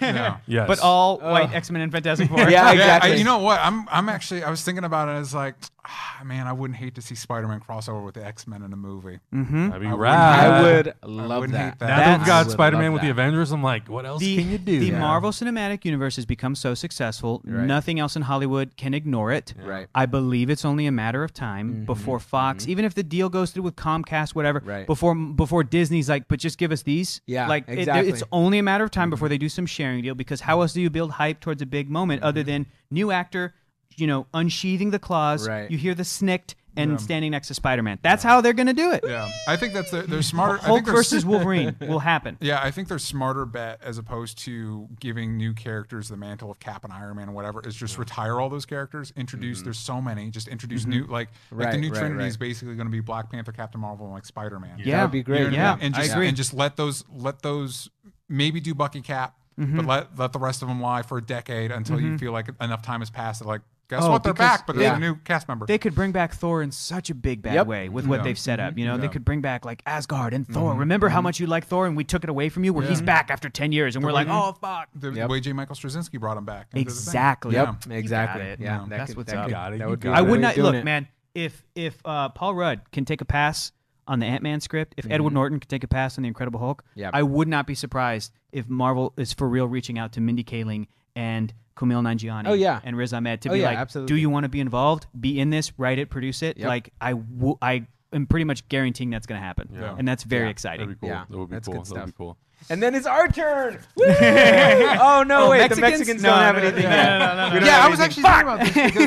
[SPEAKER 2] Yeah.
[SPEAKER 1] yes.
[SPEAKER 4] <laughs> But all white X Men and Fantastic Four.
[SPEAKER 3] Yeah,
[SPEAKER 2] Yeah, I-
[SPEAKER 3] exactly.
[SPEAKER 2] you know what? I'm I'm actually I was thinking about it. I was like, ah, man, I wouldn't hate to see Spider Man crossover with the X Men in a movie.
[SPEAKER 1] that'd be
[SPEAKER 2] I
[SPEAKER 1] rad.
[SPEAKER 3] I
[SPEAKER 2] Uh,
[SPEAKER 3] would
[SPEAKER 2] I
[SPEAKER 3] love
[SPEAKER 2] wouldn't
[SPEAKER 3] that.
[SPEAKER 2] hate that.
[SPEAKER 1] Now that we've
[SPEAKER 3] I would
[SPEAKER 1] got
[SPEAKER 3] love
[SPEAKER 1] Spider Man with
[SPEAKER 3] that.
[SPEAKER 1] the Avengers, I'm like, what else
[SPEAKER 4] the,
[SPEAKER 1] can you do?
[SPEAKER 4] the Marvel Cinematic Universe has become so successful, nothing else in Hollywood can ignore it.
[SPEAKER 3] Right.
[SPEAKER 4] I believe it's only a matter of time
[SPEAKER 3] Mm-hmm.
[SPEAKER 4] before Fox, even if the deal goes through with Comcast, whatever,
[SPEAKER 3] Right.
[SPEAKER 4] before before Disney's like, but just give us these.
[SPEAKER 3] Yeah,
[SPEAKER 4] like it-
[SPEAKER 3] exactly. Mm-hmm.
[SPEAKER 4] it's only a matter of time before they do some sharing deal because how else do you build hype towards a big moment other
[SPEAKER 3] Mm-hmm.
[SPEAKER 4] than new actor, you know, unsheathing the claws,
[SPEAKER 3] Right.
[SPEAKER 4] you hear the snicked and standing next to Spider Man. That's how they're gonna do it.
[SPEAKER 2] Yeah, I think that's the, they're smarter. I
[SPEAKER 4] Hulk
[SPEAKER 2] think they're- <laughs>
[SPEAKER 4] versus Wolverine will happen.
[SPEAKER 2] Yeah, I think their smarter bet as opposed to giving new characters the mantle of Cap and Iron Man or whatever is just retire all those characters, introduce there's so many, just introduce new like like
[SPEAKER 3] Right,
[SPEAKER 2] the new
[SPEAKER 3] right,
[SPEAKER 2] Trinity
[SPEAKER 3] right.
[SPEAKER 2] is basically going to be Black Panther, Captain Marvel, and like Spider Man.
[SPEAKER 4] Yeah.
[SPEAKER 3] That'd be great.
[SPEAKER 2] You know what I
[SPEAKER 4] Yeah,
[SPEAKER 2] mean? and
[SPEAKER 4] I
[SPEAKER 2] just
[SPEAKER 4] agree.
[SPEAKER 2] and just let those let those maybe do Bucky Cap,
[SPEAKER 4] Mm-hmm.
[SPEAKER 2] but let let the rest of them lie for a decade until you feel like enough time has passed. That like guess
[SPEAKER 4] Oh,
[SPEAKER 2] what, they're
[SPEAKER 4] because-
[SPEAKER 2] back, but there's
[SPEAKER 3] yeah.
[SPEAKER 2] a new cast member.
[SPEAKER 4] they could bring back Thor in such a big bad
[SPEAKER 3] Yep.
[SPEAKER 4] way with what
[SPEAKER 2] Mm-hmm. Yeah. Mm-hmm.
[SPEAKER 4] they've set up. You know, they could bring back like Asgard and Thor. Remember how much you liked Thor and we took it away from you? Where he's back after ten years and we're like, oh fuck.
[SPEAKER 2] the
[SPEAKER 3] Yep.
[SPEAKER 2] way J. Michael Straczynski brought him back. into Mm-hmm. the thing.
[SPEAKER 4] Exactly.
[SPEAKER 2] Yeah.
[SPEAKER 3] Yep, exactly.
[SPEAKER 4] You got it.
[SPEAKER 3] Yeah,
[SPEAKER 4] No,
[SPEAKER 3] that
[SPEAKER 4] that's
[SPEAKER 3] could-
[SPEAKER 4] what's
[SPEAKER 3] that
[SPEAKER 4] up.
[SPEAKER 3] could-
[SPEAKER 1] Got it,
[SPEAKER 3] that
[SPEAKER 1] you
[SPEAKER 3] would be
[SPEAKER 1] got
[SPEAKER 3] a
[SPEAKER 4] I
[SPEAKER 1] it.
[SPEAKER 3] way
[SPEAKER 4] would
[SPEAKER 3] of
[SPEAKER 4] not
[SPEAKER 3] doing
[SPEAKER 4] look,
[SPEAKER 3] it.
[SPEAKER 4] man. If if uh, Paul Rudd can take a pass on the Ant Man script, if Edward Norton can take a pass on the Incredible Hulk,
[SPEAKER 3] Mm-hmm. Yep.
[SPEAKER 4] I would not be surprised if Marvel is for real reaching out to Mindy Kaling and Kumail Nanjiani
[SPEAKER 3] Oh, yeah.
[SPEAKER 4] and Riz Ahmed to
[SPEAKER 3] Oh,
[SPEAKER 4] be
[SPEAKER 3] yeah,
[SPEAKER 4] like, do
[SPEAKER 3] absolutely.
[SPEAKER 4] you want to be involved? Be in this, write it, produce it.
[SPEAKER 3] Yep.
[SPEAKER 4] Like I wo- I am pretty much guaranteeing that's going to happen,
[SPEAKER 1] Yeah.
[SPEAKER 4] and that's very
[SPEAKER 3] Yeah.
[SPEAKER 1] That'd be
[SPEAKER 4] exciting.
[SPEAKER 1] cool.
[SPEAKER 3] Yeah,
[SPEAKER 1] that would be
[SPEAKER 3] that's
[SPEAKER 1] cool.
[SPEAKER 3] good
[SPEAKER 1] That would be
[SPEAKER 3] stuff.
[SPEAKER 1] cool.
[SPEAKER 3] And then it's our turn. Woo! oh no!
[SPEAKER 4] Oh,
[SPEAKER 3] wait, the
[SPEAKER 4] Mexicans?
[SPEAKER 3] Mexicans
[SPEAKER 4] No,
[SPEAKER 3] don't have
[SPEAKER 4] no, no,
[SPEAKER 3] anything
[SPEAKER 4] no,
[SPEAKER 3] yet.
[SPEAKER 4] no, no, no,
[SPEAKER 3] We don't
[SPEAKER 2] Yeah,
[SPEAKER 3] have
[SPEAKER 2] I was
[SPEAKER 3] anything.
[SPEAKER 2] actually thinking about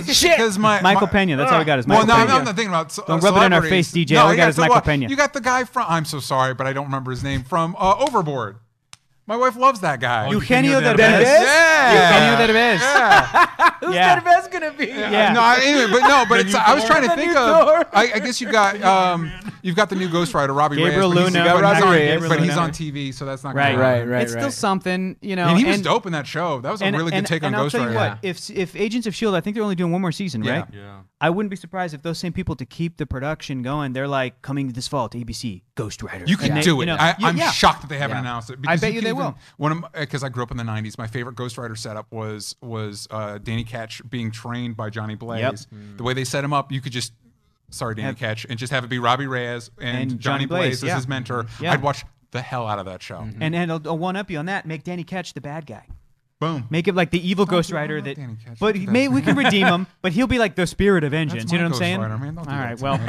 [SPEAKER 2] this
[SPEAKER 4] <laughs>
[SPEAKER 2] because, because my
[SPEAKER 4] Michael
[SPEAKER 2] my,
[SPEAKER 4] Pena. That's how we got his
[SPEAKER 2] Well,
[SPEAKER 4] Michael
[SPEAKER 2] no,
[SPEAKER 4] Pena.
[SPEAKER 2] I'm not thinking about.
[SPEAKER 4] Don't rub it in our face, DJ. All we got is Michael Peña.
[SPEAKER 2] You got the guy from. I'm so sorry, but I don't remember his name from uh, Overboard. My wife loves that guy.
[SPEAKER 1] You-
[SPEAKER 4] Eugenio
[SPEAKER 1] Eugenio
[SPEAKER 4] Derbez.
[SPEAKER 1] Derbez.
[SPEAKER 2] yeah.
[SPEAKER 4] Eugenio Derbez.
[SPEAKER 2] Yeah.
[SPEAKER 4] <laughs>
[SPEAKER 3] Who's
[SPEAKER 4] Yeah.
[SPEAKER 3] that best gonna be?
[SPEAKER 4] Yeah.
[SPEAKER 2] No, I, anyway, but no, but it's, I was trying to
[SPEAKER 3] The new
[SPEAKER 2] think
[SPEAKER 3] Thor.
[SPEAKER 2] of. I, I guess you've got um, you've got the new Ghost Rider, Robbie
[SPEAKER 4] Gabriel
[SPEAKER 2] Reyes, but he's-
[SPEAKER 4] Luna.
[SPEAKER 2] but
[SPEAKER 3] Gabriel
[SPEAKER 2] he's on-
[SPEAKER 3] Reyes.
[SPEAKER 2] but he's
[SPEAKER 4] Gabriel
[SPEAKER 2] on TV, so that's not
[SPEAKER 4] Right.
[SPEAKER 2] gonna
[SPEAKER 3] Right.
[SPEAKER 2] happen.
[SPEAKER 3] Right.
[SPEAKER 4] it's still
[SPEAKER 3] right.
[SPEAKER 4] something, you know.
[SPEAKER 2] And he was
[SPEAKER 4] and,
[SPEAKER 2] dope in that show. That was a
[SPEAKER 4] and-
[SPEAKER 2] really
[SPEAKER 4] and-
[SPEAKER 2] good take
[SPEAKER 4] and
[SPEAKER 2] on
[SPEAKER 4] I'll
[SPEAKER 2] Ghost
[SPEAKER 4] tell you
[SPEAKER 2] Rider.
[SPEAKER 4] what, if if Agents of Shield, I think they're only doing one more season,
[SPEAKER 2] Yeah.
[SPEAKER 4] right?
[SPEAKER 1] Yeah.
[SPEAKER 4] I wouldn't be surprised if those same people to keep the production going. They're like coming this fall to ABC Ghost Rider.
[SPEAKER 2] You can
[SPEAKER 4] And they-
[SPEAKER 2] do it.
[SPEAKER 4] know,
[SPEAKER 2] I,
[SPEAKER 4] you-
[SPEAKER 2] I'm
[SPEAKER 4] yeah.
[SPEAKER 2] shocked that they haven't
[SPEAKER 3] Yeah.
[SPEAKER 2] announced it.
[SPEAKER 4] bet you
[SPEAKER 2] can
[SPEAKER 4] they
[SPEAKER 2] even-
[SPEAKER 4] will.
[SPEAKER 2] One of because I grew up in the '90s. My favorite Ghost Rider setup was was uh, Danny Ketch being trained by Johnny Blaze. The way they set him up, you could just sorry Danny
[SPEAKER 4] Have-
[SPEAKER 2] Ketch and just have it be Robbie Reyes and,
[SPEAKER 4] And
[SPEAKER 2] Johnny
[SPEAKER 4] Johnny
[SPEAKER 2] Blaze
[SPEAKER 4] Blaze,
[SPEAKER 2] as
[SPEAKER 4] yeah.
[SPEAKER 2] his mentor.
[SPEAKER 4] Yeah. Mm-hmm.
[SPEAKER 2] I'd watch the hell out of that show.
[SPEAKER 4] And and I'll, I'll one up you on that. Make Danny Ketch the bad guy.
[SPEAKER 2] Boom.
[SPEAKER 4] Make it like the evil Ghost
[SPEAKER 2] do- I
[SPEAKER 4] Rider
[SPEAKER 2] like
[SPEAKER 4] that.
[SPEAKER 2] Danny Ketch.
[SPEAKER 4] But
[SPEAKER 2] Don't do that
[SPEAKER 4] may,
[SPEAKER 2] to
[SPEAKER 4] we can
[SPEAKER 2] <laughs>
[SPEAKER 4] redeem him. But he'll be like the spirit of vengeance. You
[SPEAKER 2] my
[SPEAKER 4] know what I'm
[SPEAKER 2] Ghost
[SPEAKER 4] saying?
[SPEAKER 2] Rider, man. Don't do
[SPEAKER 4] All
[SPEAKER 2] that
[SPEAKER 4] right.
[SPEAKER 2] to <laughs>
[SPEAKER 4] Well.
[SPEAKER 2] me.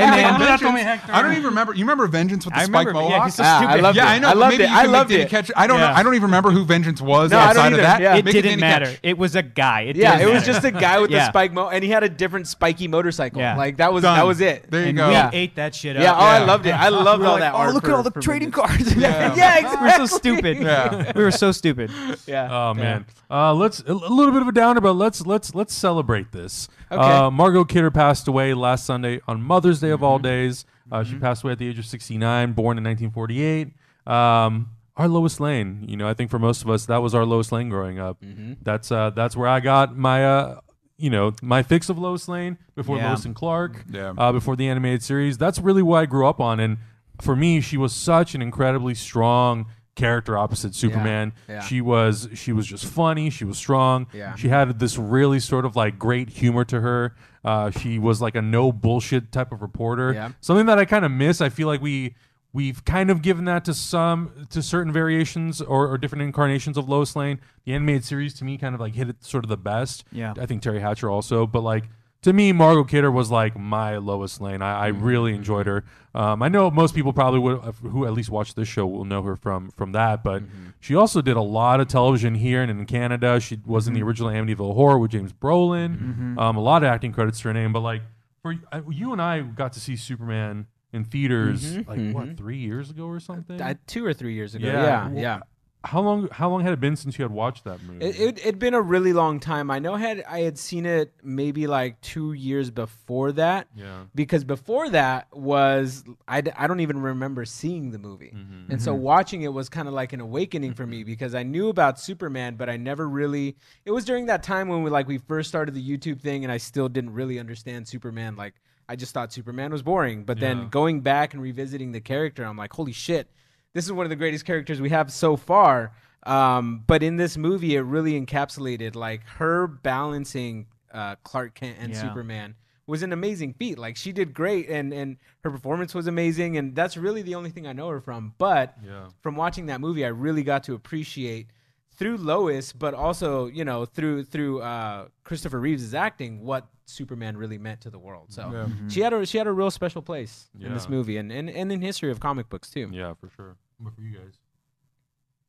[SPEAKER 4] hey man.
[SPEAKER 2] I don't even remember. You remember Vengeance with the
[SPEAKER 4] I
[SPEAKER 2] Spike Mohawk?
[SPEAKER 4] remember. Yeah, he's so
[SPEAKER 3] Ah, I
[SPEAKER 4] stupid.
[SPEAKER 3] love
[SPEAKER 2] Yeah,
[SPEAKER 3] it.
[SPEAKER 2] I know.
[SPEAKER 3] I
[SPEAKER 2] but
[SPEAKER 3] loved
[SPEAKER 2] maybe
[SPEAKER 3] it.
[SPEAKER 2] you
[SPEAKER 3] I
[SPEAKER 2] can make
[SPEAKER 3] loved
[SPEAKER 2] Danny
[SPEAKER 3] it.
[SPEAKER 2] Ketch. I don't know.
[SPEAKER 4] Yeah.
[SPEAKER 2] I don't even remember who Vengeance was
[SPEAKER 3] No, I don't
[SPEAKER 2] outside of
[SPEAKER 3] either.
[SPEAKER 2] that.
[SPEAKER 3] Yeah.
[SPEAKER 4] It
[SPEAKER 2] Make
[SPEAKER 4] didn't
[SPEAKER 2] Danny
[SPEAKER 4] matter.
[SPEAKER 2] Ketch.
[SPEAKER 4] It was a guy. It
[SPEAKER 3] Yeah, it
[SPEAKER 4] didn't
[SPEAKER 3] was
[SPEAKER 4] matter.
[SPEAKER 3] just a guy with the
[SPEAKER 4] Yeah.
[SPEAKER 3] spike mo, and he had a different spiky motorcycle.
[SPEAKER 4] Yeah.
[SPEAKER 3] Like that was
[SPEAKER 2] Done.
[SPEAKER 3] that was it.
[SPEAKER 2] There you
[SPEAKER 4] And
[SPEAKER 2] go.
[SPEAKER 4] we
[SPEAKER 3] Yeah.
[SPEAKER 4] ate that shit up.
[SPEAKER 3] yeah, oh, I
[SPEAKER 2] Yeah.
[SPEAKER 3] loved it. I loved all that.
[SPEAKER 4] oh,
[SPEAKER 3] art
[SPEAKER 4] look at
[SPEAKER 3] for-
[SPEAKER 4] all the
[SPEAKER 3] for
[SPEAKER 4] trading
[SPEAKER 3] Vengeance.
[SPEAKER 4] cards.
[SPEAKER 2] Yeah.
[SPEAKER 3] Yeah,
[SPEAKER 4] We're so stupid.
[SPEAKER 2] Yeah.
[SPEAKER 4] We were so stupid.
[SPEAKER 3] Yeah.
[SPEAKER 1] Oh man, uh, let's a little bit of a downer, but let's let's let's celebrate this.
[SPEAKER 3] Okay.
[SPEAKER 1] Uh, Margot Kidder passed away last Sunday on Mother's Day of
[SPEAKER 3] Mm-hmm.
[SPEAKER 1] all days. Uh, She passed away at the age of 69, born in 1948. Um, our Lois Lane, you know, I think for most of us that was our Lois Lane growing up.
[SPEAKER 3] Mm-hmm.
[SPEAKER 1] That's uh, that's where I got my uh, you know my fix of Lois Lane before
[SPEAKER 4] Yeah.
[SPEAKER 1] Lois and Clark,
[SPEAKER 2] Yeah.
[SPEAKER 1] uh, before the animated series. That's really what I grew up on, and for me, she was such an incredibly strong character opposite Superman.
[SPEAKER 3] Yeah.
[SPEAKER 1] She she was she was just funny. She was strong.
[SPEAKER 3] Yeah.
[SPEAKER 1] She had this really sort of like great humor to her. Uh, she was like a no bullshit type of reporter.
[SPEAKER 3] Yeah.
[SPEAKER 1] Something that I kind of miss. I feel like we we've kind of given that to some to certain variations or, or different incarnations of Lois Lane. The animated series to me kind of like hit it sort of the best.
[SPEAKER 4] Yeah.
[SPEAKER 1] I think Terry Hatcher also, but like. To me, Margot Kidder was like my Lois Lane. I, I really enjoyed her. Um, I know most people probably would, uh, who at least watch this show, will know her from from that. But she also did a lot of television here and in Canada. She was in the original Amityville Horror with James Brolin. Um, a lot of acting credits to her name. But like for I, you and I, got to see Superman in theaters like what three years ago or something.
[SPEAKER 3] Uh, two or three years ago.
[SPEAKER 1] Yeah.
[SPEAKER 3] Yeah,
[SPEAKER 1] Well,
[SPEAKER 3] yeah.
[SPEAKER 1] how long how long had it been since you had watched that movie?
[SPEAKER 3] It, it it'd been a really long time. I know had I had seen it maybe like two years before that.
[SPEAKER 1] yeah.
[SPEAKER 3] Because before that was I, d- I don't even remember seeing the movie,
[SPEAKER 1] Mm-hmm.
[SPEAKER 3] and so watching it was kind of like an awakening for me because I knew about Superman, but I never really. It was during that time when we like we first started the YouTube thing, and I still didn't really understand Superman. Like I just thought Superman was boring, but
[SPEAKER 1] Yeah.
[SPEAKER 3] then going back and revisiting the character, I'm like, holy shit, this is one of the greatest characters we have so far. Um, but in this movie, it really encapsulated like her balancing uh, Clark Kent and
[SPEAKER 4] Yeah.
[SPEAKER 3] Superman was an amazing feat. Like she did great, and and her performance was amazing, and that's really the only thing I know her from. But
[SPEAKER 1] Yeah.
[SPEAKER 3] from watching that movie, I really got to appreciate through Lois, but also you know through through uh, Christopher Reeves' acting what Superman really meant to the world. So
[SPEAKER 2] Yeah.
[SPEAKER 3] she had a she had a real special place in this
[SPEAKER 1] Yeah.
[SPEAKER 3] movie, and, and and in history of comic books too.
[SPEAKER 1] Yeah, for sure. What for you guys?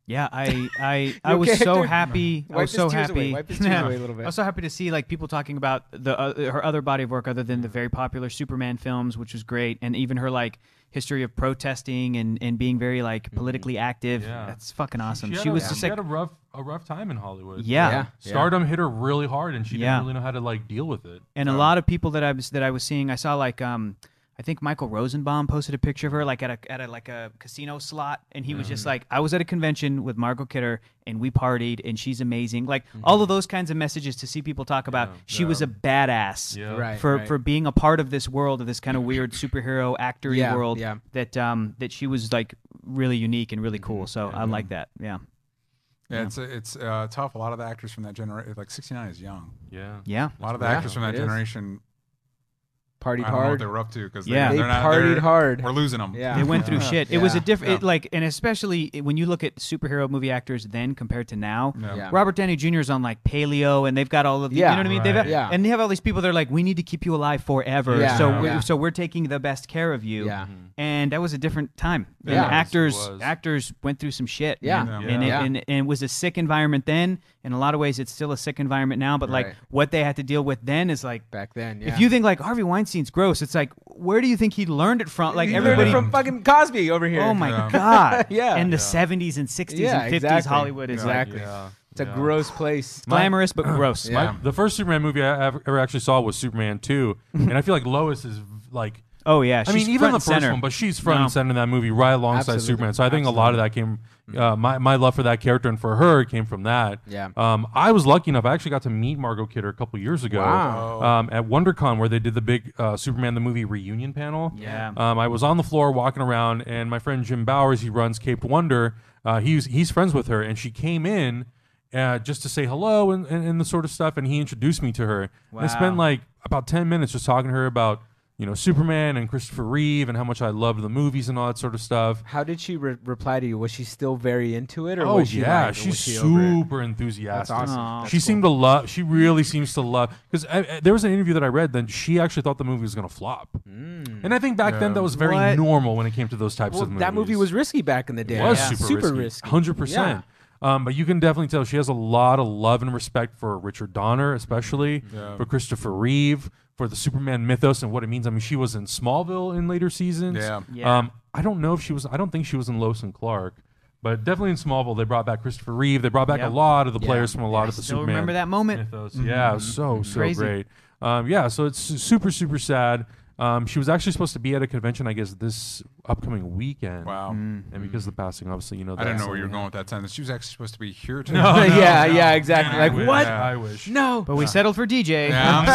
[SPEAKER 4] Yeah, I I,
[SPEAKER 3] <laughs>
[SPEAKER 4] I was
[SPEAKER 3] okay,
[SPEAKER 4] so
[SPEAKER 3] dude?
[SPEAKER 4] happy. I
[SPEAKER 3] Wipe
[SPEAKER 4] was
[SPEAKER 3] his
[SPEAKER 4] so
[SPEAKER 3] tears
[SPEAKER 4] happy.
[SPEAKER 3] away. Wipe his tears away a
[SPEAKER 4] <laughs>
[SPEAKER 3] little bit.
[SPEAKER 4] I was so happy to see like people talking about the uh, her other body of work other than the very popular Superman films, which was great, and even her like history of protesting and, and being very like politically active.
[SPEAKER 1] Yeah.
[SPEAKER 4] That's fucking awesome. Mm-hmm. She,
[SPEAKER 1] had a-
[SPEAKER 4] was just
[SPEAKER 1] she
[SPEAKER 4] like,
[SPEAKER 1] had a rough a rough time in Hollywood.
[SPEAKER 4] yeah.
[SPEAKER 3] Yeah.
[SPEAKER 1] Stardom hit her really hard, and she
[SPEAKER 4] Yeah.
[SPEAKER 1] didn't really know how to like deal with it.
[SPEAKER 4] and a lot of people that I was that I was seeing, I saw like um, I think Michael Rosenbaum posted a picture of her like at a at a like a casino slot, and he was just like, I was at a convention with Margot Kidder, and we partied, and she's amazing. Like all of those kinds of messages to see people talk about. she was a badass
[SPEAKER 1] Yeah.
[SPEAKER 3] Right.
[SPEAKER 4] for for being a part of this world of this kind of weird superhero actory
[SPEAKER 3] Yeah,
[SPEAKER 4] world.
[SPEAKER 3] yeah.
[SPEAKER 4] That um that she was like really unique and really cool. So I like that. Mm-hmm. Yeah.
[SPEAKER 2] Yeah, it's it's uh, tough. A lot of the actors from that generation, like 69, is young.
[SPEAKER 1] Yeah.
[SPEAKER 4] Yeah.
[SPEAKER 2] A lot of the
[SPEAKER 3] Yeah,
[SPEAKER 2] actors from that
[SPEAKER 3] it is.
[SPEAKER 2] generation,
[SPEAKER 3] Partied
[SPEAKER 2] I don't know what
[SPEAKER 3] hard.
[SPEAKER 2] they were up to because
[SPEAKER 4] Yeah.
[SPEAKER 2] they,
[SPEAKER 3] They
[SPEAKER 2] they're not.
[SPEAKER 3] partied
[SPEAKER 2] they're-
[SPEAKER 3] hard.
[SPEAKER 2] We're losing them.
[SPEAKER 3] Yeah.
[SPEAKER 4] They went through
[SPEAKER 3] Yeah.
[SPEAKER 4] shit. It was a
[SPEAKER 3] Uh-huh. Yeah.
[SPEAKER 4] different,
[SPEAKER 2] Yeah.
[SPEAKER 4] like, and especially when you look at superhero movie actors then compared to now.
[SPEAKER 2] No.
[SPEAKER 3] Yeah.
[SPEAKER 4] Robert Downey Jr. is on like paleo, and they've got all of the,
[SPEAKER 3] Yeah.
[SPEAKER 4] you know what I mean?
[SPEAKER 1] Right.
[SPEAKER 4] They've
[SPEAKER 3] Yeah.
[SPEAKER 4] and they have all these people that are like, we need to keep you alive forever.
[SPEAKER 3] Yeah.
[SPEAKER 4] So
[SPEAKER 3] Yeah.
[SPEAKER 4] we're,
[SPEAKER 3] Yeah.
[SPEAKER 4] so we're taking the best care of you.
[SPEAKER 3] Yeah.
[SPEAKER 2] Mm-hmm.
[SPEAKER 4] And that was a different time. And
[SPEAKER 3] Yeah.
[SPEAKER 4] actors
[SPEAKER 1] Yes, it was.
[SPEAKER 4] actors went through some shit.
[SPEAKER 3] Yeah.
[SPEAKER 4] man.
[SPEAKER 3] Yeah.
[SPEAKER 4] And, it,
[SPEAKER 3] Yeah.
[SPEAKER 4] and and it was a sick environment then. In a lot of ways, it's still a sick environment now. But like
[SPEAKER 3] Right.
[SPEAKER 4] what they had to deal with then is like
[SPEAKER 3] Back then, yeah.
[SPEAKER 4] if you think like Harvey Weinstein Weinstein's gross. It's like, where do you think he learned it from? Like
[SPEAKER 3] He learned it
[SPEAKER 4] everybody.
[SPEAKER 3] from fucking Cosby over here.
[SPEAKER 4] oh my
[SPEAKER 2] Yeah.
[SPEAKER 4] god!
[SPEAKER 3] Yeah.
[SPEAKER 4] In the
[SPEAKER 3] Yeah.
[SPEAKER 4] '70s and '60s
[SPEAKER 3] Yeah,
[SPEAKER 4] and '50s
[SPEAKER 3] exactly.
[SPEAKER 4] Hollywood is like
[SPEAKER 3] Exactly.
[SPEAKER 1] Yeah,
[SPEAKER 3] It's a
[SPEAKER 1] yeah.
[SPEAKER 3] gross place. <clears throat>
[SPEAKER 4] glamorous but gross.
[SPEAKER 3] Yeah.
[SPEAKER 1] My- the first Superman movie I ever, ever actually saw was Superman 2, and I feel like Lois is like
[SPEAKER 4] Oh yeah.
[SPEAKER 1] I
[SPEAKER 4] she's
[SPEAKER 1] mean, even
[SPEAKER 4] front
[SPEAKER 1] the
[SPEAKER 4] and
[SPEAKER 1] first
[SPEAKER 4] center.
[SPEAKER 1] one, but she's front
[SPEAKER 4] No.
[SPEAKER 1] and center in that movie right alongside
[SPEAKER 3] Absolutely.
[SPEAKER 1] Superman. So I think a lot of that came, uh, my, my love for that character and for her came from that.
[SPEAKER 3] Yeah.
[SPEAKER 1] Um, I was lucky enough, I actually got to meet Margot Kidder a couple years ago
[SPEAKER 3] Wow.
[SPEAKER 1] um, at WonderCon where they did the big uh, Superman the movie reunion panel.
[SPEAKER 4] Yeah.
[SPEAKER 1] Um, I was on the floor walking around, and my friend Jim Bowers, he runs Cape Wonder. Uh, he's he's friends with her, and she came in uh, just to say hello and, and, and the sort of stuff. And he introduced me to her. And I spent
[SPEAKER 4] Wow.
[SPEAKER 1] like about ten minutes just talking to her about you know Superman and Christopher Reeve and how much I loved the movies and all that sort of stuff.
[SPEAKER 3] How did she re- reply to you? Was she still very into it, or
[SPEAKER 1] Oh
[SPEAKER 3] was she
[SPEAKER 1] yeah,
[SPEAKER 3] like,
[SPEAKER 1] she's
[SPEAKER 3] was she over it?
[SPEAKER 1] super enthusiastic.
[SPEAKER 3] That's awesome.
[SPEAKER 4] Aw.
[SPEAKER 1] she seemed to love. She really seems to love because there was an interview that I read. Then she actually thought the movie was going to flop, and I think back then
[SPEAKER 2] Yeah.
[SPEAKER 1] that was very
[SPEAKER 4] What?
[SPEAKER 1] normal when it came to those types
[SPEAKER 3] Mm. Well,
[SPEAKER 1] of movies.
[SPEAKER 3] that movie was risky back in the day.
[SPEAKER 1] It was
[SPEAKER 4] Yeah.
[SPEAKER 1] super,
[SPEAKER 3] super
[SPEAKER 1] risky,
[SPEAKER 3] risky.
[SPEAKER 1] hundred
[SPEAKER 3] Yeah.
[SPEAKER 1] percent. Um, but you can definitely tell she has a lot of love and respect for Richard Donner, especially
[SPEAKER 2] Yeah.
[SPEAKER 1] for Christopher Reeve, for the Superman mythos and what it means. I mean, she was in Smallville in later seasons.
[SPEAKER 2] Yeah.
[SPEAKER 4] Yeah.
[SPEAKER 1] Um, I don't know if she was. I don't think she was in Lois and Clark, but definitely in Smallville they brought back Christopher Reeve. They brought back
[SPEAKER 4] Yep.
[SPEAKER 1] a lot of the players from a lot
[SPEAKER 4] I
[SPEAKER 1] of the
[SPEAKER 4] still
[SPEAKER 1] Superman
[SPEAKER 4] remember that moment.
[SPEAKER 1] mythos. Yeah, it was so so
[SPEAKER 4] Crazy.
[SPEAKER 1] great. Um, yeah, so it's su- super super sad. Um, she was actually supposed to be at a convention, I guess, this upcoming weekend.
[SPEAKER 2] Wow.
[SPEAKER 1] And because of the E. passing, obviously, you know.
[SPEAKER 2] I don't
[SPEAKER 1] that's
[SPEAKER 2] know where you're
[SPEAKER 1] something-
[SPEAKER 2] going with that sentence. She was actually supposed to be here today.
[SPEAKER 3] yeah, yeah, exactly.
[SPEAKER 1] I
[SPEAKER 3] Like
[SPEAKER 1] wish.
[SPEAKER 3] what?
[SPEAKER 1] I wish.
[SPEAKER 3] No.
[SPEAKER 4] But we settled for DJ.
[SPEAKER 1] <laughs>
[SPEAKER 2] Yeah, I'm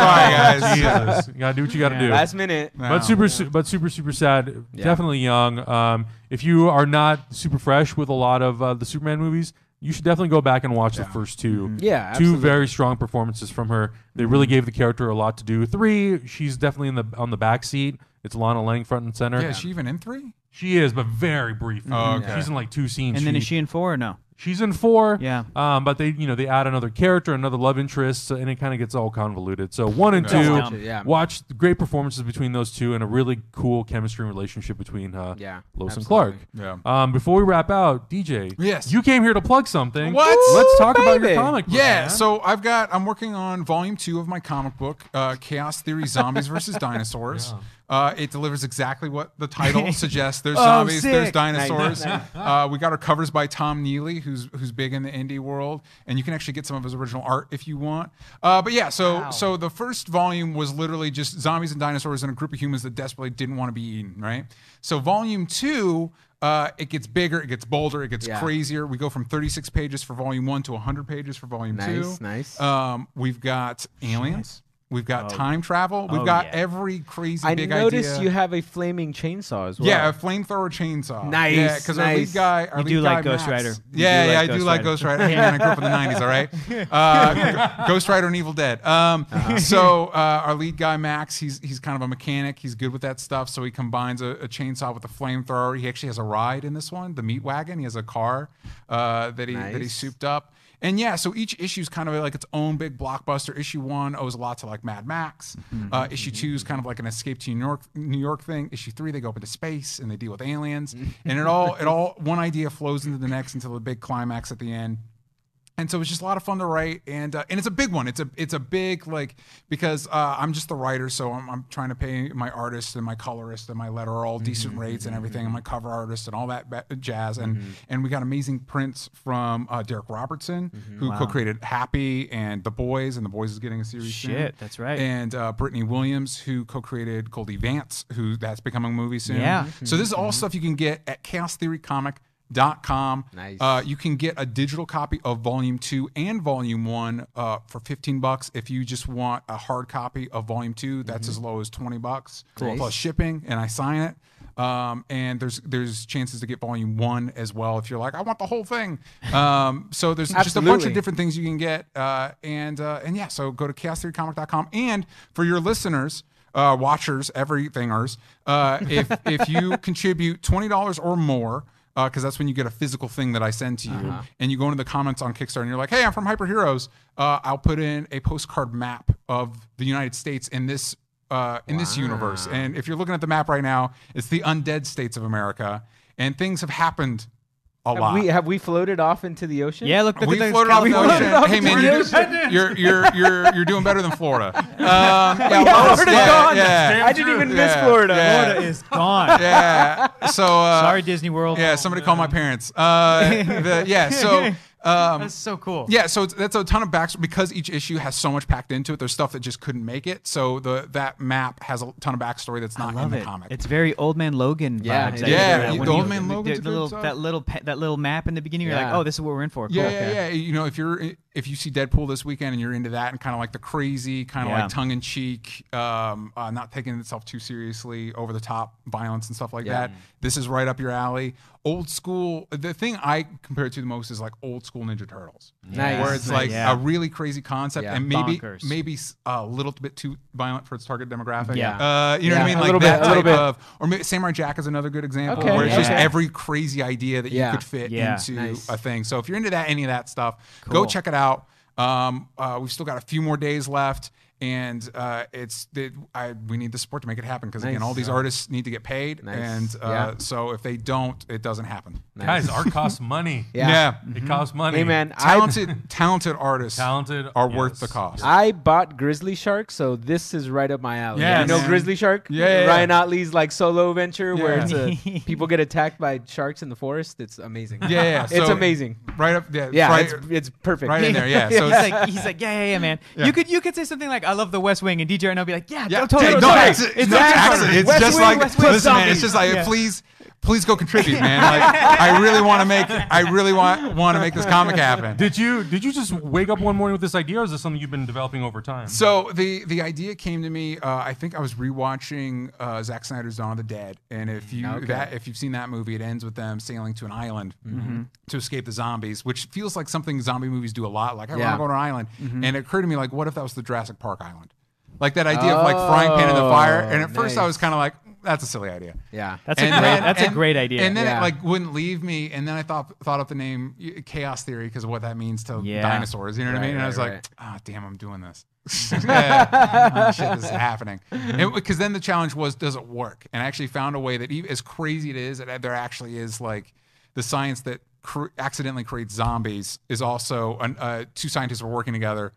[SPEAKER 2] <laughs> sorry, guys.
[SPEAKER 1] Jesus, you gotta do what you gotta
[SPEAKER 4] Yeah.
[SPEAKER 1] do.
[SPEAKER 3] Last minute.
[SPEAKER 1] but super, su- but super, super sad.
[SPEAKER 3] Yeah.
[SPEAKER 1] Definitely young. Um, if you are not super fresh with a lot of uh, the Superman movies, you should definitely go back and watch the first two. two
[SPEAKER 3] Yeah, absolutely.
[SPEAKER 1] very strong performances from her. They really gave the character a lot to do. Three, she's definitely in the on the back seat. It's Lana Lang front and center.
[SPEAKER 2] Yeah, is she even in three?
[SPEAKER 1] She is, but very briefly.
[SPEAKER 2] Oh, okay.
[SPEAKER 1] She's in like two scenes.
[SPEAKER 4] <laughs> And then is she in four or no?
[SPEAKER 1] She's in four.
[SPEAKER 4] Yeah.
[SPEAKER 1] Um, but they, you know, they add another character, another love interest, so- and it kind of gets all convoluted. So one and
[SPEAKER 4] Don't
[SPEAKER 1] two,
[SPEAKER 4] watch
[SPEAKER 3] it, yeah.
[SPEAKER 1] watch the great performances between those two, and a really cool chemistry and relationship between uh,
[SPEAKER 3] Yeah,
[SPEAKER 1] Lois and Clark.
[SPEAKER 3] absolutely.
[SPEAKER 2] Yeah.
[SPEAKER 1] Um, before we wrap out, DJ,
[SPEAKER 2] Yes.
[SPEAKER 1] you came here to plug something.
[SPEAKER 2] What?
[SPEAKER 1] Let's talk about your
[SPEAKER 3] baby.
[SPEAKER 1] comic. book,
[SPEAKER 2] Yeah,
[SPEAKER 1] man.
[SPEAKER 2] so I've got I'm working on volume two of my comic book, uh, Chaos Theory: Zombies
[SPEAKER 1] <laughs>
[SPEAKER 2] versus Dinosaurs. Uh, it delivers exactly what
[SPEAKER 1] <laughs>
[SPEAKER 2] the title suggests.
[SPEAKER 1] Oh,
[SPEAKER 2] There's zombies, there's
[SPEAKER 4] sick.
[SPEAKER 2] dinosaurs. Uh, we got our covers by Tom Neely, who's who's big in the indie world, and you can actually get some of his original art if you want. Uh, but yeah, so so the first volume was literally just zombies and dinosaurs and a group of humans that desperately didn't want to be eaten, right? So volume two. Uh, it gets bigger, it gets bolder, it gets
[SPEAKER 3] Yeah.
[SPEAKER 2] crazier. We go from 36 pages for volume one to 100 pages for volume
[SPEAKER 3] Nice,
[SPEAKER 2] two.
[SPEAKER 3] nice.
[SPEAKER 2] Um, we've got aliens. We've got time travel. We've
[SPEAKER 4] Oh,
[SPEAKER 2] got
[SPEAKER 4] yeah.
[SPEAKER 2] every crazy
[SPEAKER 3] I
[SPEAKER 2] big
[SPEAKER 3] noticed
[SPEAKER 2] idea.
[SPEAKER 3] you have a flaming chainsaw as well.
[SPEAKER 2] yeah, a flamethrower chainsaw.
[SPEAKER 3] Nice,
[SPEAKER 2] Yeah, because our lead
[SPEAKER 3] nice.
[SPEAKER 2] guy, our
[SPEAKER 4] You
[SPEAKER 2] lead
[SPEAKER 4] do like
[SPEAKER 2] guy,
[SPEAKER 4] Ghost
[SPEAKER 2] Max-
[SPEAKER 4] Rider. You
[SPEAKER 2] Yeah,
[SPEAKER 4] do
[SPEAKER 2] yeah,
[SPEAKER 4] like
[SPEAKER 2] I do
[SPEAKER 4] Ghost
[SPEAKER 2] like
[SPEAKER 4] Rider.
[SPEAKER 2] Ghost
[SPEAKER 4] <laughs>
[SPEAKER 2] Rider. Hey, man, I grew up in the '90s. All right, uh, Ghost Rider and Evil Dead. Um,
[SPEAKER 4] Uh-huh.
[SPEAKER 2] So uh, our lead guy Max, he's he's kind of a mechanic. He's good with that stuff. So he combines a, a chainsaw with a flamethrower. He actually has a ride in this one, the meat wagon. He has a car uh, that he that he
[SPEAKER 3] Nice.
[SPEAKER 2] souped up. And yeah, so each issue is kind of like its own big blockbuster. Issue one owes a lot to like Mad Max. Uh, issue two is kind of like an escape to New York, New York thing. Issue three, they go up into space and they deal with aliens, and it all, it all, one idea flows into the next until the big climax at the end and so it's just a lot of fun to write and uh, and it's a big one it's a it's a big like because uh, i'm just the writer so I'm, I'm trying to pay my artist and my colorist and my letterer
[SPEAKER 4] Mm-hmm,
[SPEAKER 2] all decent rates and everything and my cover artist and all that ba- jazz and
[SPEAKER 4] Mm-hmm.
[SPEAKER 2] and we got amazing prints from uh, derek robertson
[SPEAKER 4] Mm-hmm,
[SPEAKER 2] who co-created happy and the boys and the boys is getting a series soon.
[SPEAKER 4] Shit, that's right.
[SPEAKER 2] and uh, brittany williams who co-created goldie vance who that's becoming a movie soon
[SPEAKER 4] Yeah.
[SPEAKER 2] so this is
[SPEAKER 3] Mm-hmm.
[SPEAKER 2] all stuff you can get at chaos theory comic Dot com.
[SPEAKER 3] Nice.
[SPEAKER 2] Uh, you can get a digital copy of Volume Two and Volume One uh, for fifteen bucks. If you just want a hard copy of Volume Two, that's
[SPEAKER 3] Mm-hmm.
[SPEAKER 2] as low as twenty bucks
[SPEAKER 3] Cool.
[SPEAKER 2] plus shipping, and I sign it. Um, and there's there's chances to get Volume One as well if you're like I want the whole thing. Um, so there's just a bunch
[SPEAKER 3] Absolutely.
[SPEAKER 2] of different things you can get. Uh, and uh, and yeah, so go to chaos3comic.com. And for your listeners. Uh, watchers, everythingers. Uh, if if you contribute twenty dollars or more, because that's when you get a physical thing that I send to you, and you go into the comments on Kickstarter and you're like, "Hey, I'm from Hyper Heroes. Uh, I'll put in a postcard map of the United States in this uh, in this universe." And if you're looking at the map right now, it's the undead states of America, and things have happened a
[SPEAKER 3] Have
[SPEAKER 2] lot.
[SPEAKER 3] we have we floated off into the ocean?
[SPEAKER 4] Yeah, look, look
[SPEAKER 2] we
[SPEAKER 4] at the
[SPEAKER 2] floated off the
[SPEAKER 4] California.
[SPEAKER 3] floated off
[SPEAKER 2] ocean. Hey
[SPEAKER 3] the
[SPEAKER 2] man, <laughs>
[SPEAKER 4] <laughs>
[SPEAKER 2] you're, you're you're you're you're doing better than Florida. Um, <laughs> yeah,
[SPEAKER 3] <laughs> Yeah,
[SPEAKER 2] well,
[SPEAKER 3] Florida's
[SPEAKER 2] yeah,
[SPEAKER 3] gone.
[SPEAKER 2] yeah,
[SPEAKER 3] I didn't
[SPEAKER 1] true.
[SPEAKER 3] even miss
[SPEAKER 2] Yeah,
[SPEAKER 3] Florida.
[SPEAKER 2] yeah.
[SPEAKER 3] Florida.
[SPEAKER 5] Florida is gone.
[SPEAKER 2] yeah. So uh,
[SPEAKER 4] Sorry, Disney World.
[SPEAKER 2] Yeah,
[SPEAKER 4] Oh,
[SPEAKER 2] somebody
[SPEAKER 4] man.
[SPEAKER 2] call my parents. Uh, the, yeah, <laughs> so um,
[SPEAKER 4] That's so cool.
[SPEAKER 2] yeah, so it's, that's a ton of backs because each issue has so much packed into it. There's stuff that just couldn't make it. So the that map has a ton of backstory that's not in
[SPEAKER 4] love
[SPEAKER 2] the
[SPEAKER 4] it.
[SPEAKER 2] comic.
[SPEAKER 4] It's very Old Man Logan
[SPEAKER 3] Yeah,
[SPEAKER 4] vibes.
[SPEAKER 3] it
[SPEAKER 4] I
[SPEAKER 3] is.
[SPEAKER 4] get
[SPEAKER 3] Yeah,
[SPEAKER 4] that
[SPEAKER 3] the
[SPEAKER 4] when
[SPEAKER 3] Old
[SPEAKER 4] you-
[SPEAKER 2] Man Logan's a
[SPEAKER 4] the
[SPEAKER 2] good
[SPEAKER 4] little,
[SPEAKER 2] song.
[SPEAKER 4] that little pe- that little map in the beginning. You're like,
[SPEAKER 3] Yeah.
[SPEAKER 4] oh, this is what we're in for. Cool.
[SPEAKER 2] yeah, yeah, yeah. You know, if you're if you see Deadpool this weekend and you're into that and kind of like the crazy, kind of
[SPEAKER 4] Yeah.
[SPEAKER 2] like tongue in cheek, um, uh, not taking itself too seriously, over the top violence and stuff like that, this is right up your alley. Old school. The thing I compare it to the most is like old school Ninja Turtles.
[SPEAKER 3] Nice.
[SPEAKER 2] where it's
[SPEAKER 3] Nice.
[SPEAKER 2] like
[SPEAKER 4] Yeah.
[SPEAKER 2] a really crazy concept
[SPEAKER 3] Yeah.
[SPEAKER 2] and maybe
[SPEAKER 4] Bonkers.
[SPEAKER 2] maybe s- a little bit too violent for its target demographic.
[SPEAKER 4] Yeah.
[SPEAKER 2] Uh, you know
[SPEAKER 3] Yeah,
[SPEAKER 2] what I mean?
[SPEAKER 3] a
[SPEAKER 2] Like
[SPEAKER 3] little bit,
[SPEAKER 2] that
[SPEAKER 3] a little
[SPEAKER 2] type
[SPEAKER 3] bit.
[SPEAKER 2] of or maybe Samurai Jack is another good example
[SPEAKER 3] Okay,
[SPEAKER 2] where it's just
[SPEAKER 3] okay.
[SPEAKER 2] every crazy idea that
[SPEAKER 3] Yeah.
[SPEAKER 2] you could fit
[SPEAKER 4] Yeah.
[SPEAKER 2] into
[SPEAKER 3] Nice.
[SPEAKER 2] a thing. So if you're into that any of that stuff,
[SPEAKER 4] Cool.
[SPEAKER 2] go check it out. Um, uh, we've still got a few more days left. And uh, it's it, I, we need the support to make it happen because again,
[SPEAKER 3] Nice.
[SPEAKER 2] all these artists need to get paid,
[SPEAKER 3] Nice.
[SPEAKER 2] and uh,
[SPEAKER 3] Yeah.
[SPEAKER 2] so if they don't, it doesn't happen.
[SPEAKER 1] Guys, art
[SPEAKER 3] <laughs>
[SPEAKER 1] costs money.
[SPEAKER 3] Yeah. Mm-hmm.
[SPEAKER 1] It costs money.
[SPEAKER 3] Hey man, I
[SPEAKER 2] talented, talented artists,
[SPEAKER 1] Talented
[SPEAKER 2] are worth
[SPEAKER 1] yes.
[SPEAKER 2] the cost.
[SPEAKER 3] I bought Grizzly Shark, so this is right up my alley.
[SPEAKER 1] Yes.
[SPEAKER 3] you know
[SPEAKER 1] Man.
[SPEAKER 3] Grizzly Shark?
[SPEAKER 2] Yeah, yeah, yeah.
[SPEAKER 3] Ryan Otley's like solo venture where
[SPEAKER 2] Yeah.
[SPEAKER 3] it's a, people get attacked by sharks in the forest. It's amazing.
[SPEAKER 2] Yeah, yeah, yeah.
[SPEAKER 3] it's
[SPEAKER 2] So-
[SPEAKER 3] amazing.
[SPEAKER 2] Right up, yeah,
[SPEAKER 3] Yeah,
[SPEAKER 2] right,
[SPEAKER 3] it's, it's perfect.
[SPEAKER 2] right in there, <laughs> yeah.
[SPEAKER 4] He's
[SPEAKER 2] So it's,
[SPEAKER 4] like, he's like, yeah, yeah, yeah, man. You could, you could say something like, "I love the West Wing," and DJ and I'll be like, "Yeah,
[SPEAKER 2] yeah,
[SPEAKER 4] totally,
[SPEAKER 2] Hey,
[SPEAKER 4] totally.
[SPEAKER 2] no,
[SPEAKER 3] right.
[SPEAKER 2] it's,
[SPEAKER 3] It's
[SPEAKER 2] it's, no, it's
[SPEAKER 3] accurate.
[SPEAKER 2] accurate. It's
[SPEAKER 4] West
[SPEAKER 2] just
[SPEAKER 4] Wing,
[SPEAKER 2] like,
[SPEAKER 4] West Wing,
[SPEAKER 2] listen, man, it's
[SPEAKER 4] zombies.
[SPEAKER 2] just like,
[SPEAKER 4] Yeah.
[SPEAKER 2] please, please go contribute, man. Like, I really want to make, I really want want to make this comic happen.
[SPEAKER 1] Did you did you just wake up one morning with this idea, or is this something you've been developing over time?
[SPEAKER 2] So the the idea came to me. Uh, I think I was rewatching uh, Zack Snyder's Dawn of the Dead, and if you
[SPEAKER 3] Mm-hmm. okay. Mm-hmm.
[SPEAKER 2] that if you've seen that movie, it ends with them sailing to an island to escape the zombies, which feels like something zombie movies do a lot. Like
[SPEAKER 3] Yeah.
[SPEAKER 2] I
[SPEAKER 3] Mm-hmm.
[SPEAKER 2] want to go to an island, and it occurred to me like, what if that was the Jurassic Park island? Like that idea of like frying pan in the fire. And at
[SPEAKER 3] Oh,
[SPEAKER 2] first I
[SPEAKER 3] nice.
[SPEAKER 2] was kind of like, that's a silly idea.
[SPEAKER 3] Yeah.
[SPEAKER 4] That's a great,
[SPEAKER 2] then-
[SPEAKER 4] that's a
[SPEAKER 2] and-
[SPEAKER 4] great idea.
[SPEAKER 2] And then
[SPEAKER 3] Yeah.
[SPEAKER 2] it like wouldn't leave me. And then I thought thought up the name y- chaos theory because of what that means to
[SPEAKER 4] Yeah.
[SPEAKER 2] dinosaurs. You know what I
[SPEAKER 3] Right,
[SPEAKER 2] mean? And I was
[SPEAKER 3] right,
[SPEAKER 2] like, ah, damn, I'm
[SPEAKER 3] <laughs>
[SPEAKER 2] doing this. <laughs> Yeah. Oh, Shit, this is happening. Because then the challenge was, does it work? And I actually found a way that, even, as crazy it is, it, there actually is like the science that cr- accidentally creates zombies is also an, uh, two scientists were working together.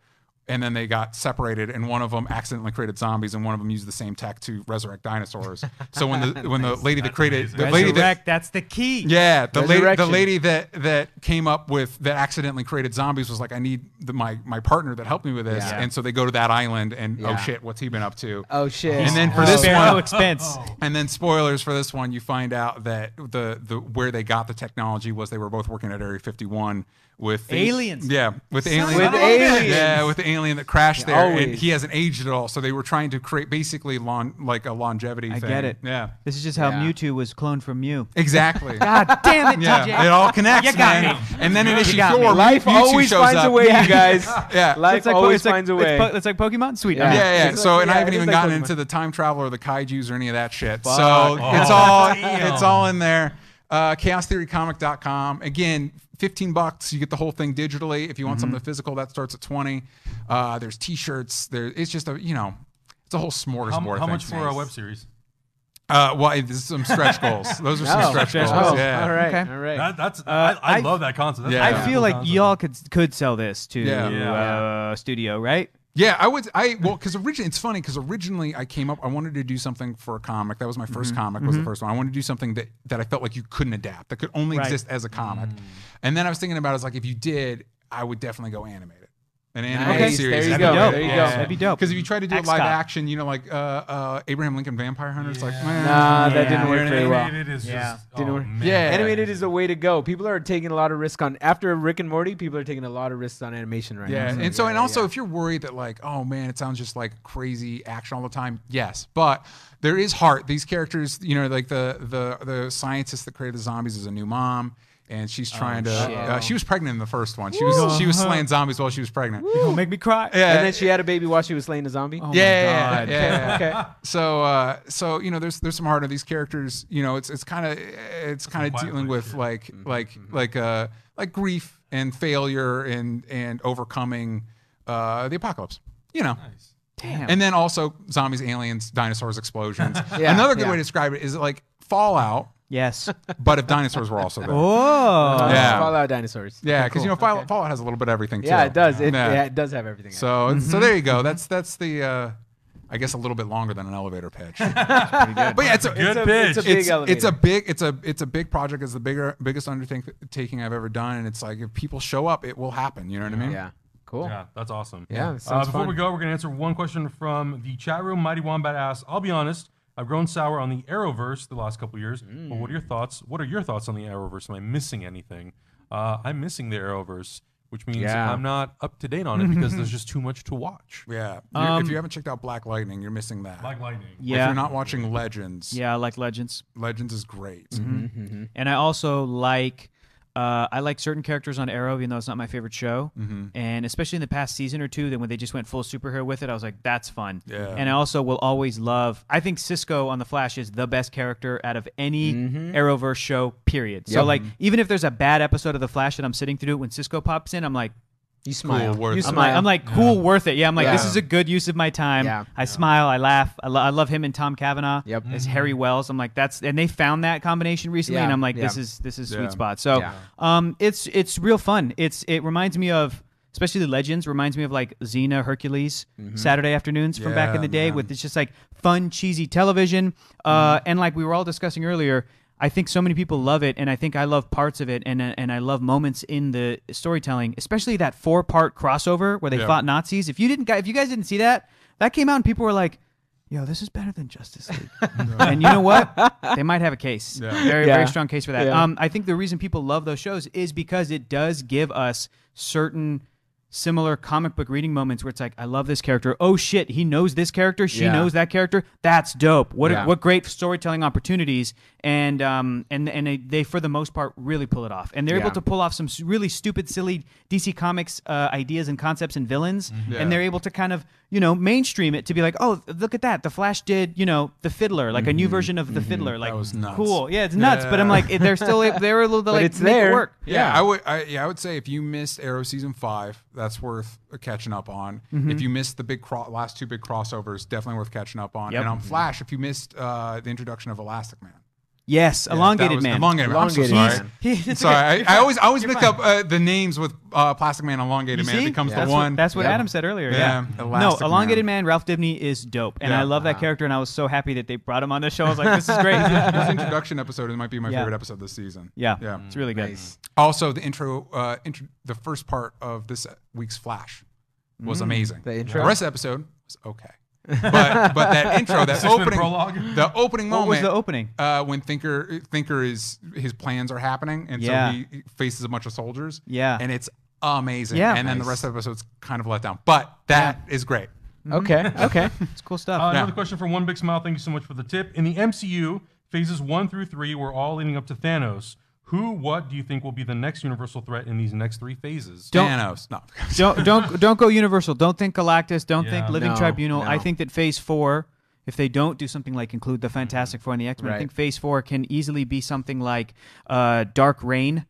[SPEAKER 2] And then they got separated, and one of them accidentally created zombies, and one of them used the same tech to resurrect dinosaurs. So when
[SPEAKER 3] <laughs>
[SPEAKER 2] the when the lady that created the lady that
[SPEAKER 4] Resurrect. That's the key.
[SPEAKER 2] yeah, the lady, the
[SPEAKER 3] Resurrection.
[SPEAKER 2] lady that that came up with that accidentally created zombies was like, I need the, my my partner that helped me with this,
[SPEAKER 3] Yeah.
[SPEAKER 2] and so they go to that island, and oh
[SPEAKER 3] Yeah.
[SPEAKER 2] shit, what's he been up to?
[SPEAKER 3] Oh shit.
[SPEAKER 2] And then for
[SPEAKER 4] Oh,
[SPEAKER 2] this
[SPEAKER 4] spare
[SPEAKER 2] one-
[SPEAKER 4] no expense.
[SPEAKER 2] And then spoilers for this one, you find out that the the where they got the technology was they were both working at Area 51 with the-
[SPEAKER 4] Aliens.
[SPEAKER 2] Yeah, with aliens.
[SPEAKER 3] With aliens.
[SPEAKER 2] Yeah, with the alien that crashed there, and
[SPEAKER 3] Always.
[SPEAKER 2] he hasn't aged at all. So they were trying to create basically lon, like a longevity.
[SPEAKER 4] I
[SPEAKER 2] thing.
[SPEAKER 4] get it.
[SPEAKER 2] Yeah,
[SPEAKER 4] This is just how
[SPEAKER 3] Yeah.
[SPEAKER 4] Mewtwo was cloned from Mew.
[SPEAKER 2] exactly.
[SPEAKER 4] God <laughs> damn it,
[SPEAKER 2] Yeah,
[SPEAKER 4] DJ.
[SPEAKER 3] <laughs>
[SPEAKER 2] it all connects,
[SPEAKER 4] You got
[SPEAKER 2] man.
[SPEAKER 4] me.
[SPEAKER 2] And then in
[SPEAKER 4] You
[SPEAKER 2] issue
[SPEAKER 4] got me.
[SPEAKER 2] four,
[SPEAKER 3] Life
[SPEAKER 2] Mewtwo
[SPEAKER 3] always
[SPEAKER 2] shows
[SPEAKER 3] finds
[SPEAKER 2] up.
[SPEAKER 3] a way, you guys.
[SPEAKER 2] <laughs> Yeah.
[SPEAKER 3] Life
[SPEAKER 4] It's like,
[SPEAKER 3] always
[SPEAKER 4] it's like,
[SPEAKER 3] finds a
[SPEAKER 4] it's
[SPEAKER 3] way.
[SPEAKER 4] po- It's, like Pokemon. Sweet.
[SPEAKER 3] Yeah.
[SPEAKER 4] I'm-
[SPEAKER 2] Yeah, yeah.
[SPEAKER 3] It's
[SPEAKER 2] so,
[SPEAKER 3] like-
[SPEAKER 2] and
[SPEAKER 3] yeah,
[SPEAKER 2] I haven't
[SPEAKER 3] it is
[SPEAKER 2] even
[SPEAKER 3] like
[SPEAKER 2] gotten
[SPEAKER 3] Pokemon.
[SPEAKER 2] into the time travel or the kaiju's or any of that shit. So
[SPEAKER 1] Fuck.
[SPEAKER 3] <laughs>
[SPEAKER 2] it's all
[SPEAKER 1] Damn.
[SPEAKER 2] it's all in there. Uh, ChaosTheoryComic.com. Again, 15 bucks. You get the whole thing digitally. If you want
[SPEAKER 3] Mm-hmm.
[SPEAKER 2] something physical, that starts at 20. Uh, there's T-shirts. There, it's just a you know, it's a whole smorgasbord.
[SPEAKER 1] how, how
[SPEAKER 2] thing.
[SPEAKER 1] much for a web series?
[SPEAKER 2] Uh, well, it- this is some stretch goals. Those
[SPEAKER 1] <laughs>
[SPEAKER 2] are some
[SPEAKER 3] Oh,
[SPEAKER 2] stretch
[SPEAKER 4] stretch
[SPEAKER 2] goals.
[SPEAKER 4] goals.
[SPEAKER 3] Oh,
[SPEAKER 2] Yeah.
[SPEAKER 3] all right.
[SPEAKER 4] Okay.
[SPEAKER 3] All right.
[SPEAKER 1] That, that's
[SPEAKER 3] Uh,
[SPEAKER 1] I, I,
[SPEAKER 4] I-
[SPEAKER 1] love that concept. That's
[SPEAKER 2] Yeah.
[SPEAKER 1] a
[SPEAKER 4] I feel
[SPEAKER 1] cool
[SPEAKER 4] like
[SPEAKER 1] concept.
[SPEAKER 4] y'all could could sell this to
[SPEAKER 2] Yeah.
[SPEAKER 3] Yeah.
[SPEAKER 4] Uh, studio, right?
[SPEAKER 2] Yeah, I would. I well, because originally it's funny because originally I came up. I wanted to do something for a comic. That was my 1st
[SPEAKER 4] Mm-hmm.
[SPEAKER 2] comic. Was the first one. I wanted to do something that that I felt like you couldn't adapt. That could only
[SPEAKER 4] Right. Mm.
[SPEAKER 2] exist as a comic. And then I was thinking about it, I was like if you did, I would definitely go animate it. An animated
[SPEAKER 3] Nice,
[SPEAKER 2] series.
[SPEAKER 3] there you
[SPEAKER 4] go,
[SPEAKER 2] that'd
[SPEAKER 4] there you
[SPEAKER 2] be
[SPEAKER 4] go. That'd be dope.
[SPEAKER 2] Because if you try to do
[SPEAKER 4] X
[SPEAKER 2] a live
[SPEAKER 4] Cop.
[SPEAKER 2] action, you know, like uh, uh, Abraham Lincoln Vampire Hunter, it's like man,
[SPEAKER 3] Nah, that
[SPEAKER 4] didn't
[SPEAKER 3] work very well.
[SPEAKER 1] Animated is
[SPEAKER 4] Yeah.
[SPEAKER 1] just-
[SPEAKER 3] Didn't
[SPEAKER 1] oh,
[SPEAKER 3] work.
[SPEAKER 1] man.
[SPEAKER 2] Yeah.
[SPEAKER 3] Animated is the way to go. People are taking a lot of risk on after Rick and Morty. People are taking a lot of risks on animation right
[SPEAKER 2] Yeah,
[SPEAKER 3] now.
[SPEAKER 2] and so
[SPEAKER 3] yeah,
[SPEAKER 2] and also
[SPEAKER 3] yeah.
[SPEAKER 2] if you're worried that like, oh man, it sounds just like crazy action all the time. Yes, but there is heart. These characters, you know, like the the the scientist that created the zombies is a new mom, and she's trying to. Uh, she was pregnant in the first one. She was she was slaying zombies while she was pregnant.
[SPEAKER 4] Don't make me cry.
[SPEAKER 2] Yeah,
[SPEAKER 3] And then she had a baby while she was slaying a zombie.
[SPEAKER 2] yeah, yeah,
[SPEAKER 4] God.
[SPEAKER 2] yeah, uh, Oh. yeah.
[SPEAKER 3] Okay.
[SPEAKER 2] <laughs> So, uh, so you know, there's there's some heart of these characters. You know, it's it's kind of it's kind of
[SPEAKER 1] wild
[SPEAKER 2] dealing
[SPEAKER 1] way
[SPEAKER 2] with like like like uh like grief and failure and and overcoming uh the apocalypse. You know.
[SPEAKER 4] Damn.
[SPEAKER 2] And then also zombies, aliens, dinosaurs, explosions.
[SPEAKER 3] Yeah,
[SPEAKER 2] Another good
[SPEAKER 3] <laughs> yeah.
[SPEAKER 2] way to describe it is like Fallout,
[SPEAKER 4] Yes.
[SPEAKER 2] but <laughs> if dinosaurs were
[SPEAKER 3] <laughs>
[SPEAKER 2] also there.
[SPEAKER 3] Uh,
[SPEAKER 4] Oh.
[SPEAKER 2] Yeah.
[SPEAKER 3] Fallout dinosaurs.
[SPEAKER 2] yeah, because you know Fallout, Fallout has a little bit of everything too.
[SPEAKER 3] Yeah, it does. It,
[SPEAKER 2] Yeah.
[SPEAKER 3] yeah, Mm-hmm. it does have everything. in it.
[SPEAKER 2] So it's- so there you go. That's that's the uh, I guess a little bit longer than an elevator pitch. But yeah, it's a
[SPEAKER 1] Good
[SPEAKER 2] it's a-
[SPEAKER 1] pitch.
[SPEAKER 3] it's a big
[SPEAKER 2] It's,
[SPEAKER 3] elevator.
[SPEAKER 2] it's a big it's a it's a big project. It's the bigger biggest undertaking I've ever done, and it's like if people show up, it will happen. You know what I mean?
[SPEAKER 3] yeah, cool.
[SPEAKER 1] Yeah, that's awesome.
[SPEAKER 3] Yeah,
[SPEAKER 1] Uh,
[SPEAKER 3] it sounds
[SPEAKER 1] before
[SPEAKER 3] fun.
[SPEAKER 1] we go, we're gonna answer one question from the chat room. Mighty Wombat asks, "I'll be honest, I've grown sour on the Arrowverse the last couple years. But what are
[SPEAKER 3] Mm.
[SPEAKER 1] your thoughts? What are your thoughts on the Arrowverse? Am I missing anything? Uh, I'm missing the Arrowverse, which means
[SPEAKER 3] Yeah.
[SPEAKER 1] I'm not up to date on it because there's just too much to
[SPEAKER 3] <laughs>
[SPEAKER 1] watch.
[SPEAKER 2] Yeah. You're-
[SPEAKER 4] Um,
[SPEAKER 2] if you haven't checked out Black Lightning, you're missing that.
[SPEAKER 1] Like lightning.
[SPEAKER 2] If
[SPEAKER 4] Yeah.
[SPEAKER 2] you're not watching Legends,
[SPEAKER 4] yeah, I like Legends.
[SPEAKER 2] Legends is great.
[SPEAKER 4] and I also like uh, I like certain characters on Arrow, even though it's not my favorite show. And especially in the past season or two, then when they just went full superhero with it, I was like, that's fun.
[SPEAKER 2] Yeah.
[SPEAKER 4] And I also will always love. I think Cisco on the Flash is the best character out of any Arrowverse show. Period. So like, even if there's a bad episode of the Flash that I'm sitting through, when Cisco pops in, I'm like.
[SPEAKER 3] You smile.
[SPEAKER 2] worth
[SPEAKER 3] you
[SPEAKER 2] it.
[SPEAKER 4] I'm
[SPEAKER 3] smile.
[SPEAKER 4] like, I'm like, cool, worth it. Yeah, I'm like, this
[SPEAKER 3] Yeah.
[SPEAKER 4] is a good use of my time.
[SPEAKER 3] Yeah.
[SPEAKER 4] I smile, I laugh. I, lo- I love him and Tom Cavanaugh
[SPEAKER 3] Yep.
[SPEAKER 4] as Harry Wells. I'm like, that's and they found that combination recently,
[SPEAKER 3] Yeah.
[SPEAKER 4] and I'm like,
[SPEAKER 3] Yeah.
[SPEAKER 4] this is this is
[SPEAKER 2] Yeah.
[SPEAKER 4] sweet spot. So,
[SPEAKER 3] Yeah.
[SPEAKER 4] um, it's it's real fun. It's it reminds me of. Especially the legends reminds me of like Xena, Hercules,
[SPEAKER 3] Mm-hmm.
[SPEAKER 4] Saturday afternoons from back in
[SPEAKER 2] Yeah,
[SPEAKER 4] the day
[SPEAKER 2] man. Mm-hmm.
[SPEAKER 4] with it's just like fun, cheesy television. Uh, and like we were all discussing earlier, I think so many people love it, and I think I love parts of it, and uh, and I love moments in the storytelling, especially that four part crossover where they
[SPEAKER 2] Yeah.
[SPEAKER 4] fought Nazis. If you didn't, if you guys didn't see that, that came out and people were like. Yo, this is better than
[SPEAKER 2] <laughs>
[SPEAKER 4] Justice League, and you know what? They might have a case,
[SPEAKER 2] Yeah.
[SPEAKER 4] very,
[SPEAKER 3] Yeah.
[SPEAKER 4] very strong case for that.
[SPEAKER 3] Yeah.
[SPEAKER 4] Um, I think the reason people love those shows is because it does give us certain similar comic book reading moments where it's like, I love this character. Oh shit, he knows this character. She
[SPEAKER 3] Yeah.
[SPEAKER 4] knows that character. That's dope. What
[SPEAKER 3] Yeah.
[SPEAKER 4] what great storytelling opportunities. And um and and they, they for the most part really pull it off. And they're
[SPEAKER 3] Yeah.
[SPEAKER 4] able to pull off some s- really stupid, silly DC Comics uh, ideas and concepts and villains.
[SPEAKER 3] Mm-hmm.
[SPEAKER 2] Yeah.
[SPEAKER 4] And they're able to kind of you know mainstream it to be like, oh look at that, the Flash did you know the Fiddler, like a
[SPEAKER 3] Mm-hmm.
[SPEAKER 4] new version of the Fiddler. Like
[SPEAKER 2] was nuts.
[SPEAKER 4] cool, yeah, it's nuts. But I'm
[SPEAKER 2] Yeah.
[SPEAKER 4] like,
[SPEAKER 2] <laughs>
[SPEAKER 4] they're still they're able to like
[SPEAKER 3] it's
[SPEAKER 4] make
[SPEAKER 3] there.
[SPEAKER 4] it work.
[SPEAKER 2] Yeah, I would. I, yeah, I would say if you missed Arrow season five, that's worth catching up on. If you missed the big cro- last two big crossovers, definitely worth catching up on.
[SPEAKER 4] Yep.
[SPEAKER 2] And on Flash, if you missed uh, the introduction of Elastic Man,
[SPEAKER 4] Yes,
[SPEAKER 2] Yeah,
[SPEAKER 4] elongated
[SPEAKER 2] that was-
[SPEAKER 4] man.
[SPEAKER 2] elongated,
[SPEAKER 3] Elongated
[SPEAKER 2] man. I'm
[SPEAKER 3] Man.
[SPEAKER 2] so sorry.
[SPEAKER 4] <laughs> He's-
[SPEAKER 2] I'm sorry, I, I always I always
[SPEAKER 4] You're
[SPEAKER 2] mix
[SPEAKER 4] fine.
[SPEAKER 2] up uh, the names with uh, Plastic Man, and Elongated Man. It becomes
[SPEAKER 4] that's
[SPEAKER 2] the one.
[SPEAKER 4] What, that's what
[SPEAKER 3] Yeah.
[SPEAKER 4] Adam said earlier.
[SPEAKER 2] Yeah,
[SPEAKER 4] Yeah.
[SPEAKER 2] Elastic
[SPEAKER 4] no, elongated man. Ralph Dibny is dope, and
[SPEAKER 2] Yeah.
[SPEAKER 4] I love that character, and I was so happy that they brought him on the show. I was like, this is
[SPEAKER 2] <laughs>
[SPEAKER 4] great.
[SPEAKER 2] His introduction episode might be my
[SPEAKER 4] Yeah.
[SPEAKER 2] favorite episode this season.
[SPEAKER 4] yeah,
[SPEAKER 2] Yeah.
[SPEAKER 4] it's really good.
[SPEAKER 2] Also, the intro, uh, intro, the first part of this week's Flash
[SPEAKER 4] Mm.
[SPEAKER 2] was amazing.
[SPEAKER 3] The intro?
[SPEAKER 2] rest of the episode was okay. but but
[SPEAKER 4] <laughs>
[SPEAKER 2] that intro, that
[SPEAKER 1] Six-minute
[SPEAKER 2] opening
[SPEAKER 1] prologue?
[SPEAKER 2] the opening
[SPEAKER 4] What
[SPEAKER 2] moment
[SPEAKER 4] was the opening?
[SPEAKER 2] Uh, when Thinker Thinker is his plans are happening, and
[SPEAKER 4] Yeah.
[SPEAKER 2] so he faces a bunch of soldiers.
[SPEAKER 4] Yeah.
[SPEAKER 2] and it's amazing.
[SPEAKER 4] Yeah.
[SPEAKER 2] and then the
[SPEAKER 4] Nice.
[SPEAKER 2] rest of the episode's kind of let down, but that is great.
[SPEAKER 4] Mm-hmm. <laughs>
[SPEAKER 3] Okay. Okay.
[SPEAKER 4] It's cool
[SPEAKER 2] Oh,
[SPEAKER 4] stuff.
[SPEAKER 1] Uh, Another question from One Big Smile. Thank you so much for the tip. In the MCU, phases one through three were all leading up to Thanos. Who, what do you think will be the next universal threat in these next three phases?
[SPEAKER 3] Hmm,
[SPEAKER 4] Don't-
[SPEAKER 2] Thanos, no, <laughs>
[SPEAKER 4] don't don't don't go Universal. Don't think Galactus. Don't think
[SPEAKER 1] Yeah.
[SPEAKER 4] Living
[SPEAKER 3] No,
[SPEAKER 4] Tribunal. I
[SPEAKER 3] no.
[SPEAKER 4] think that Phase Four, if they don't do something like include the Fantastic Four and the X Men, I
[SPEAKER 3] Right.
[SPEAKER 4] think Phase Four can easily be something like uh, Dark Reign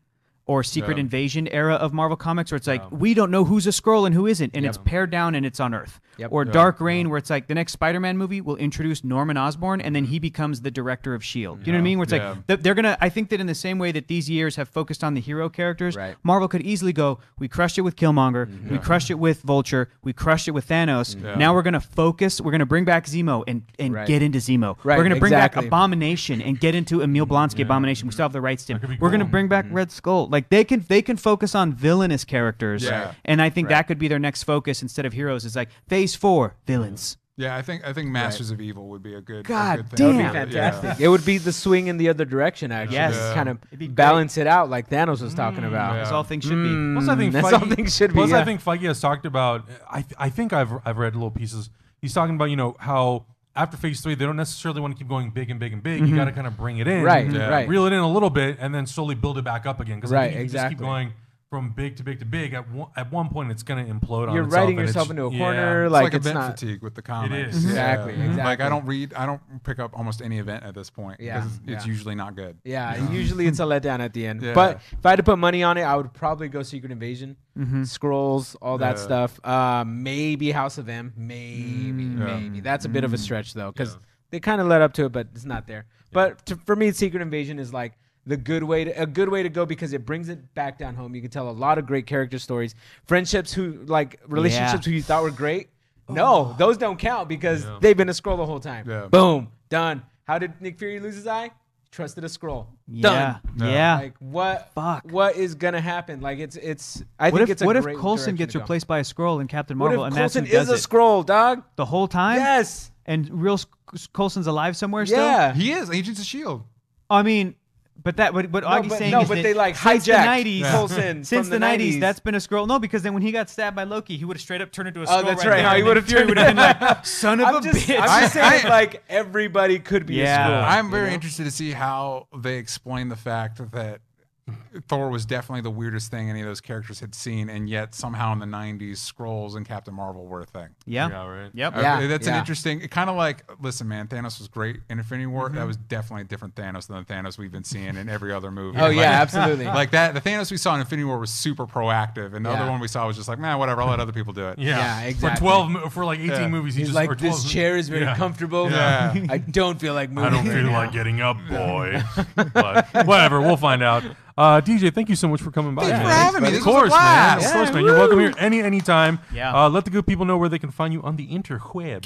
[SPEAKER 4] or Secret Invasion era of Marvel Comics, where it's like we don't know who's a scroll and who isn't, and it's pared down and it's on Earth.
[SPEAKER 3] Yep.
[SPEAKER 4] Or Dark Reign, where it's like the next Spider-Man movie will introduce Norman Osborn, and then he becomes the director of Shield. You know what I mean? Where it's
[SPEAKER 2] Yeah.
[SPEAKER 4] like th- they're gonna. I think that in the same way that these years have focused on the hero characters,
[SPEAKER 3] Right.
[SPEAKER 4] Marvel could easily go, we crushed it with Killmonger,
[SPEAKER 3] Mm-hmm.
[SPEAKER 4] we crushed it with Vulture, we crushed it with Thanos. Now we're going to focus, we're going to bring back Zemo and, and
[SPEAKER 3] Right.
[SPEAKER 4] get into Zemo.
[SPEAKER 3] Right,
[SPEAKER 4] we're going to bring
[SPEAKER 3] exactly.
[SPEAKER 4] back Abomination and get into Emil Blonsky Abomination. We still have the rights to him.
[SPEAKER 1] could be
[SPEAKER 4] We're going to
[SPEAKER 1] cool.
[SPEAKER 4] bring
[SPEAKER 3] Mm-hmm.
[SPEAKER 4] back Red Skull. Like they can they can focus on villainous characters.
[SPEAKER 2] Yeah.
[SPEAKER 4] And I think that could be their next focus instead of heroes. It's like phase 4 villains.
[SPEAKER 2] yeah, I think I think Masters of Evil would be a good. a
[SPEAKER 4] God
[SPEAKER 2] good thing.
[SPEAKER 4] damn.
[SPEAKER 2] Yeah.
[SPEAKER 3] Fantastic. It would be the swing in the other direction, actually.
[SPEAKER 4] Yes.
[SPEAKER 3] to
[SPEAKER 2] Yeah.
[SPEAKER 3] Kind of
[SPEAKER 4] be great. Mm.
[SPEAKER 3] balance it out like Thanos was talking about.
[SPEAKER 2] Yeah.
[SPEAKER 4] That's all things should
[SPEAKER 3] Mm.
[SPEAKER 4] be.
[SPEAKER 1] Plus, I think
[SPEAKER 3] that's
[SPEAKER 1] Feige,
[SPEAKER 3] all things should be,
[SPEAKER 1] Plus, I
[SPEAKER 3] yeah.
[SPEAKER 1] think Feige has talked about. I I think I've I've read little pieces. He's talking about you know how after Phase Three they don't necessarily want to keep going big and big and big. You got to kind of bring it in,
[SPEAKER 3] Mm-hmm. Right, Yeah. right.
[SPEAKER 1] Reel it in a little bit, and then slowly build it back up again. Because
[SPEAKER 3] Right,
[SPEAKER 1] you can Just keep
[SPEAKER 3] exactly.
[SPEAKER 1] going from big to big to big. At one, at one point, it's going to implode on
[SPEAKER 3] You're
[SPEAKER 1] itself.
[SPEAKER 3] writing
[SPEAKER 1] and it's-
[SPEAKER 3] yourself into a
[SPEAKER 1] yeah.
[SPEAKER 3] corner.
[SPEAKER 2] It's
[SPEAKER 3] Like,
[SPEAKER 2] like,
[SPEAKER 3] it's
[SPEAKER 2] event
[SPEAKER 3] not.
[SPEAKER 2] fatigue with the comics.
[SPEAKER 1] is.
[SPEAKER 3] Exactly,
[SPEAKER 2] Like I
[SPEAKER 3] exactly.
[SPEAKER 2] don't read, I don't pick up almost any event at this point
[SPEAKER 3] Yeah,
[SPEAKER 2] because it's, it's
[SPEAKER 3] yeah.
[SPEAKER 2] usually not good.
[SPEAKER 3] Yeah, usually it's a letdown at the end.
[SPEAKER 2] Yeah.
[SPEAKER 3] But if I had to put money on it, I would probably go Secret Invasion, Scrolls, all that
[SPEAKER 2] Mm-hmm. Yeah.
[SPEAKER 3] stuff. Uh, maybe House of M. Maybe,
[SPEAKER 2] Mm. Yeah. Mm.
[SPEAKER 3] maybe. That's a bit of a stretch though, because they kind of led up to it, but it's not there. But to, for me, Secret Invasion is like the good way to, a good way to go because it brings it back down home. You can tell a lot of great character stories, friendships who like relationships who you thought were great. No, those don't count because they've been a scroll the whole time.
[SPEAKER 2] Oh. Yeah.
[SPEAKER 3] Boom, done. How did Nick Fury lose his eye? Trusted a scroll.
[SPEAKER 4] Yeah.
[SPEAKER 3] Done.
[SPEAKER 4] Yeah.
[SPEAKER 3] Like what?
[SPEAKER 4] Fuck.
[SPEAKER 3] What is gonna happen? Like it's it's. I
[SPEAKER 4] what
[SPEAKER 3] think
[SPEAKER 4] if
[SPEAKER 3] it's a
[SPEAKER 4] what if
[SPEAKER 3] great
[SPEAKER 4] Coulson
[SPEAKER 3] direction
[SPEAKER 4] gets
[SPEAKER 3] to go.
[SPEAKER 4] replaced by a scroll in Captain
[SPEAKER 3] What
[SPEAKER 4] Marvel
[SPEAKER 3] if
[SPEAKER 4] and
[SPEAKER 3] Coulson
[SPEAKER 4] that's who
[SPEAKER 3] is
[SPEAKER 4] does
[SPEAKER 3] a
[SPEAKER 4] it
[SPEAKER 3] scroll, dog?
[SPEAKER 4] the whole time?
[SPEAKER 3] Yes.
[SPEAKER 4] And real Sc- Coulson's alive somewhere still.
[SPEAKER 3] Yeah.
[SPEAKER 2] He is Agents of Shield.
[SPEAKER 4] I mean, but that what, what
[SPEAKER 3] No,
[SPEAKER 4] Augie's
[SPEAKER 3] but,
[SPEAKER 4] saying
[SPEAKER 3] no,
[SPEAKER 4] is
[SPEAKER 3] but
[SPEAKER 4] that
[SPEAKER 3] they like
[SPEAKER 4] since the
[SPEAKER 3] hijacked
[SPEAKER 4] 90s,
[SPEAKER 3] Coulson
[SPEAKER 4] <laughs> since
[SPEAKER 3] from
[SPEAKER 4] the, 90s,
[SPEAKER 3] 90s.
[SPEAKER 4] that's been a scroll. No, because then when he got stabbed by Loki, he would have straight up turned into a scroll.
[SPEAKER 3] Oh, that's right.
[SPEAKER 4] right. there,
[SPEAKER 3] He
[SPEAKER 4] and
[SPEAKER 3] would've
[SPEAKER 4] then Fury
[SPEAKER 3] turned-
[SPEAKER 4] would have been like, <laughs> "Son of
[SPEAKER 3] I'm <laughs>
[SPEAKER 4] a
[SPEAKER 3] just,
[SPEAKER 4] bitch."
[SPEAKER 3] I'm just
[SPEAKER 2] I-
[SPEAKER 3] saying,
[SPEAKER 2] I-
[SPEAKER 3] like everybody could be
[SPEAKER 4] Yeah.
[SPEAKER 3] a scroll.
[SPEAKER 2] I'm very interested to see how they explain the fact that Thor was definitely the weirdest thing any of those characters had seen, and yet somehow in the '90s, scrolls and Captain Marvel were a thing.
[SPEAKER 4] yeah.
[SPEAKER 1] Yeah, right.
[SPEAKER 4] Yep.
[SPEAKER 2] Uh,
[SPEAKER 3] Yeah,
[SPEAKER 2] that's an
[SPEAKER 3] yeah.
[SPEAKER 2] interesting. Kind of like, listen, man, Thanos was great in Infinity War.
[SPEAKER 3] Mm-hmm.
[SPEAKER 2] That was definitely a different Thanos than the Thanos we've been seeing in every other movie.
[SPEAKER 3] Oh
[SPEAKER 2] Like-
[SPEAKER 3] yeah, absolutely.
[SPEAKER 4] <laughs>
[SPEAKER 2] Like that, the Thanos we saw in Infinity War was super proactive, and the other
[SPEAKER 3] Yeah.
[SPEAKER 2] one we saw was just like, man, whatever, I'll let other people do it.
[SPEAKER 1] Yeah,
[SPEAKER 3] Yeah,
[SPEAKER 1] For
[SPEAKER 3] exactly.
[SPEAKER 1] twelve, mo- for like eighteen
[SPEAKER 2] Yeah.
[SPEAKER 1] movies, he
[SPEAKER 3] He's
[SPEAKER 1] just or
[SPEAKER 3] like,
[SPEAKER 1] 12
[SPEAKER 3] this chair is very
[SPEAKER 1] yeah.
[SPEAKER 3] comfortable.
[SPEAKER 2] Yeah.
[SPEAKER 3] I don't feel like moving.
[SPEAKER 1] <laughs> I
[SPEAKER 3] <laughs>
[SPEAKER 1] don't
[SPEAKER 3] right
[SPEAKER 1] feel
[SPEAKER 3] now.
[SPEAKER 1] like getting up, boy. but whatever, we'll find out. Uh, DJ, thank you so much for coming by.
[SPEAKER 2] Thanks
[SPEAKER 1] man.
[SPEAKER 2] for having me.
[SPEAKER 1] Of
[SPEAKER 2] This was a
[SPEAKER 1] course, man.
[SPEAKER 2] blast.
[SPEAKER 1] Of
[SPEAKER 2] Yeah,
[SPEAKER 1] course, man. You're welcome here any any time.
[SPEAKER 4] Yeah.
[SPEAKER 1] Uh, let the good people know where they can find you on the interwebs.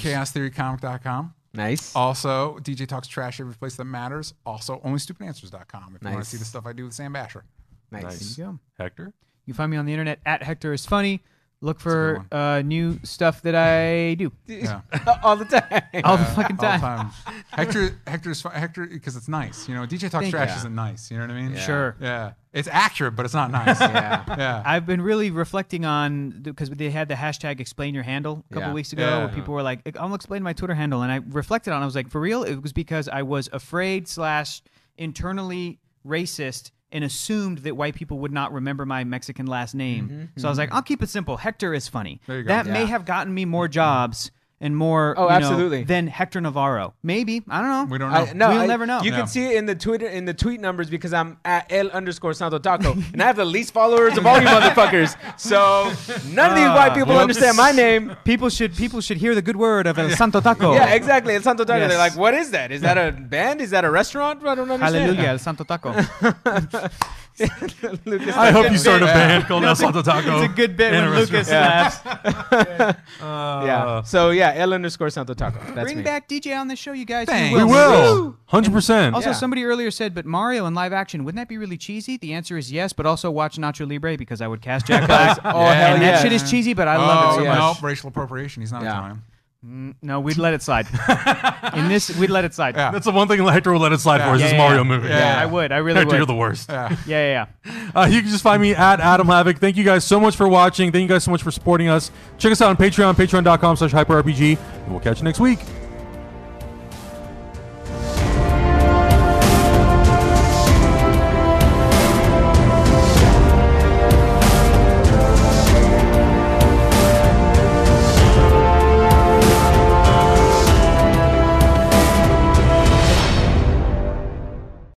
[SPEAKER 2] ChaosTheoryComic.com.
[SPEAKER 3] Nice.
[SPEAKER 2] Also, DJ talks trash every place that matters. Also, OnlyStupidAnswers.com if you want
[SPEAKER 3] Nice.
[SPEAKER 2] to see the stuff I do with Sam Basher.
[SPEAKER 3] nice.
[SPEAKER 1] Nice.
[SPEAKER 4] There you go.
[SPEAKER 1] Hector.
[SPEAKER 4] You can find me on the internet at Hector is funny. Look
[SPEAKER 2] a
[SPEAKER 4] for uh, new stuff that I
[SPEAKER 3] <laughs>
[SPEAKER 4] do <laughs>
[SPEAKER 2] Yeah.
[SPEAKER 3] All the time.
[SPEAKER 4] all the fucking
[SPEAKER 2] All the
[SPEAKER 4] time.
[SPEAKER 2] time. Hector, Hector's fu- Hector because it's nice. You know, DJ talks
[SPEAKER 4] Thank
[SPEAKER 2] trash
[SPEAKER 3] you.
[SPEAKER 2] isn't nice. You know what I mean?
[SPEAKER 3] Yeah.
[SPEAKER 4] Sure.
[SPEAKER 2] Yeah. It's accurate, but it's not nice.
[SPEAKER 4] <laughs>
[SPEAKER 3] Yeah. <laughs>
[SPEAKER 2] yeah.
[SPEAKER 4] I've been really reflecting on because they had the hashtag explain your handle a couple
[SPEAKER 3] Yeah.
[SPEAKER 4] weeks ago
[SPEAKER 2] Yeah.
[SPEAKER 4] where people were like, I'll explain my Twitter handle. And I reflected on it. I was like, for real? It was because I was afraid slash internally racist and assumed that white people would not remember my Mexican last name.
[SPEAKER 3] Mm-hmm.
[SPEAKER 4] so I was like, I'll keep it simple. Hector is funny.
[SPEAKER 2] There you go.
[SPEAKER 4] That may
[SPEAKER 3] Yeah.
[SPEAKER 4] have gotten me more jobs and more
[SPEAKER 3] Oh,
[SPEAKER 4] you know,
[SPEAKER 3] absolutely.
[SPEAKER 4] than Hector Navarro. Maybe. I don't know.
[SPEAKER 2] we don't know.
[SPEAKER 3] I, no,
[SPEAKER 4] We'll
[SPEAKER 3] I-
[SPEAKER 4] never know.
[SPEAKER 3] You
[SPEAKER 2] Yeah.
[SPEAKER 3] can see it in the Twitter in the tweet numbers because I'm at L underscore Santo Taco, and I have the least followers of
[SPEAKER 1] <laughs>
[SPEAKER 3] all you motherfuckers. So none of these
[SPEAKER 1] Ah,
[SPEAKER 3] white people
[SPEAKER 4] whoops.
[SPEAKER 3] understand my name.
[SPEAKER 4] <laughs> People should people should hear the good word of El Santo
[SPEAKER 1] Oh.
[SPEAKER 3] <laughs>
[SPEAKER 4] Taco.
[SPEAKER 3] Yeah, exactly. El Santo Taco.
[SPEAKER 4] Yes.
[SPEAKER 3] They're like, what is that? Is that a band? Is that a restaurant? I don't understand.
[SPEAKER 4] Hallelujah, El Santo Taco.
[SPEAKER 3] <laughs> Lucas,
[SPEAKER 1] I hope
[SPEAKER 3] good
[SPEAKER 1] you start a
[SPEAKER 3] bit.
[SPEAKER 1] band called El Salto Taco.
[SPEAKER 4] It's a good bit
[SPEAKER 1] in a
[SPEAKER 4] when
[SPEAKER 1] restaurant.
[SPEAKER 4] Lucas uh, laughs.
[SPEAKER 1] uh,
[SPEAKER 3] Yeah. So yeah, L underscore Santo Taco. That's
[SPEAKER 4] Bring
[SPEAKER 3] me.
[SPEAKER 4] back DJ on the show, you guys.
[SPEAKER 2] Thanks.
[SPEAKER 1] We
[SPEAKER 2] Woo!
[SPEAKER 1] will. Hundred percent.
[SPEAKER 4] Also,
[SPEAKER 3] Yeah.
[SPEAKER 4] somebody earlier said, but Mario in live action, wouldn't that be really cheesy? The answer is yes, but also watch Nacho Libre because I would cast Jack Black.
[SPEAKER 3] Oh
[SPEAKER 2] Yeah.
[SPEAKER 3] hell
[SPEAKER 4] and
[SPEAKER 3] yeah.
[SPEAKER 4] that shit is cheesy, but I
[SPEAKER 2] Oh,
[SPEAKER 4] love it so
[SPEAKER 3] yeah.
[SPEAKER 4] much.
[SPEAKER 2] Nope, racial appropriation. He's not
[SPEAKER 3] Yeah.
[SPEAKER 2] Italian.
[SPEAKER 4] No, we'd let it slide. in this, we'd let it slide.
[SPEAKER 2] Yeah.
[SPEAKER 1] That's the one thing Hector will let it slide for is
[SPEAKER 4] Yeah,
[SPEAKER 1] this
[SPEAKER 4] yeah,
[SPEAKER 1] Mario
[SPEAKER 4] yeah.
[SPEAKER 1] movie.
[SPEAKER 4] Yeah,
[SPEAKER 2] Yeah.
[SPEAKER 4] I would. I
[SPEAKER 1] <laughs>
[SPEAKER 4] really
[SPEAKER 1] Hector,
[SPEAKER 4] would.
[SPEAKER 1] you're the worst.
[SPEAKER 4] yeah, yeah, yeah.
[SPEAKER 1] Uh, you can just find me at Adam Havoc. Thank you guys so much for watching. Thank you guys so much for supporting us. Check us out on Patreon, patreon.com slash hyperrpg, and we'll catch you next week.